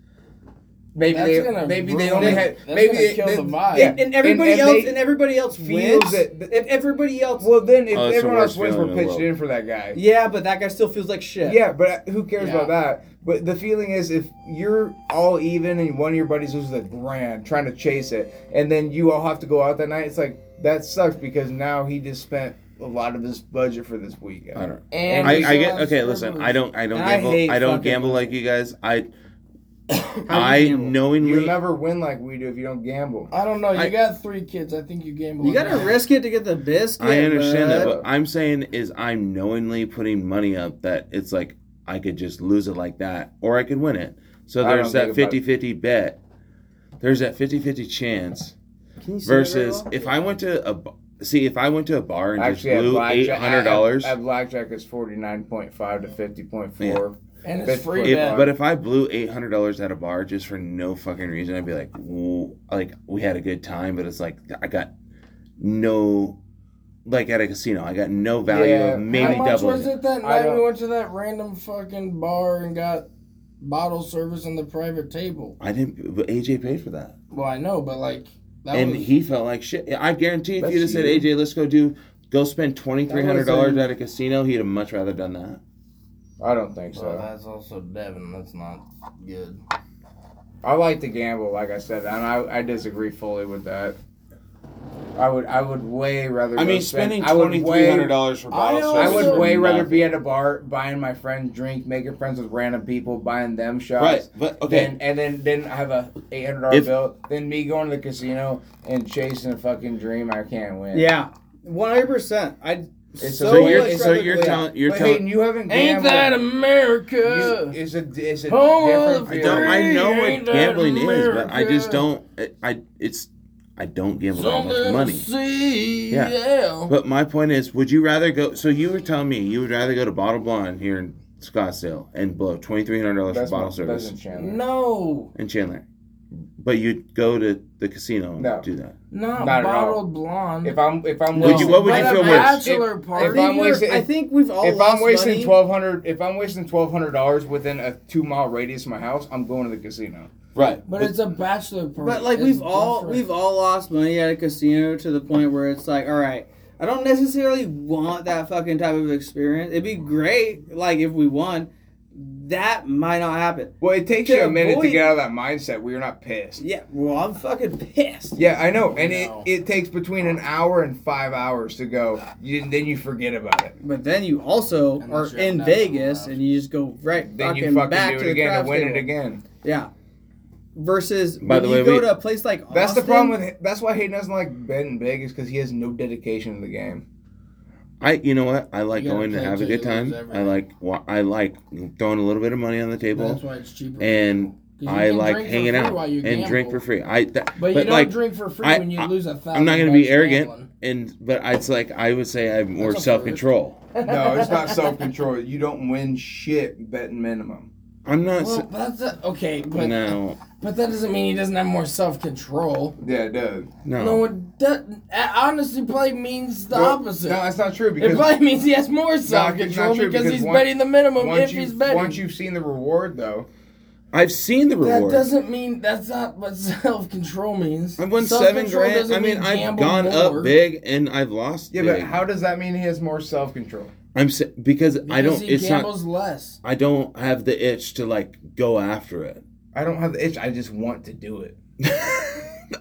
Maybe
That's
they
gonna
maybe they
ruin-
only had
that's
maybe
gonna
they,
kill
they-
the vibe.
yeah,
and, and everybody
and
else
they-
and everybody else
feels
wins.
it- th-
if everybody else,
Well, then if
Oh, that's the
everyone else
worst
wins,
feeling
we're
in the
pitching
world.
in for that guy.
yeah, but that guy still feels like shit.
Yeah, but who cares
Yeah.
about that? But the feeling is if you're all even and one of your buddies loses a grand trying to chase it, and then you all have to go out that night, it's like that sucks because now he just spent a lot of his budget for this weekend.
I don't.
And
I,
we
I
still
get
have
okay. Listen, I
strippers.
don't. I don't
And I
gamble.
hate
I, don't
fucking
gamble like you guys. I.
you
I
gamble?
You'll
knowingly.
never win like we do if you don't gamble.
I don't know. You
I-
got three kids. I think you gamble.
You
on
gotta
that.
risk it to get the biscuit.
I understand that,
bud.
but I'm saying is I'm knowingly putting money up that it's like I could just lose it like that, or I could win it. So
I
there's
don't
that
think about
50-50 bet. There's that 50-50 chance
Can you see that very
versus
well?
if I went to a b- see if I went to a bar and
Actually,
just
at
blew eight
blackjack,
hundred
at,
dollars.
at blackjack is forty nine point five to fifty point four.
and it's
That's
free.
free.
bet.
If, but if I blew eight hundred dollars at a bar just for no fucking reason, I'd be like, "Whoa," like we had a good time, but it's like I got no, like at a casino, I got no value
Yeah.
of maybe
How much
doubling.
was
It?
it that
I
night we
don't-
went to that random fucking bar and got bottle service on the private table?
I didn't. But AJ paid for that,
Well, I know, but like that
and
was
he felt like shit. I guarantee, if
That's
you'd have said,
you.
"AJ, let's go do." Go spend twenty three hundred dollars at a casino. He'd have much rather done that.
I don't think so.
that's also Devin. That's not good.
I like to gamble, like I said, and I, I disagree fully with that. I would I would way rather.
I
go
mean,
spend-
spending
I would
twenty three hundred
way-
dollars for
I
bottles.
also-
I would way rather
be
be at a bar buying my friends drink, making friends with random people, buying them shots.
right, but okay.
Then, and then then I have a eight hundred dollar
If-
bill. Then me going to the casino and chasing a fucking dream I can't win.
yeah, one hundred percent. I
It's
so,
a-
so you're
much
so
rather
you're
quit.
telling you're
but
telling
Hayden, you haven't
Ain't
gambled.
that
You-
America?
it's a it's a
Home of the
different
I
feeling.
don't. I know what
Ain't that
gambling is, but I just
America?
don't. I, I it's. I don't gamble that
Something
much
to
money.
See,
Yeah.
yeah.
But my point is, would you rather go? So you were telling me you would rather go to Bottle Blonde here in Scottsdale and blow twenty three hundred dollars for
That's
bottle
my,
service
that's in Chandler.
No,
in Chandler, but you'd go to the casino and
No.
do that.
not,
Not at all.
bottled blonde.
If I'm if I'm
Would you-
losing-
what would you
But
feel
a
worse?
Bachelor
If- if
party.
I'm
We're-
wasting-
I think we've all.
if
lost
I'm wasting
money.
twelve hundred, if I'm wasting twelve hundred dollars within a two mile radius of my house, I'm going to the casino.
Right.
but it's a bachelor party.
But like
It's
we've all
different.
we've all lost money at a casino to the point where it's like, all right, I don't necessarily want that fucking type of experience. It'd be great, like if we won. That might not happen.
Well, it takes
To
you a minute
avoid-
to get out of that mindset where you're not pissed.
Yeah, well, I'm fucking pissed.
Yeah, I know, and
No.
it, it takes between an hour and five hours to go. You then you forget about it.
But then you also
Unless
are
you're
in
not
Vegas
allowed.
and you just go right
Then
fucking,
you fucking
back
do
to
it
the
again and
craps
win
table.
it again.
Yeah. Versus
By
when
the
you
way,
go
we-
to a place like
That's the
Austin,
problem with. That's why Hayden doesn't like Ben in Vegas because he has no dedication to the game.
I you know what I like
You gotta
going to
play
have a
till you
good time.
lose everything.
I like wa- I like throwing a little bit of money on the
That's
table
why it's cheaper.
and
'Cause you
I
can
like
drink for
hanging
free
out
while you
and drink
gamble.
for free. I that,
But you don't
like
drink for free
I-
when you
I-
lose a thousand.
I'm not going to be
bucks
arrogant,
gambling.
and but I- it's like I would say I have more
That's a
self control.
No, it's not self control. You don't win shit betting minimum.
I'm not.
Well,
s-
that's a, okay, but
no,
but that doesn't mean he doesn't have more self control.
Yeah, it does.
no.
No, it do- it honestly probably means the
Well,
opposite.
No, that's not true
it
because
probably means he has more
not
self control
true,
because,
because
he's
once-
betting the minimum
once
if
you
he's betting.
once you've seen the reward though,
I've seen the
that
reward.
doesn't mean that's not what self control means.
I won seven
Self-control
grand.
doesn't
I mean, I've
gamble
gone
more
up big and I've lost.
yeah,
big.
but how does that mean he has more self control?
I'm sa- because I
because
don't.
He
It's not.
gambles less.
I don't have the itch to like go after it.
I don't have the itch. I just want to do it.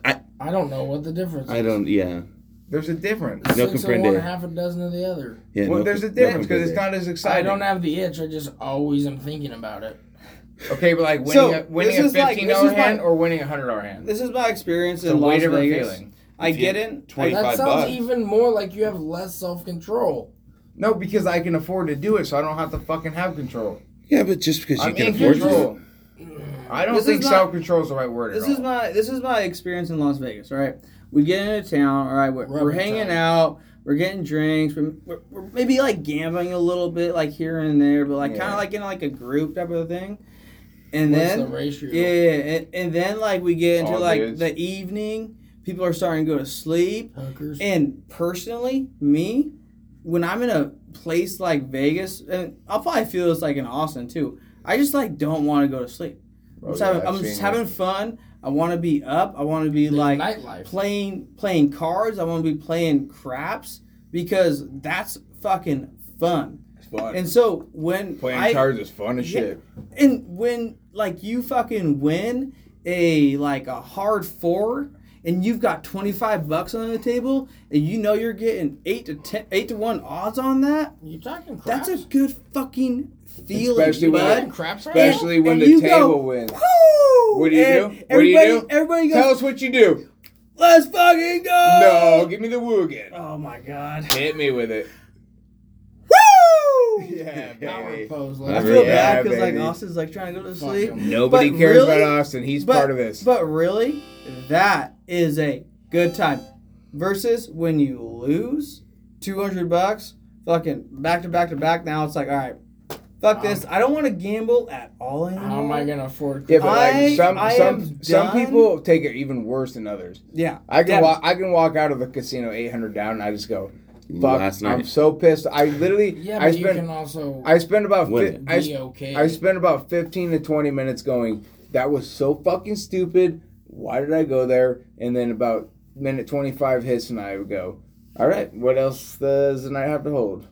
I
I don't know what the difference.
I
is.
don't. Yeah,
There's a difference.
No
Six of
comprende.
one, half a dozen of the other.
yeah.
Well,
no-
there's a
no
difference because
compare
it's not as
I
exciting.
don't have the itch. I just always am thinking about it.
Okay, but like winning
So,
a, winning
this
a
is like-
fifteen
this is
dollar
like-
hand or winning a hundred dollar hand.
This is my experience
It's a
in
way
Las
different
Vegas.
feeling.
I
If you-
get in. I-
Twenty
That
five
sounds
bucks.
even more like you have less self control.
No, because I can afford to do it, so I don't have to fucking have control.
Yeah, but just because you
I'm
can
in
afford
control.
to.
I don't
This is
think
not-
self control is the right word.
This
at
is
all.
my this is my experience in Las Vegas. All right, we get into town. All right, we're, we're
Rubber
hanging
town.
out. We're getting drinks. We're, we're, we're maybe like gambling a little bit, like here and there, but like kind
Yeah.
of like in like a group type of thing. And
What's
then
the ratio?
Yeah, and, and then like we get into
All
like
dudes.
the evening, people are starting to go to sleep.
Hookers.
And personally, me, when I'm in a place like Vegas, and I'll probably feel this like in Austin too. I just like don't want to go to sleep. I'm
Oh,
just
yeah,
having,
I've
I'm just
seen
having fun. I want to be up. I want to be like
nightlife.
playing playing cards. I want to be playing craps because that's fucking fun.
It's fun.
And so when
Playing
I,
cards is fun as
Yeah.
shit.
and when like you fucking win a like a hard four and you've got 25 bucks on the table and you know you're getting 8 to 10 8 to 1 odds on that,
You talking crap?
that's a good fucking feeling,
Especially when-
bud.
Talking crap right now?
Especially when
And
the
you go-
table wins.
Woo!
What do you
And
do? What do you
everybody-
do?
Everybody goes,
Tell us what you do.
"Let's fucking go!"
No, give me the woo again.
Oh my god.
Hit me with it.
Woo!
Yeah,
Power
baby.
pose,
I
like-
feel
Yeah,
bad because like
baby.
Austin's like trying to go to
Fuck
sleep.
him.
Nobody
But
cares
really-
about Austin. He's part of this.
But really, that is a good time. Versus when you lose two hundred bucks, fucking back to back to back. Now it's like, all right, fuck this. I don't want to gamble at all anymore.
Um, How am I gonna afford?
yeah, but like
I-
some
I
some
am
some
done.
people take it even worse than others.
Yeah,
I can
Yeah.
walk. I can walk out of the casino eight hundred down, and I just go, "Fuck!"
Last
I'm
night.
so pissed. I literally,
Yeah,
I
but you
spent,
can also
I spent about, fi-
Win.
I,
be
sp-
okay.
I spent about fifteen to twenty minutes going. That was so fucking stupid. Why did I go there? And then about minute twenty five hits, and I would go, "All right, what else does the night have to hold?"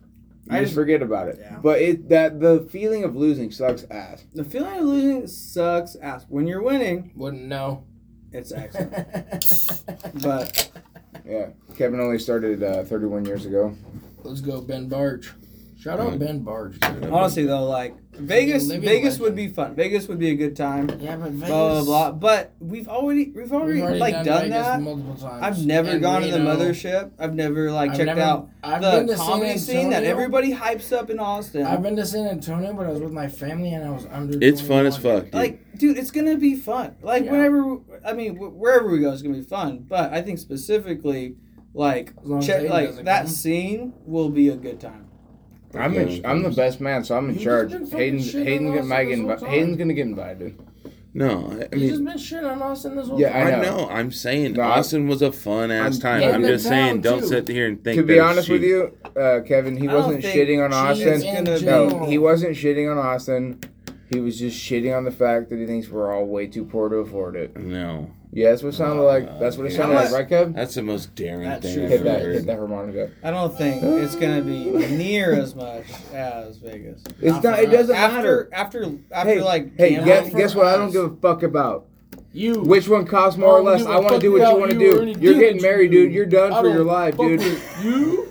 I
I
just
just-
forget about it.
Yeah.
But it that the feeling of losing sucks ass.
the feeling of losing sucks ass. When you're winning,
wouldn't know.
it's excellent. But
Yeah, Kevin only started uh, thirty one years ago.
Let's go, Ben Barge. Shout out Ben Barge. dude.
honestly, though, like Vegas,
Living
Vegas would
legend.
be fun. Vegas would be a good time.
Yeah, but Vegas.
Blah blah blah. But we've already we've already,
We've already
like
done,
done,
Vegas
that.
multiple times.
I've never
And
gone to the
Reno.
mothership. I've never like
I've
checked
never-
out
I've been
the
to San
comedy scene that
Antonio.
everybody hypes up in Austin.
I've been to San Antonio, but I was with my family and I was under.
It's fun as
21.
fuck. Dude.
like, dude, it's gonna be fun. Like,
Yeah.
whenever I mean, wh- wherever we go, it's gonna be fun. But I think specifically, like,
As long as
check,
Aiden
like
doesn't
that
come.
scene will be a good time.
I'm
Okay.
in, I'm the best man, so I'm in
You've
charge.
just been fucking
Hayden's
shitting
Hayden
on us
might get
this whole
invi-
time.
Hayden's gonna get invited.
no, I- I
He's just
mean.
been shit on Austin this whole
Yeah,
time.
I
I
know.
know.
I'm saying
No, I-
Austin was a fun ass
I'm-
time.
Yeah,
I'm
but
just
now,
saying, don't
too.
sit here and think.
To be
that it's
honest with
cheap.
you, uh, Kevin, he
I don't
wasn't
think
shitting on
Jesus
Austin.
in
gonna
general.
be-
No, he wasn't shitting on Austin. He was just shitting on the fact that he thinks we're all way too poor to afford it.
No,
Yeah, that's what it sounded like. That's what it
yeah.
sounded like, right, Kev?
that's the most daring
That's
thing
true.
I've
Hit
ever
that, hit
heard.
that harmonica.
I don't think it's gonna be near as much as Vegas.
It's not. It doesn't matter.
After after after
Hey,
like
hey,
gambling
guess,
for
guess what? I don't
us,
give a fuck about
You.
which one costs
I
more or
don't
less.
give a
I want to
fuck
do what
about
you want to
you or
do.
any
You're
dude
getting
you
married,
do.
dude. You're done
I
for your
don't
life,
fuck
dude.
with You.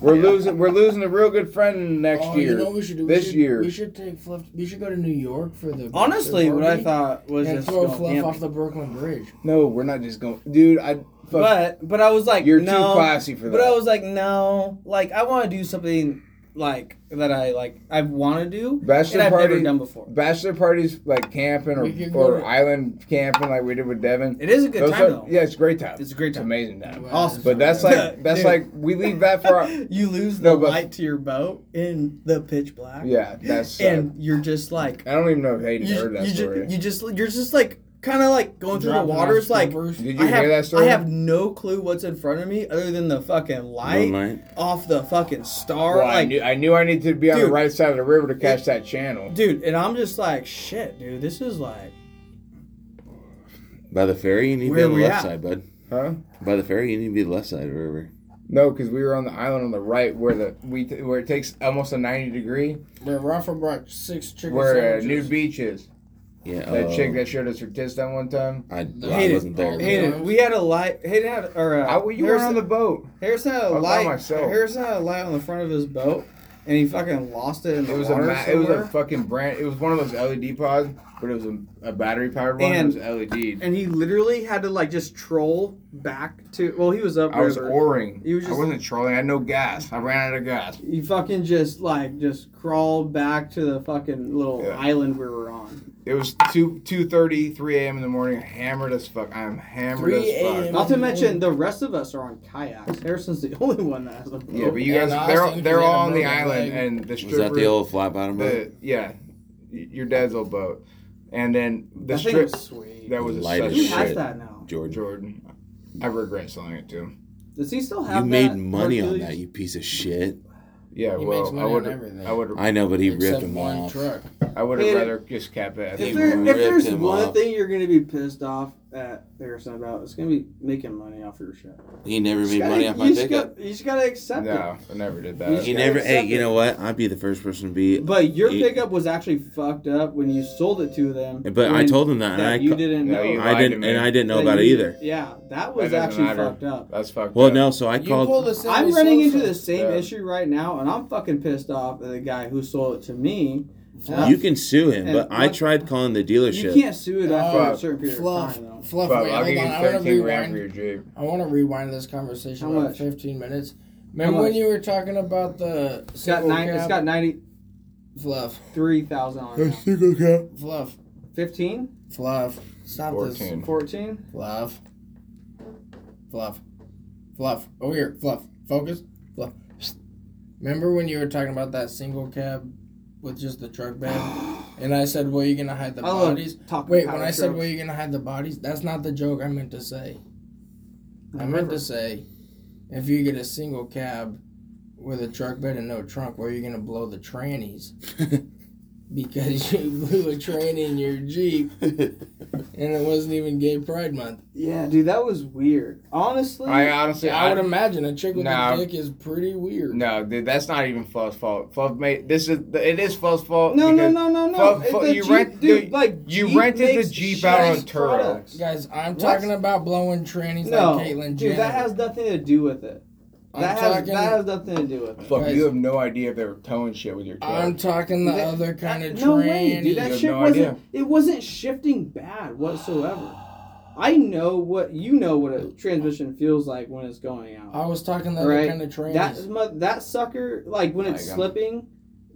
We're losing. We're losing a real good friend next
Oh,
year.
you know what we should do? We
this
should,
year.
we should take Fluff. We should go to New York for the
Honestly,
the
what I
party
thought was
and
just
throw
going
Fluff
gambling.
off the Brooklyn Bridge.
No, we're not just going. Dude, I. Fuck,
But but I was like,
you're
no,
too classy for that.
But I was like, no, like I want to do something like that I like I want to do
Bachelor
and I've never
party-
done before.
Bachelor parties, like camping
We could
or,
go
or
to-
island camping, like we did with Devin.
It is a good
Those
time
are-
though.
Yeah, it's a great time.
It's a great
It's
time.
amazing time.
Awesome.
But that's like that's
Dude.
like we leave that for our
you lose the
No, but-
light to your boat in the pitch black.
yeah. That's uh,
and you're just like
I don't even know if Hayden
you,
heard that
you,
story.
ju- you just you're just like kind of like going through the
Dropping off
water. It's like
strippers.
Did
I
you
have,
hear that story?
I have no clue what's in front of me other than the fucking light
Moonlight.
off the fucking star.
Well, I
like,
knew I knew I needed to be on
Dude.
the right side of the river to catch that channel.
dude, and I'm just like, shit, dude, this is like,
By the ferry, you need to be
Where
on the
we
left
at?
side, bud.
Huh?
By the ferry, you need to be the left side of the river.
No, because we were on the island on the right where the we t- where it takes almost a ninety degree
Where Rafa brought six chicken
where uh, New
sandwiches.
Beach is.
Yeah.
That
oh,
chick that showed us her tits that one time.
I, well, I
Hate it.
wasn't there. but-
Hate
Hayden, we had a light. Hayden had or uh,
I, you were
Harrison,
on the boat.
Harrison had
I
a
was by
light.
myself.
Harrison had a light on the front of his boat, and he fucking lost it in the
It was a
water
ma- it was a
somewhere.
fucking brand. It was one of those LED pods, but it was a, a battery powered one.
And-
it was E LED.
and he literally had to like just troll back to. Well, he was up.
I was
river.
oaring.
You were just-
I wasn't trolling. I had no gas. I ran out of gas.
He fucking just like just crawled back to the fucking little
Yeah.
island we were on.
It was two two thirty, three a.m. in the morning. Hammered as fuck. I am hammered
3
as
a.m..
fuck.
Not to mention the rest of us are on kayaks. Harrison's the only one that has a boat.
Yeah, but you guys,
And
they're
Austin,
they're
he had a
all on the
broken
island,
leg.
and the
Was
stripper.
that the old flat bottom boat?
the- yeah, y- your dad's old boat, and then the
that thing
strip.
was sweet.
That was a
Light
such
as
Who
shit.
has that now?
Jordan.
Jordan. I regret selling it to him.
Does he still have
You
that?
made money on
Hercules?
that, you piece of shit.
Yeah,
He
well,
makes money
I
on
would.
everything.
I would.
I know, but he ripped
Except
him
one
off.
truck.
I would
Hey,
have rather just kept it. at
If,
the
He
there, if
ripped
there's
him
one
off.
thing you're gonna be pissed off at Harrison about, it's gonna be making money off your shit.
He never
You
made
just
money
gotta-
off my
you just
pickup.
got- you just gotta accept
No, I never did
You
that.
just
He
gotta
never. Hey,
accept
you
it.
know what? I'd be the first person to be.
it. But your
He-
pickup was actually fucked up when you sold it to them.
But I
when-
told him that, and
that
I,
you
ca-
didn't
No,
know.
you
I
lied to
didn't,
me.
and I didn't know
that
about it
you-
either.
Yeah, that
That
was
doesn't
actually
matter.
fucked up.
That's fucked
Well,
up.
no. So I
You
called.
pulled us in
I'm
with
running
social.
into the same
Yeah.
issue right now, and I'm fucking pissed off at the guy who sold it to me.
You can sue him,
And
but I
what-
tried calling the
You
dealership.
can't sue it after a
Fuck.
certain period
Fluff,
of time, though.
fluff.
Fuck,
wait,
I'll
hold
give you
on, I want to
13 grand for
rewind.
your Jeep.
I want to rewind this conversation
How
about
much?
15 minutes. Remember when
much?
you were talking about the
It's got
single
nine. It's
cab?
got ninety-three
fluff,
thousand dollars.
fluff,
Fifteen?
fluff. Stop this.
14.
Fourteen?
Fluff, fluff, fluff. Over here, fluff. Focus, fluff. Remember when you were talking about that single cab with just the truck bed, and I said, "Well, you gonna hide the
I love
bodies."
talking
Wait,
power
when I said,
trips.
"Well, you gonna hide the bodies," that's not the joke I meant to say. I meant to say, if you get a single cab with a truck bed and no trunk, where are you gonna blow the trannies? because you blew a tranny in your Jeep, and it wasn't even Gay Pride Month.
Yeah, dude, that was weird. Honestly,
I uh, honestly,
I would
I,
imagine a chick with
Nah.
a dick is pretty weird.
no, dude, that's not even Fluff's fault. Fluff made this is it is Fluff's fault.
no, no,
because
no, no, no.
Fuck, fuck,
The
you
Jeep-
rent-
dude,
dude,
like
you
Jeep
rented the
makes
Jeep out on
shit
Turo.
products.
Guys, I'm
What?
talking about blowing trannies
No,
like Caitlyn
dude,
Jenner.
that has nothing to do with it.
I'm
that has
talking,
that has nothing to do with it.
Fluff,
Guys.
you have no idea if they were towing shit with your truck.
I'm talking the
That-
other kind of
no
tranny.
way, dude.
You
That
have
shit
no
wasn't.
idea.
It wasn't shifting bad whatsoever. I know what you know what a transmission feels like when it's going out.
I was talking the
Right.
other kind of trannies.
That mu- that sucker, like when it's
There you go.
slipping,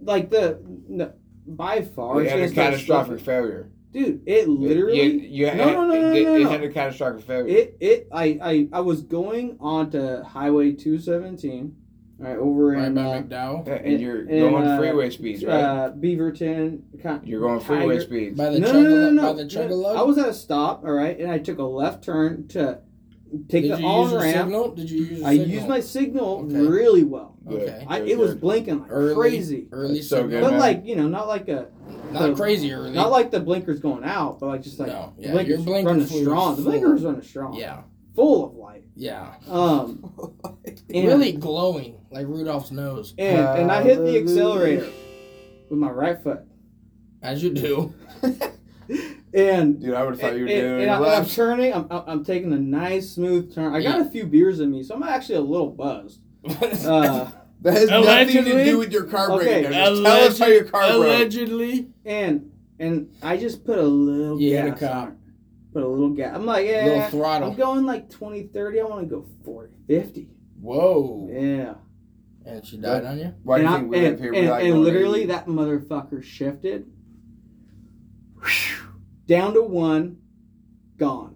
like the no, by far,
It
it's
had a
gonna start
catastrophic
slipping.
failure.
dude. It literally,
you, you
No, no, no, no,
it,
no,
it
no.
had a catastrophic failure.
it it I I I was going onto Highway 217, all right over
right
in.
by
uh,
McDowell.
Yeah, and you're
and,
going
uh,
freeway speeds, right?
uh, Beaverton. Con-
you're going freeway
Tiger-
speeds.
By the
no,
no,
no, no, no, no.
by the Chuggalo.
I was at a stop, all right, and I took a left turn to take
Did
the
you use
on
your
ramp.
signal? Did you use your
I
signal?
used my signal
Okay.
really well.
Okay.
I,
Good,
it was
good.
blinking like
Early,
crazy,
Early
That's so
signal.
good,
but
man.
like you know, not like a
Not crazy early.
not like the blinkers going out, but like just like
No, yeah,
the blinkers,
your blinker
running
fluid
strong. The
full.
blinkers running strong.
yeah,
full of light.
yeah.
Um, and-
Really glowing, like Rudolph's nose,
and, and I hit the accelerator with my right foot,
as you do.
and
Dude, I would have thought you
And- and-
were doing
and
your
I, am
laps.
turning. I'm, I'm I'm taking a nice smooth turn. I got a few beers in me, so I'm actually a little buzzed. Uh,
That has
Allegedly-
with your car
Okay.
Just Tell us how your car broke.
Allegedly,
and and I just put a little
You hit
gas.
a cop.
on it. Put a little gas. I'm like, eh, yeah.
little throttle.
I'm going like 20, 30. I want to go 40, 50.
Whoa.
Yeah.
And she died on you?
Why do
and
you
I-
think we
and-
live here? We
and-
like
and
going to
literally,
eat.
that motherfucker shifted down to one, gone.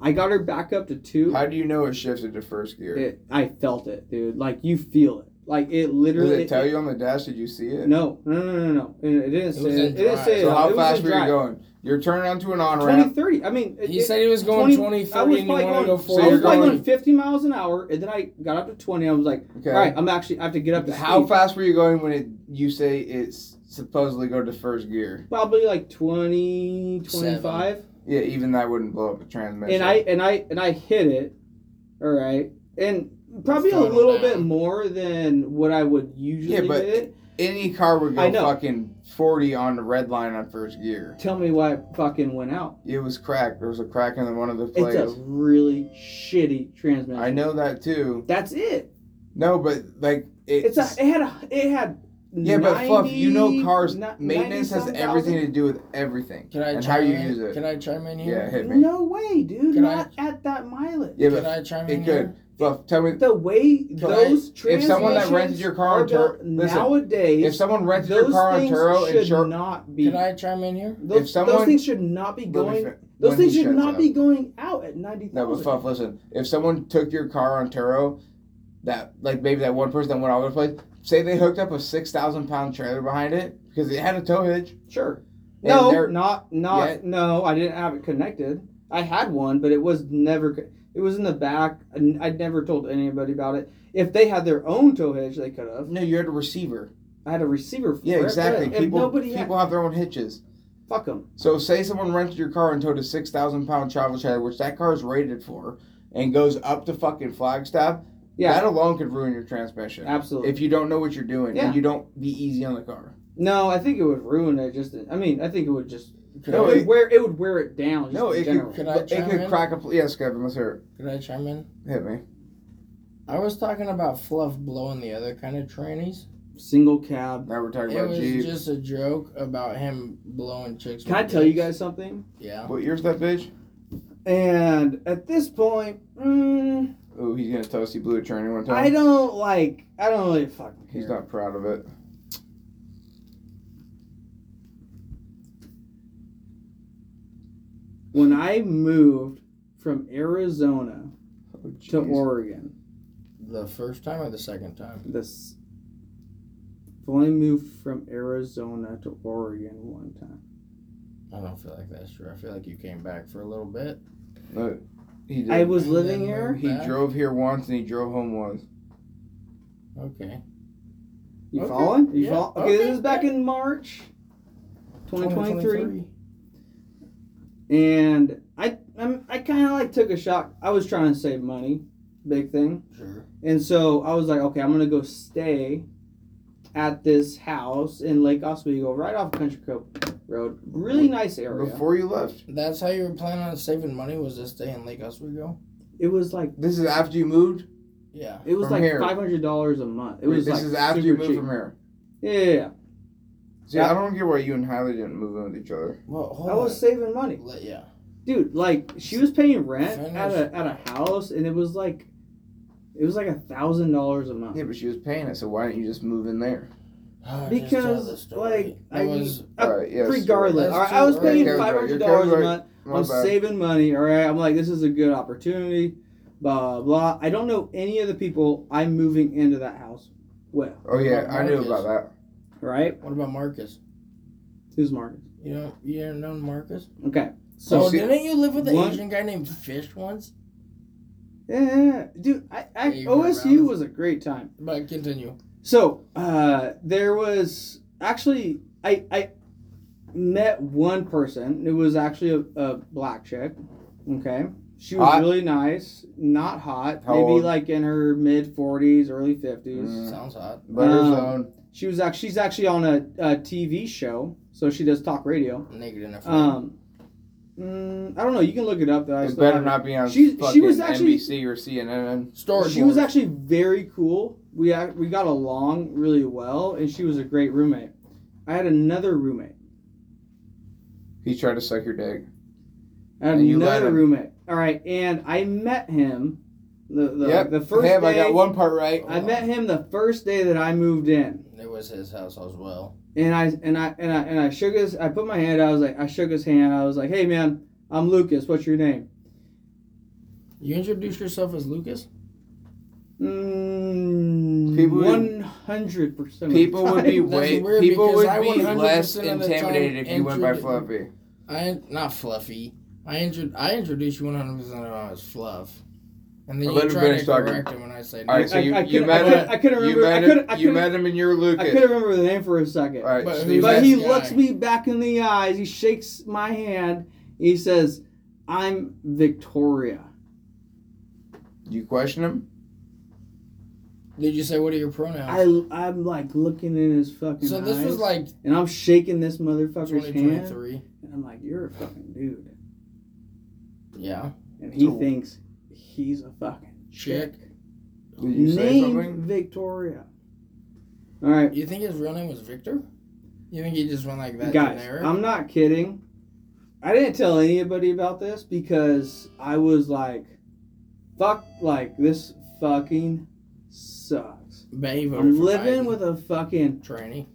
I got her back up to two.
How do you know it shifted to first gear?
It, I felt it, dude. Like you feel it. Like it
Did
literally.
it tell you on the dash? Did you see it?
No, no, no, no, no. It, it didn't say.
was
It,
a
it didn't
drive.
say. it
So
all.
how
It was
fast
a
were you
drive.
going? You're turning onto an on
20,
ramp.
30. I mean, it-
He
it-
said he was going 20,
I was
30 and he
probably
wanted to go
going-
So
I was
you're
40.
probably
going-
going 50 miles an hour, and then I got up to 20. I was like,
Okay.
all right, I'm actually I have to get up to
How
speed.
fast were you going when it you say it's supposedly go to first gear?
Probably like 20, 25.
Yeah, even that wouldn't blow up the transmission.
and I and I and I hit it, all right, and probably a
Throttle
little
down.
bit more than what I would usually
Yeah, but-
hit.
any car would
I
go
know.
fucking forty on the red line on first gear.
Tell me why it fucking went out.
It was cracked. There was a crack in one of the
It's a
plates.
really shitty transmission.
I know that too.
That's it.
No, but like
It's a, it had a, it had.
Yeah, but Fluff, you know
90
cars
ni-
maintenance has
90-some
everything to
thousand?
do with everything
Can I
and how
chime
you
in?
use it.
Can I chime in
yeah,
here?
hit me.
No way, dude.
Can I-
not at that mileage.
yeah,
Can
but
I chime in
it
here?
could. Fluff, tell me
The way those
I-
transmissions
eh, if someone that rented your car
are
on Tur-
built
listen,
nowadays,
if someone rented
those
your car on
things
Turo and
should
Shur-
not be.
Can I chime in here?
Those,
someone-
those things should not be
Let me
going.
fin-
Those
when
things
he
should
shuts
not
up.
be going out at ninety
No, but
thousand.
Fluff, listen. If someone took your car on Turo, that like maybe that one person that went all over the place, say they hooked up a six thousand pound trailer behind it because it had a tow hitch.
sure.
And
No,
they're-
not not
Yeah.
no. I didn't have it connected. I had one, but it was never. co- It was in the back. and I never told anybody about it. If they had their own tow hitch, they could have.
No, you had a receiver.
I had a receiver. For
Yeah,
it,
exactly.
but If
People
nobody had,
people have their own hitches.
fuck them.
So say someone rented your car and towed a six thousand pound travel trailer, which that car is rated for, and goes up to fucking Flagstaff.
Yeah.
that alone could ruin your transmission.
Absolutely.
If you don't know what you're doing
Yeah.
and you don't be easy on the car.
No, I think it would ruin it. Just, I mean, I think it would just.
No,
it would
it-
wear it would wear it down. Just
No,
in
it
general.
could,
Can I chime
it could
in?
crack a. Yes, Kevin, let's hear
Could I chime in?
it. Hit me.
I was talking about Fluff blowing the other kind of trannies.
single cab.
Now we're talking
It
about
was
Jeep.
just a joke about him blowing chicks.
Can I
with
tell you
dicks.
guys something?
Yeah.
What year's that bitch?
And at this point, mm,
Oh, he's gonna tell us he blew a train one time.
I don't like. I don't really fucking care.
He's not proud of it.
When I moved from Arizona
Oh, jeez.
to Oregon,
The first time or the second time?
this. I've only moved from Arizona to Oregon one time.
I don't feel like that's true. I feel like you came back for a little bit.
No, he did.
I was
And
living
then
here.
moved
He
back.
drove here once and he drove home once.
Okay.
You
Okay.
following? You
Yeah.
follow? Okay,
Okay.
this is back in March, 2023. and I I'm, I kind of like took a shot. I was trying to save money, big thing,
Sure.
and so I was like, okay, I'm gonna go stay at this house in Lake Oswego, right off Country Club Road. Really nice area.
Before you left,
That's how you were planning on saving money? Was this day in Lake Oswego?
it was like
this is after you moved.
Yeah.
it was
From
like
here.
five hundred dollars a month. It was
this
like
is after
super
you moved
cheap.
from here.
Yeah, yeah, yeah.
See, I don't get why you and Haley didn't move in with each other.
Well, hold
I was saving money,
on. Let- yeah.
dude. Like she was paying rent at
Finish.
a at a house, and it was like it was like a thousand dollars a month.
Yeah, but she was paying it, so why didn't you just move in there?
Oh, just tell the
Because
story.
like
it
I
was.
I-
All right, yes,
Uh, regardless,
that's
all right,
too
I was
right.
paying
You're
five
right,
hundred
you're
dollars a
right.
month.
My
I'm
bad.
saving money. All right, I'm like this is a good opportunity. Blah blah. I don't know any of the people I'm moving into that house. Well,
Oh yeah, I knew
Marcus.
about that.
right?
What about Marcus?
Who's Marcus?
You don't. You didn't know Marcus?
Okay,
So
so
Oh, see-
didn't you live with an
One-
Asian guy named Fish once?
yeah, dude, I, I
Yeah, you were
OSU
around.
was a great time.
But continue.
So uh, there was actually I I met one person. It was actually a, a black chick. Okay. She was
Hot?
really nice, not hot,
How
maybe
old?
like in her mid forties, early fifties.
Mm.
Sounds hot.
Butter
Um,
zone.
She was actually she's actually on a, a TV show, so she does talk radio.
Naked enough.
Um, mm, I don't know. You can look it up. Though. I
It
still
better
haven't-
not be on
She- she
fucking
was actually-
NBC or CNN.
Story.
She was actually very cool. We ac- we got along really well, and she was a great roommate. I had another roommate.
He tried to suck your dick.
I had
And you let
another
him.
roommate. All right, and I met him The, the,
yep.
the first
Damn,
day,
I got one part right.
I met him the first day that I moved in,
It was his house as well.
and I and I and I and I shook his. I put my hand. out, I was like, I shook his hand. I was like, Hey man, I'm Lucas. What's your name?
You introduced yourself as Lucas?
People would-
Mm, One hundred percent.
People would be
That's
way
weird
people
because
would
I
be
100%
less
of the time
intimidated if you went by
entered-
Fluffy.
I not fluffy. I intro- I introduced you one hundred percent of all as fluff, and then
Well,
you
let me
try
finish
to
talking.
correct him when I say no.
All right, so
I-
you,
I
you
couldn't-
met
I
him.
couldn't- I couldn't
you
remember-
met
I
him.
couldn't- I
you met
couldn't-
him, and you're
I
Lucas.
couldn't remember the name for a second.
All right,
But
so
who-
you
But
met-
he
Best guy.
looks me back in the eyes. He shakes my hand. He says, "I'm Victoria."
you question him.
Did you say what are your pronouns?
I I'm like looking in his fucking
so this
eyes,
was like
and I'm shaking this motherfucker's
twenty
hand,
twenty three.
and I'm like, "You're a fucking dude,"
Yeah,
and he
So-
thinks he's a fucking
chick.
Did you say
named
something?
Victoria. All right,
You think his real name was Victor? You think he just went like that?
guys,
generic?
I'm not kidding. I didn't tell anybody about this because I was like, "Fuck!" Like this fucking sucks.
But he voted
I'm
for
living
Biden.
with a fucking
tranny.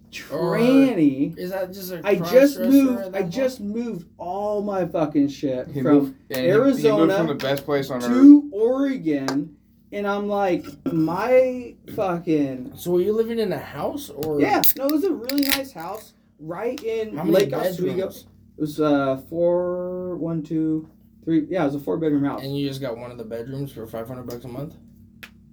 tranny.
Is that just a
I
cross
just
dresser at
moved.
that
I
point?
just moved all my fucking shit
He
from
moved, and he- he moved
Arizona
from the best place on earth.
to Oregon, and I'm like, my fucking
So were you living in a house or
yeah. No, it was a really nice house right in
How many
Lake Oswego. It
bedrooms?
was uh four, one, two, three. Yeah, it was a four bedroom house.
And you just got one of the bedrooms for five hundred bucks a month.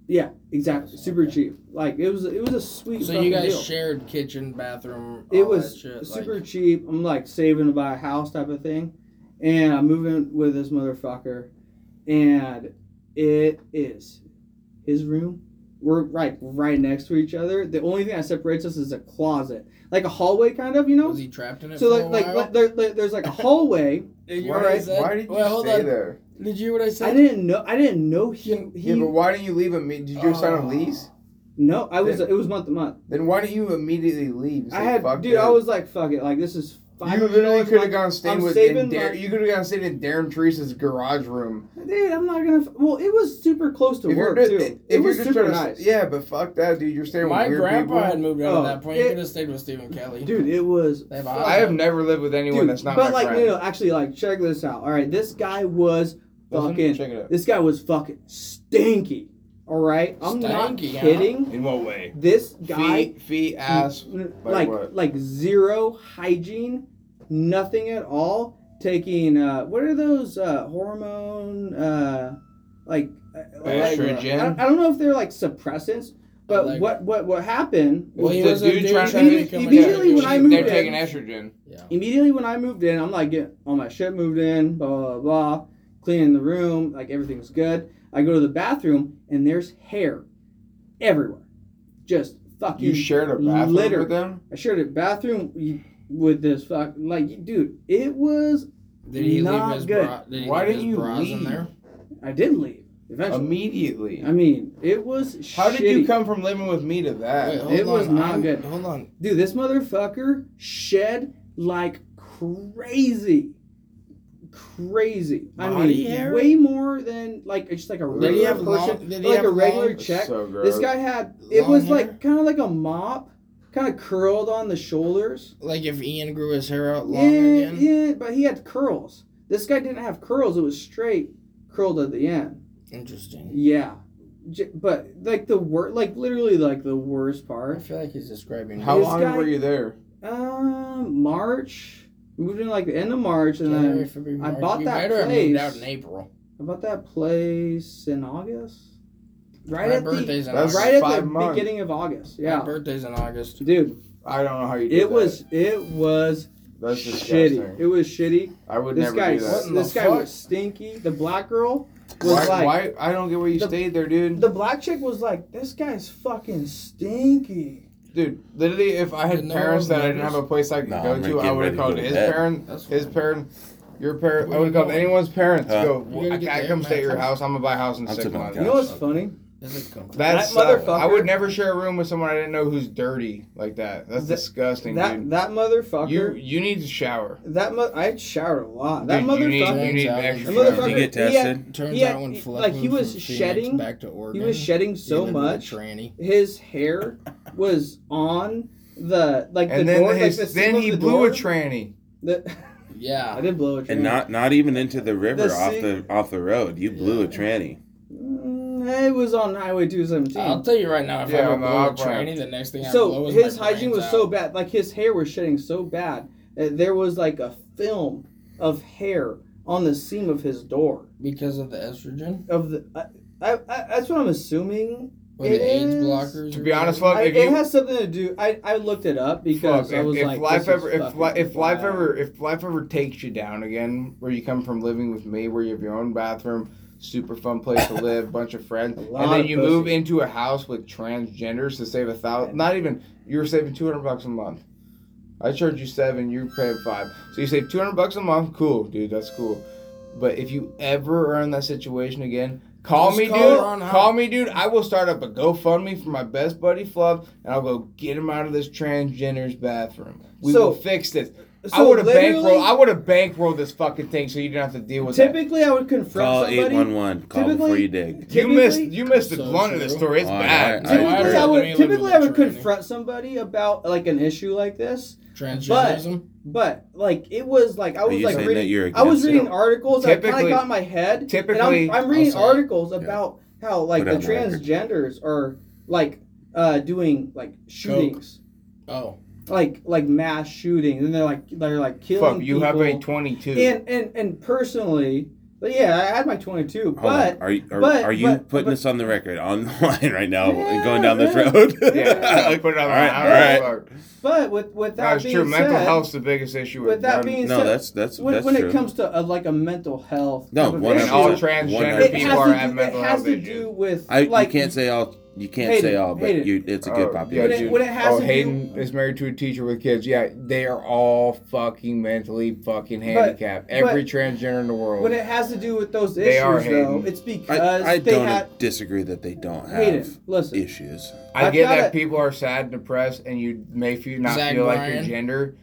Yeah, exactly. Super cheap. Like it was. It was a sweet.
So
fucking
you guys
deal.
shared kitchen, bathroom.
it
all
was
that shit,
super
Like,
cheap. I'm like saving to buy a house type of thing, and I'm moving with this motherfucker, and it is his room. We're right right next to each other. The only thing that separates us is a closet, like a hallway, kind of, you know.
was he trapped in it?
So
for a
like like,
while?
like, there, like there's like a hallway.
Did you hear
Why,
what I
did-
said?
why did you
Wait, hold
stay
on.
there?
Did you hear what I said?
I didn't know I didn't know he he Ah.
yeah, but why didn't you leave him? Did you sign a
Oh.
lease?
no I was it was month to month.
Then why didn't you immediately leave? and
I
say,
had
"Fuck
dude
this"?
I was like fuck it like this is five.
You
hundred
literally
dollars a
could have
month.
gone staying
I'm
with
saving
in Dar-
my-
you could have gone staying in Darren Teresa's garage room.
Dude, I'm not gonna. Well, it was super close to
If you're
work
just-
too.
if
it was
you're just
super
trying to-
nice.
Yeah, but fuck that, dude. You're staying
My
with weird
grandpa
people.
had moved out
Oh,
at that point.
it-
you could have stayed with Stephen Kelly.
Dude, it was.
They have a
fuck-
house.
I have never lived with anyone
Dude,
that's not
but
my
like,
friend.
no, no, actually, like, check this out. All right, this guy was
Listen,
fucking.
check it out.
This guy was fucking stinky. All right, I'm not
Stanky, huh?
kidding.
In what way?
This guy,
Feet, feet, ass.
n-
like
like,
what?
like zero hygiene, nothing at all. Taking uh, what are those uh, hormone uh, like uh, like-
Estrogen?
I don't, I don't know if they're like suppressants, but
Like-
what what what happened?
Well, he
The
was a
dude
dude
trying
trying
to
to
make-
come
immediately
out.
when I
They're
moved
taking
in.
estrogen.
Yeah.
immediately when I moved in, I'm like getting all my shit moved in, blah blah blah, blah, cleaning the room, like everything's good. I go to the bathroom and there's hair everywhere, just fucking.
You shared a bathroom
litter.
with them?
I shared a bathroom with this fuck like dude. It was
Did he leave
Not
his
good.
bra? Did he
Why
leave
didn't
his
you
bras in
leave?
there?
I did leave eventually.
Immediately.
I mean, it was
How did you
shitty.
come from living with me to that?
Wait, hold
It was
on,
not
I'm-
good.
Hold on.
Dude, this motherfucker shed like crazy. Crazy. I
Body
mean,
hair?
way more than like it's just like a
Did
regular
he have
long-
person,
did he
like
have
a regular
long-
That's
check.
So gross.
this guy had it
Long
was
hair?
like kind of like a mop, kind of curled on the shoulders.
Like if Ian grew his hair out long
Yeah,
again.
yeah, but he had curls. This guy didn't have curls; it was straight, curled at the end.
Interesting.
Yeah, J- but like the worst, like literally like the worst part.
I feel like he's describing.
How
this
long
guy-
were you there?
Um, March. We moved in like the end of March, and
January,
then
February,
I
March.
bought
you
that
better have moved
place.
out in April.
I bought that place in August. Right
My
at the
birthday's in August.
That's
right at the
Five months.
beginning of August.
My
Yeah,
birthday's in August.
dude,
I don't know how you did
it
that.
was it was
That's disgusting.
shitty. It was shitty.
I would
This
never
guy,
do that.
What in
this
the
guy
fuck?
was stinky. The black girl was
Why,
like,
why? I don't get why you
The-
stayed there, dude.
the black chick was like, this guy's fucking stinky.
Dude, literally, if I had
Did no
parents
one
that I didn't have
notice?
a place I could
No,
go
I'm
to,
gonna
I
get
would
ready
have
to
called
go to
his
bed.
parent,
That's
his
fine.
parent, your parent. I
Where
would have
you
called
going?
anyone's parents.
Huh?
Go,
We're
I,
gonna get
I
there,
come stay at your
man.
house. I'm gonna buy a house in
I'm
six
tipping the
months.
You know what's funny?
That's a comfort.
That's
That motherfucker-
I would never share a room with someone I didn't know who's dirty like that. That's
That-
disgusting,
That
dude.
that motherfucker.
You you need to shower.
that mo- I showered a lot. That
Dude, you need-
motherfucker.
you need
That
extra
motherfucker-
shower.
Did you get
he had-
tested?
Turns
Yeah,
out when
he-
Fleck
like,
moved
he was
from Phoenix
shedding-
back to Oregon,
he was shedding so
lived with a
much.
Tranny.
His hair was on the like
And
the
then
door.
his,
like the
then
seal of
he
the
blew
door.
a tranny.
The- I
Yeah.
did blow a tranny.
And not not even into the river
The
off
sig-
the off the road. You blew a tranny.
Mm, it was on Highway 217.
I'll tell you right now, if
Yeah,
I
on the
were a
hot ramp.
tranny, the next thing I blow
so
is
his
my
hygiene
brains
was so
out.
bad like his hair was shedding so bad that there was like a film of hair on the seam of his door
because of the estrogen
of the I, I, I, that's what i'm assuming
or
It
the AIDS
is-
blockers.
To
or
be honest,
whatever.
fuck,
I,
if
it
you
has something to do i, I looked it up because
fuck,
i
if,
was
if
like
life
this
ever
is
if
fucking
li- if life
wild.
ever if life ever takes you down again, where you come from living with me, where you have your own bathroom, super fun place to live, bunch of friends,
lot
and then
of
you move
pussy.
into a house with transgenders to save a thousand. Not even you were saving two hundred bucks a month. I charge you seven, you pay five, so you save two hundred bucks a month. Cool, dude, that's cool. But if you ever are in that situation again, call
Just
me,
call
dude.
Ron Howard.
Call me, dude. I will start up a GoFundMe for my best buddy Fluff, and I'll go get him out of this transgender's bathroom. We
So-
will fix this. I
so
would have
literally-
bankrolled. I would have bankrolled this fucking thing, so you didn't have to deal with that.
typically i would confront
Call eight
somebody
one one. Call before
Typically-
you dig.
You
typically-
missed. You missed the
So
blunt of the
true.
story. It's
Oh, I-
bad.
I- I-
typically
agree.
i
Let me
would
live with
typically
that
i would
training.
confront somebody about like an issue like this
transgenderism.
but like it was like i
Are
was
you
like
saying
reading
that you're
I was
against it?
reading articles. I kind
Typically-
of got in my head.
typically-
and I'm, I'm reading
I'll say it.
articles about how like
Put
the
it on the record.
transgenders are like uh, doing like shootings,
Oh,
like like mass shootings, and they're like they're like killing
Fuck. You have
people.
a twenty-two.
and and and personally, but yeah, I had my
Oh
22,
Hold
but
on. Are you are,
but-
are you
but-
putting
but-
this on the record on the line right now and
Yeah,
going down this
yeah.
road?
yeah, I put it on.
All
my-
right,
I
all
don't
right.
give a fuck.
but with with that
No, it's
being
true.
said,
Mental health's the biggest issue. With,
with that
none-
being
No,
said,
that's that's
when,
that's
when
true.
it comes to a, like a mental health,
No,
type of
one
and
issue,
all
One
transgender
hundred
it
percent.
people are
has,
have
to do, it
mental
has
health
to
issues.
do with
I
like
you can't say all you can't
Hayden,
say all, but
Hayden.
you it's a
Oh,
good
Yeah,
population.
dude.
When it has
oh,
to do-
Hayden is married to a teacher with kids. Yeah, they are all fucking mentally fucking handicapped. Every
but-
transgender in the world.
When it has to do with those
They are
issues, though,
hating.
it's because
I, I
they
don't
had
disagree that they don't have
Hayden. Listen,
issues.
I
I've
get
got
that
it.
people are sad and depressed, and you may feel not
Zach
feel like your
Bryan.
gender.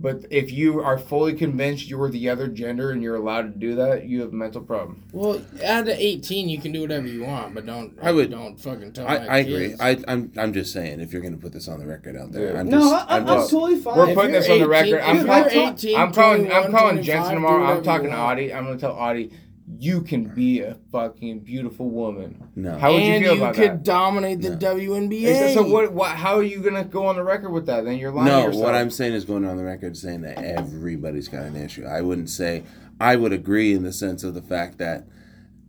But if you are fully convinced you are the other gender and you're allowed to do that, you have a mental problem.
well, out of eighteen, you can do whatever you want, but don't.
I would-
don't fucking tell.
I,
my
I agree.
kids.
I, I'm I'm just saying if you're going to put this on the record out there,
Yeah.
I'm
no,
just,
I, I'm,
I'm
I'm
just
totally fine.
We're
If
putting
you're
this on the
18
record. I'm
if
calling-
you're 18,
I'm calling. I'm
21,
calling
25,
Jensen tomorrow.
do
I'm talking to
whatever
Audie. I'm gonna tell Audie, you can be a fucking beautiful woman.
no.
How would you
and
feel about
could
that?
dominate the
No.
WNBA.
Is that- so what, what? How are you gonna go on the record with that? Then you're lying.
no,
to yourself.
what I'm saying is going on the record saying that everybody's got an issue. I wouldn't say I would agree in the sense of the fact that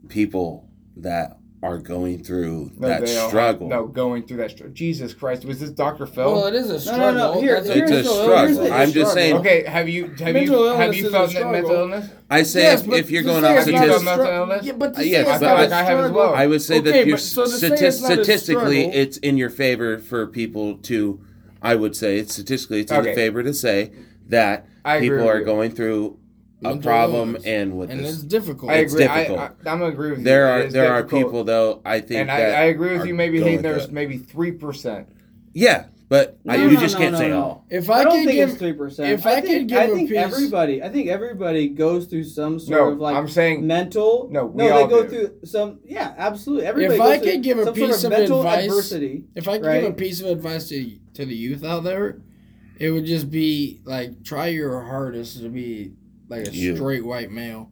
people that are going through
No,
that
they don't have-
struggle.
No, going through that struggle. Jesus Christ, was this Dr. Phil?
Well, it is a
no,
struggle.
no, here-
That's a-
it's a
Here's the- here's
struggle.
the
I'm just
struggle.
saying.
okay, have you have
Mental
you have
illness
you
is
felt
a
that mental
struggle.
illness?
I say
Yes,
if,
but
if you're
to
going
say
off
it's not a
statistics,
mental illness?
Yeah, but to
Uh, yes,
say it's
but
not
I-
a
I have as
struggle-
well.
I would say
Okay,
that you're
but so to say
statis-
it's not a
statistically,
struggle-
it's in your favor for people to. I would say it's statistically it's in
Okay.
your favor to say that
I agree
people
with
are
you.
going through a
Mental
problem
illness.
and with
and
this.
it's difficult.
I
it's
agree. I,
difficult.
I, I'm gonna agree with you.
there
It
are
is
there
difficult.
are people though I think
and I,
that
I agree with
are
you. Maybe
going
Hayden, there's
through it.
maybe three percent.
yeah, but I,
No,
you
no,
just
no,
can't
no,
say
no.
all.
if
I
I,
don't
could
think
give,
it's three percent.
if I could
think,
give
I
a
think
piece-
everybody, I think everybody goes through some sort
No,
of like
I'm saying
mental.
No, we
they
all
go
do.
through some. Yeah, absolutely. Everybody.
If
goes
I
through
could give a
some
piece
sort
of
of, mental
advice-
adversity.
If I could give a
Right.
piece of advice to to the youth out there, it would just be like try your hardest to be like a
You.
straight white male,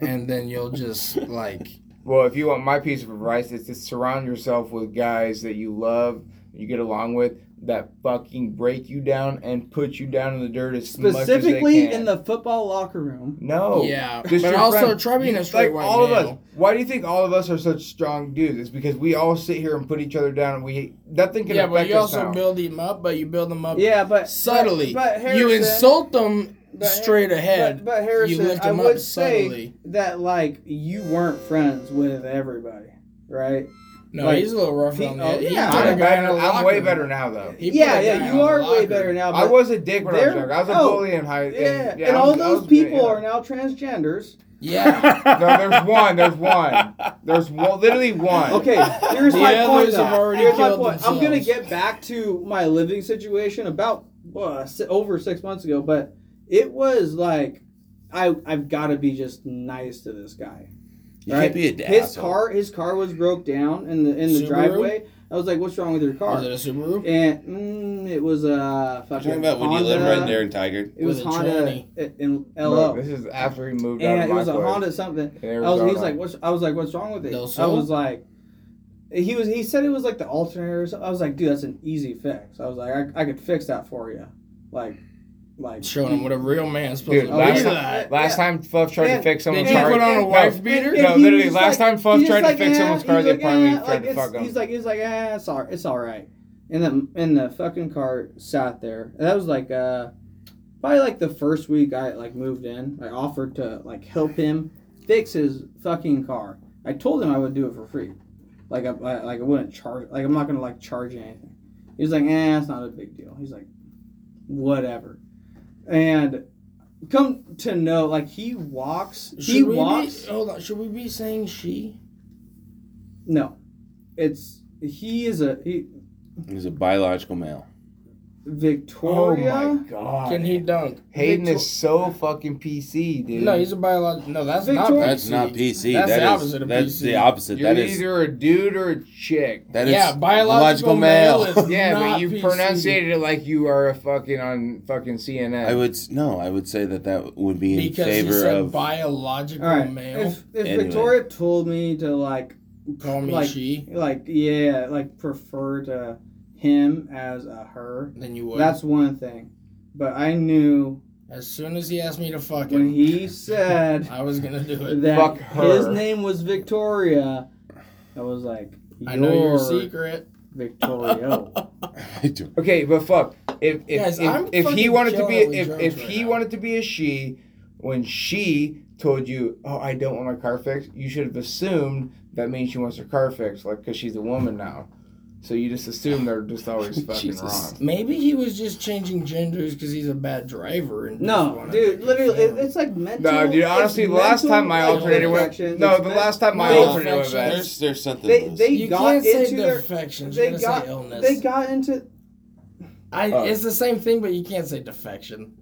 and then you'll just like
Well, if you want my piece of advice, it's to surround yourself with guys that you love, you get along with, that fucking break you down and put you down in the dirt as much as they
Specifically
can.
in the football locker room.
No.
Yeah,
Just
but
your
also
friend.
try being
You-
a straight
like,
white
all of us.
male.
Why do you think all of us are such strong dudes? It's because we all sit here and put each other down, and we nothing can
yeah.
affect
But you
us
also
now.
build them up, but you build them up
Yeah, but
subtly.
But, but
you
Harrison-
insult them
but Har-
straight ahead.
But, but Harrison,
you lift
I
them
would
up
say
subtly.
that like you weren't friends with everybody, right?
No,
Like,
he's a little rough
he-
on the
oh,
edge. He's
yeah,
a
I'm,
guy in
better,
the
I'm
locker
way
room.
better now though.
He put
yeah,
a guy
yeah,
in
you
the
are way
locker
better
room.
now.
I
but-
was a dick when I was
They're-
younger. I was a
oh,
bully in high. in-
Yeah,
yeah,
and
I
all
was- I
those
was big,
people
yeah.
are now transgenders.
Yeah.
No, there's one. There's one. There's one. Literally one.
Okay, here's
The
my point.
others have
though.
already
here's my
killed
point. I'm gonna
themselves.
get back to my living situation about uh, si- over six months ago, but it was like I I've got to be just nice to this guy.
You
right?
can't be a dad.
His car his car was broke down in the in the
Subaru?
driveway. I was like, "What's wrong with your car?"
Was it a Subaru?
and mm, it was a uh,
I'm talking
fucking
about when you live
Honda-
right there in Tiger.
It was,
With a
Honda
tranny.
i- in
Bro,
LO.
This is after he moved out.
and
of
it
my
was a
place.
Honda something.
In
I was, he was
Arizona.
like, "What's?" I was like, "What's wrong with it?"
No
I
soul?
was like, "He was." He said it was like the alternator. Or something. I was like, "Dude, that's an easy fix." I was like, "I, I could fix that for you." Like, like
Showing him what a real man's supposed
Dude,
to
last
do.
time-
That.
Last
Yeah.
time Fluff tried to
And-
fix someone's
Did you
car.
put on a
No,
wife beater?
No,
he
literally,
was
last time Fluff
he was
tried to fix someone's car,
he's
they finally
"Eh,"
tried to
it's-
fuck him.
He's like, he's like, "Yeah, it's all, it's all right." And the and the fucking car sat there. And that was like, uh, probably like the first week I like moved in. I offered to like help him fix his fucking car. I told him I would do it for free. Like I, I like I wouldn't charge. Like I'm not gonna like charge you anything. He was like, "Eh, it's not a big deal." He's like, "Whatever." And come to know, like he walks. he
Should we
walks.
be, hold on, should we be saying she?
No, it's he is a he,
He's a biological male.
Oh
Victoria.
my god.
Can he dunk?
Hayden is so fucking PC, dude.
No, he's a biological. No, that's
Victoria-
not.
That's
PC.
not PC.
That's
That
the
is-
opposite of
that's
PC.
the opposite.
You're
That is
either a dude or a chick.
that is
Yeah, biological male. is
Yeah,
not
but you
PC.
pronunciated it like you are a fucking on fucking CNN.
I would s- no. I would say that that would be in
because he
favor
said
of.
biological
All right.
male.
If, if
Anyway.
Victoria told me to like
Call me
like
she.
like yeah like prefer to him as a her,
Then you would.
that's one thing. But I knew
as soon as he asked me to fuck
when
him,
he said
I was gonna do it.
that
Fuck her.
his name was Victoria, I was like,
I know your
"You're
secret.
Victorio.
Okay, but fuck. If if
Guys, I'm
if, if he
fucking
wanted to be
killing
if
Jones
if
right
he
now.
wanted to be a she, when she told you, "Oh, I don't want my car fixed," you should have assumed that means she wants her car fixed, like because she's a woman now. So you just assume they're just always fucking
Jesus.
wrong.
Maybe he was just changing genders because he's a bad driver. And just
no,
wanted
dude,
to-
literally, it, it's like mental.
No, dude.
it's
Honestly, the last
mental
time my alternator went.
imperfections,
No,
it's
the
men-
last time my
mental
alternator went
affection.
bad.
there's there's something.
They
loose.
they
you
got
can't say
into their
defections.
they
You're gonna
got
say illness.
they got into
I,
Oh.
it's the same thing, but you can't say defection.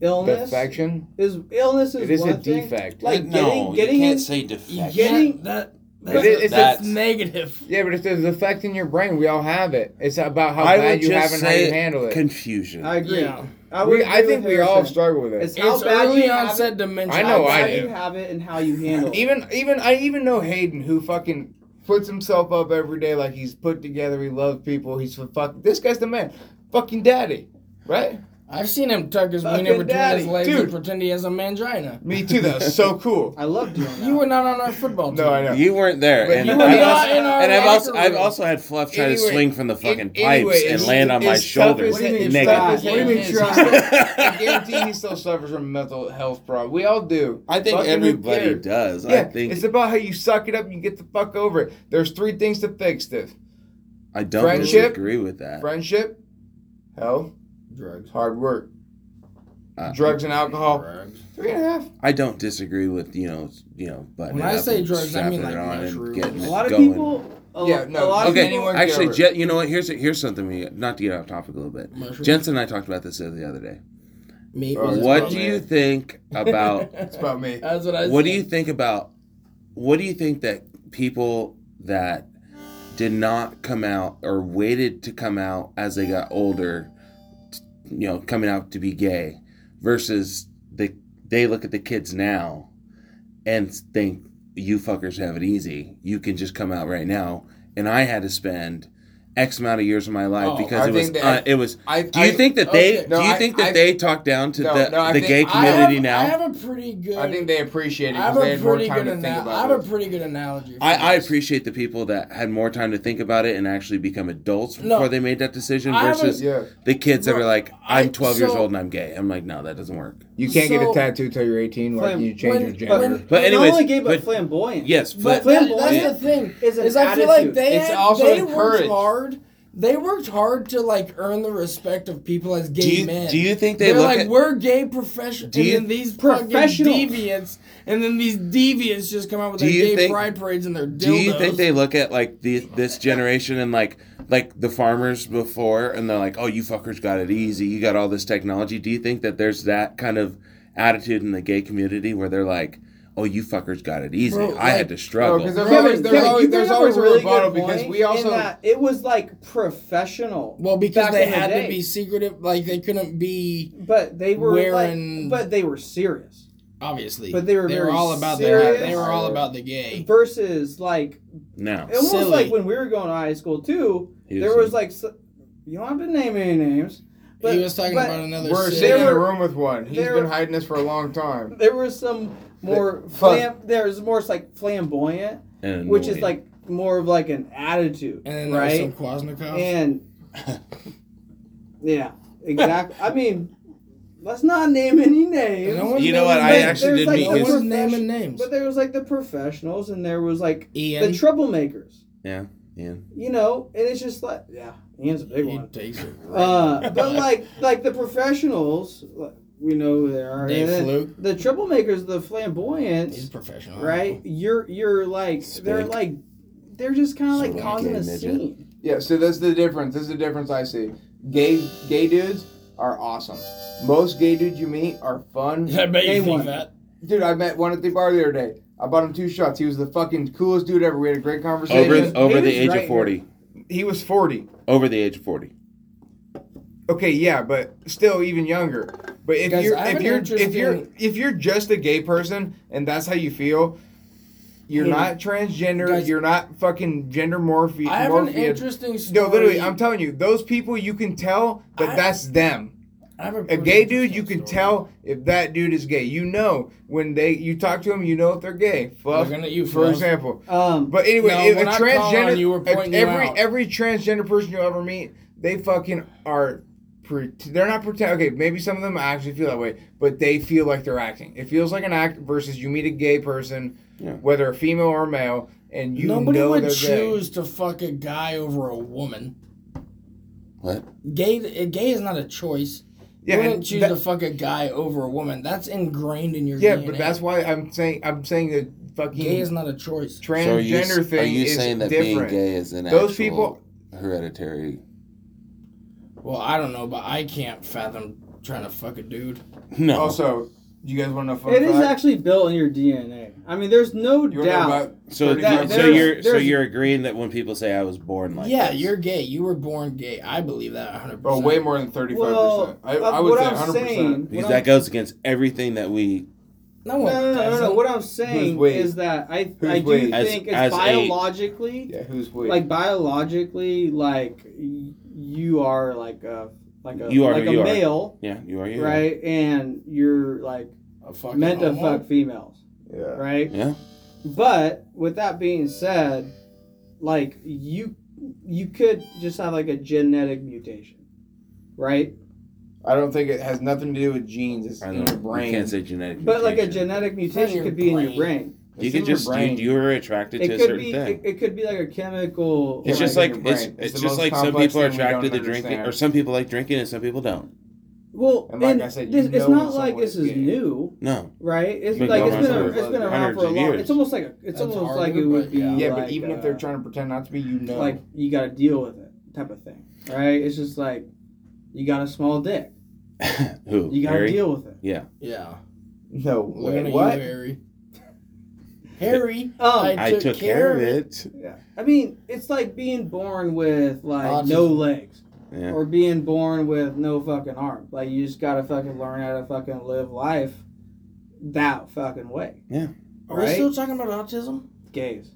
illness.
Defection.
Is illness is
It is
one
a
thing.
defect.
Like
no,
getting getting
you can't
in-
say
You
defect.
can't, that that's,
is- it's
that's
a-
negative.
Yeah, but it's it's affecting your brain. We all have it. It's about how
I would
bad you have
just
and how you
say
handle it.
confusion.
I agree.
Yeah.
I, would
we, I
agree
think
with
we all
Harrison.
struggle with it.
It's how
It's
bad
early
you have it,
onset dementia.
I know
how
I
bad
do.
you have it and how you handle it.
Even even I even know Hayden who fucking puts himself up every day like he's put together. He loves people. He's a fuck. This guy's the man. Fucking daddy, right?
I've seen him tuck his
Fucking
wiener between
daddy.
his legs
Dude.
and pretend he has a mangina.
Me too. though. so cool.
I love doing that.
You were not on our football team.
No, I know.
You weren't there,
But
and,
you
I
were not
also,
in our
and I've
locker
also I've
room.
also had Fluff try
Anyway,
to swing from the fucking
An-
pipes
anyway,
and
it's-
land on my
it's tough as-
shoulders.
What do you mean
it's
naked.
tough as
What do you
it
mean
is.
try?
I guarantee he still suffers from mental health problem. We all do.
I think
Fucking who
everybody
cares?
does. I
Yeah,
think
it's about how you suck it up and you get the fuck over it. There's three things to fix this:
I don't
friendship-
disagree with that.
friendship, health,
Drugs.
hard work,
Uh,
drugs and alcohol.
Drugs.
Three and a half.
I don't disagree with you know you know. But
When I say drugs, I mean, like, mushrooms.
getting
a
it
lot of
going.
people. A,
Yeah,
yeah, a
no,
lot
Okay,
of people.
anyone-
actually,
get over
Je- you know what? Here's a, here's something we not to get off topic a little bit.
Mushrooms.
Jensen and I talked about this the other day.
Meat
Oh,
was his
What
about
do
me.
you think about
It's about me.
That's what I
what do
said.
you think about what do you think that people that did not come out or waited to come out as they got older t- you know coming out to be gay versus the they look at the kids now and think you fuckers have it easy you can just come out right now and i had to spend x amount of years of my life
Oh,
because
I
it was
think that-
uh, it was
I-
do you
I-
think that they
okay.
do you
No, I-
think that
I-
they talk down to
No,
the,
no, I
the
think-
gay
I
I have-
community now
I have a pretty good.
I think they appreciate it
I have
because they
a
had more
pretty good.
time to think
Ana- I
about
have a
it.
pretty good analogy. for
I, I
this.
appreciate the people that had more time to think about it and actually become adults
No.
before they made that decision
I
versus
Yeah.
the kids that
Bro,
are like, I'm
I-
12 years
so-
old and I'm gay. I'm like, no, that doesn't work.
You can't get a
So-
tattoo till you're 18. Like
Flam-
you change your
when-
gender.
when-
But
And
anyways,
not only gay, but,
but-
flamboyant.
Yes,
But
but
that,
flamboyant
that's the thing
is
is,
an
I feel like
attitude.
they
It's
had,
also
they worked
encouraged.
hard. They worked hard to like earn the respect of people as gay
do you
men.
do you think they
They're
look
like
at
we're gay professional,
Do you-
and then these professional
Professionals.
deviants, and then these deviants just come out with
Do
their
you
gay
think-
pride parades and their dildos.
Do you think they look at like the, this generation and like like the farmers before and they're like, "Oh, you fuckers got it easy. You got all this technology." Do you think that there's that kind of attitude in the gay community where they're like, "Oh, you fuckers got it easy.
Bro,
I
like-
had to
No,
struggle."
'cause there's
Bro,
always, there's
yeah,
always,
you
there's
bring up
always a
really
rebuttal
good point
because we
in
also
that it was like professional.
Well, because
back
they
in the
had
day.
to be secretive, like they couldn't be
but they were
wearing-
like, but they were serious.
obviously.
But they were
they were
very
all about
serious.
the they were all about the gay.
Versus like
no.
almost
Silly.
like when we were going to high school too.
He
there
was-
was like s- you don't have to name any names, but
he was talking
but
about another.
we're
city.
sitting in
They
a
were-
room with one. He's
they
been
were-
hiding this for a long time.
there was some more
Fuck.
flam- there was more like flamboyant,
And
which is
annoying.
like more of like an attitude,
and then there was some
right?
Kwasnikovs.
And yeah, exactly. I mean, let's not name any names.
No one's
You know what?
naming
I
names.
actually did
There's, like,
meet
No
this-
one's
this.
naming names.
But there was like the professionals, and there was like
Ian.
the troublemakers.
Yeah. Ian.
You know, and it's just like yeah, Ian's a big
He
one.
takes it right.
Uh, but like like the professionals, like, we know who they are.
Dave
And then
Fluke.
The troublemakers, the
He's
flamboyants,
professional,
right? You're you're like they're
Spink.
like they're just kind of like
Sort of
causing
gay
a
midget.
scene.
Yeah, so that's the difference. This is the difference I see. Gay gay dudes are awesome. Most gay dudes you meet are fun.
I bet you
Name
think
one.
that.
Dude, I met one at the bar the other day. I bought him two shots. He was the fucking coolest dude ever. We had a great
Over
conversation.
over
He
the
was
age
right
of 40.
here. He was 40.
Over the age of 40.
Okay, yeah, but still even younger. But if
Guys,
you're
I have
if
an
you're if
interesting-
you're if you're just a gay person and that's how you feel, you're not transgender,
Guys-
you're not fucking gender morphe.
I have an
morphe-
interesting story.
No, literally, I'm telling you, those people you can tell that
I-
that's them.
I have
A
pretty
gay dude, you
interesting
can
story.
tell if that dude is gay. You know when they you talk to them, you know if they're gay. Fluff,
Looking at you,
for
Fluff.
example.
Um,
But anyway,
No,
if
when
a
I call
transgender,
on you, we're
if
pointing you
every
out.
every transgender person you'll ever meet, they fucking are. Pre- they're not pretend. Okay, maybe some of them actually feel that way, but they feel like they're acting. It feels like an act versus you meet a gay person,
Yeah.
whether female or male, and you
Nobody
know
would
they're gay.
choose to fuck a guy over a woman.
What?
Gay, uh, gay is not a choice.
Yeah,
you
and
wouldn't choose
that-
to fuck a guy over a woman. That's ingrained in your
Yeah,
DNA.
but that's why I'm saying I'm saying that fucking
gay is not a choice.
transgender
so are you,
thing
are you
is
saying that
different.
being gay is an
Those
actual
people-
hereditary
Well, I don't know, but I can't fathom trying to fuck a dude.
No.
Also, do you guys want to know? a Fun
it is
fact?
actually built in your DNA. I mean, there's no
You wanna know
doubt.
about
so
thirty
that-
five
so
there's-
percent?
you're so
there's-
you're agreeing that when people say I was born like
yeah,
this,
you're gay. You were born gay. I believe that 100%.
Oh, way more than thirty five
Well,
percent. I,
uh,
I would
what
say
I'm
hundred
saying,
percent.
because
what
that
I'm-
goes against everything that we
No, one
No, no, no, no,
doesn't.
no. What I'm saying
Wade?
is that I
Who's
I do
Wade?
As-
think
as
it's
a-
biologically
Yeah, who's we?
like biologically like y- you are like a like a
You are
like
who
a
you are.
male
yeah you are you are.
right and you're like
A fucking
meant to
homo.
fuck females
yeah.
right
yeah
but with that being said like you you could just have like a genetic mutation right
I don't think it has nothing to do with genes. It's
I
in
don't
your
know you
brain.
can't say genetic
but like a
mutation.
genetic
in your
mutation could be in your
brain.
brain
It's
you
in
could
your
just
brain.
you, you were attracted to
it
a
could
certain
be
thing
it, it could be like a chemical
Yeah,
it's just
like
like
in your
it's,
brain.
it's
It's the
just
most
like some
complex
people are
thing we
attracted to
don't
drinking
understand.
or some people like drinking and some people don't
well
And like
and
I said, you
this, it's
know
not
when
like this is
someone is gay.
new
no
Right? It's
Been
like
going
it's been,
on
a,
for
it's been around
hundreds
for a
of
long.
years.
It's almost like a, it's
That's
almost
hard
like
to
it would
break
be.
down.
Yeah,
like,
but even if
uh,
they're trying to pretend not to be, you know.
like you got to deal with it, type of thing. Right? It's just like you got a small dick.
who
You got to
Harry?
deal with it.
Yeah.
no
Look at
way.
you,
What?
Harry. Harry.
Um,
I took care of it
yeah. I mean, it's like being born with like
Autism.
no legs,
yeah.
or being born with no fucking arm. Like you just got to fucking learn how to fucking live life that fucking way.
Are
Right?
we still talking about autism?
Gays,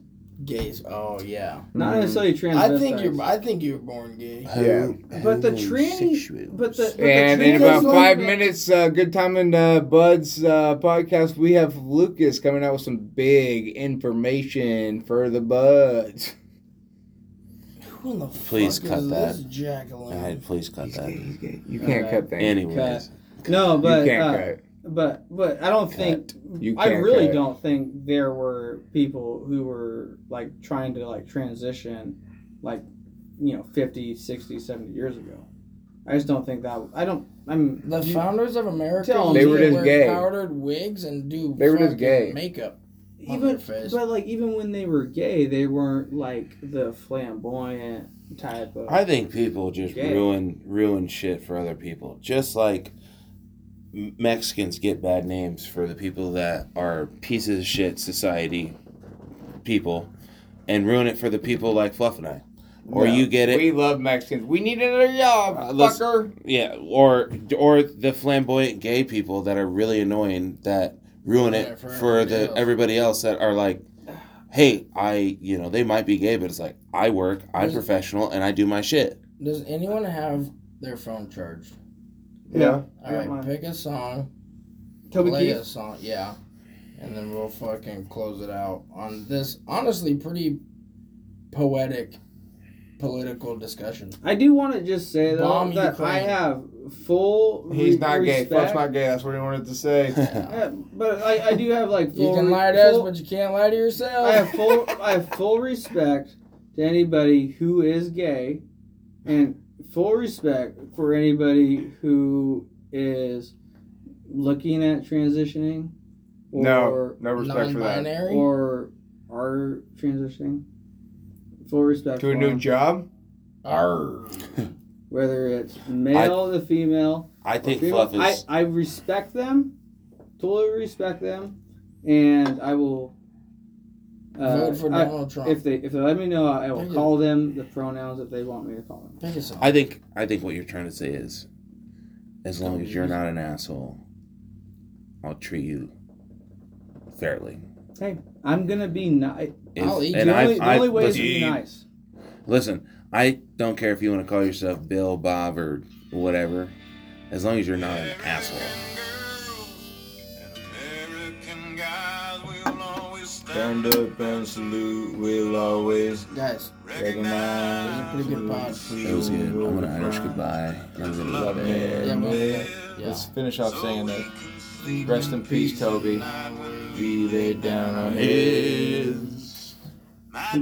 Gays. Oh yeah.
Hmm.
not necessarily trans.
I think you're. I think you were born gay.
Yeah.
But the tranny,
Homosexuals.
but the but the
And
trans-
in about
Transition.
five minutes, uh, good time in uh, Bud's uh, podcast. We have Lucas coming out with some big information for the Buds.
Who in the
Please
fuck
cut
is
that.
this Jacqueline?
All right, please cut that
You can't cut things.
anyways
No, but
you can't
uh,
cut.
But but I don't think
You
I
can't
really
cut it.
don't think there were people who were like trying to like transition like you know 50, 60, 70 years ago. I just don't think that I don't I mean
The
you-
founders of America
Tell 'em.
used
They were
to
just
wear
gay.
powdered wigs and do
They were just
fucking
gay.
makeup. on their
even
face.
but like even when they were gay they weren't like the flamboyant type of
I think people just
Gay.
ruin ruin shit for other people. Just like M- Mexicans get bad names for the people that are pieces of shit society people, and ruin it for the people like Fluff and I. Or
No.
you get it,
We love Mexicans. We need another job,
Uh, let's-
fucker.
yeah. Or or the flamboyant gay people that are really annoying that ruin it
Yeah,
for,
for everybody
the
else.
everybody else that are like. Hey, I you know they might be gay, but it's like I work, I'm
Does-
professional, and I do my shit.
Does anyone have their phone charged?
yeah I
All
got
right,
mine.
pick a song,
Toby
play
Keith
a song, yeah, and then we'll fucking close it out on this honestly pretty poetic political discussion.
I do want to just say though
Bomb
that
Ukraine.
I have full
He's
re-
not gay.
respect.
Fluff's not gay. That's what he wanted to say.
Yeah, but I, I do have like full
You can
re-
lie to us,
full-
but you can't lie to yourself.
I have full I have full respect to anybody who is gay and full respect for anybody who is looking at transitioning or
no, no respect for that.
non-binary.
or are transitioning. Full respect
To a
for
new
'em.
job?
Arr.
whether it's male to female.
I
or
think
female.
Fluff is.
I, I respect them, totally respect them, and I will uh,
Vote for
I-
Donald Trump.
If they if they let me know, I will
Thank you.
call them the pronouns that they want me to call them.
pick a song.
I think I think what you're trying to say is, as long as you're not an asshole, I'll treat you fairly.
Hey, I'm gonna be nice.
If-
I'll eat
and
the
I,
only, the
I,
only way is to
listen,
be nice.
listen, I don't care if you want to call yourself Bill, Bob, or whatever. As long as
uh,
you're not an asshole.
Stand up and salute. We'll always
Guys,
recognize.
pretty good pod.
It was good. I'm gonna Irish goodbye. and I'm gonna go to bed.
yeah, well, yeah.
Let's finish off saying that. Rest in peace, Toby. Be laid down on his.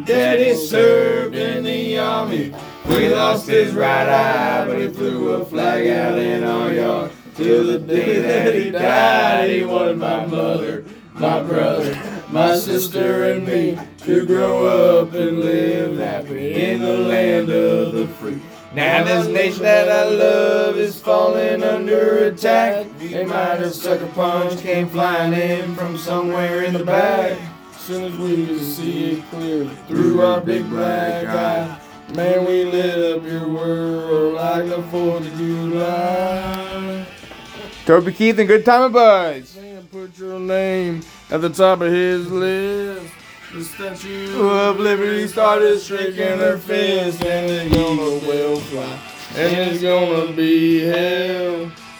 Daddy served in the army. We lost his right eye, but he flew a flag out in our yard. Till the day that he died, he wanted my mother, my brother, my sister, and me to grow up and live happy in the land of the free. Now this nation that I love is falling under attack. They might have sucker punch came flying in from somewhere in the back.
soon as we can see it clear,
Through our big black eye, man, we lit up your world like the 4th of July. Toby Keith and Good Time of Buzz.
man, put your name at the top of his list. The statue
Of Liberty started shaking her fist, and it's gonna well fly, and it's gonna be hell.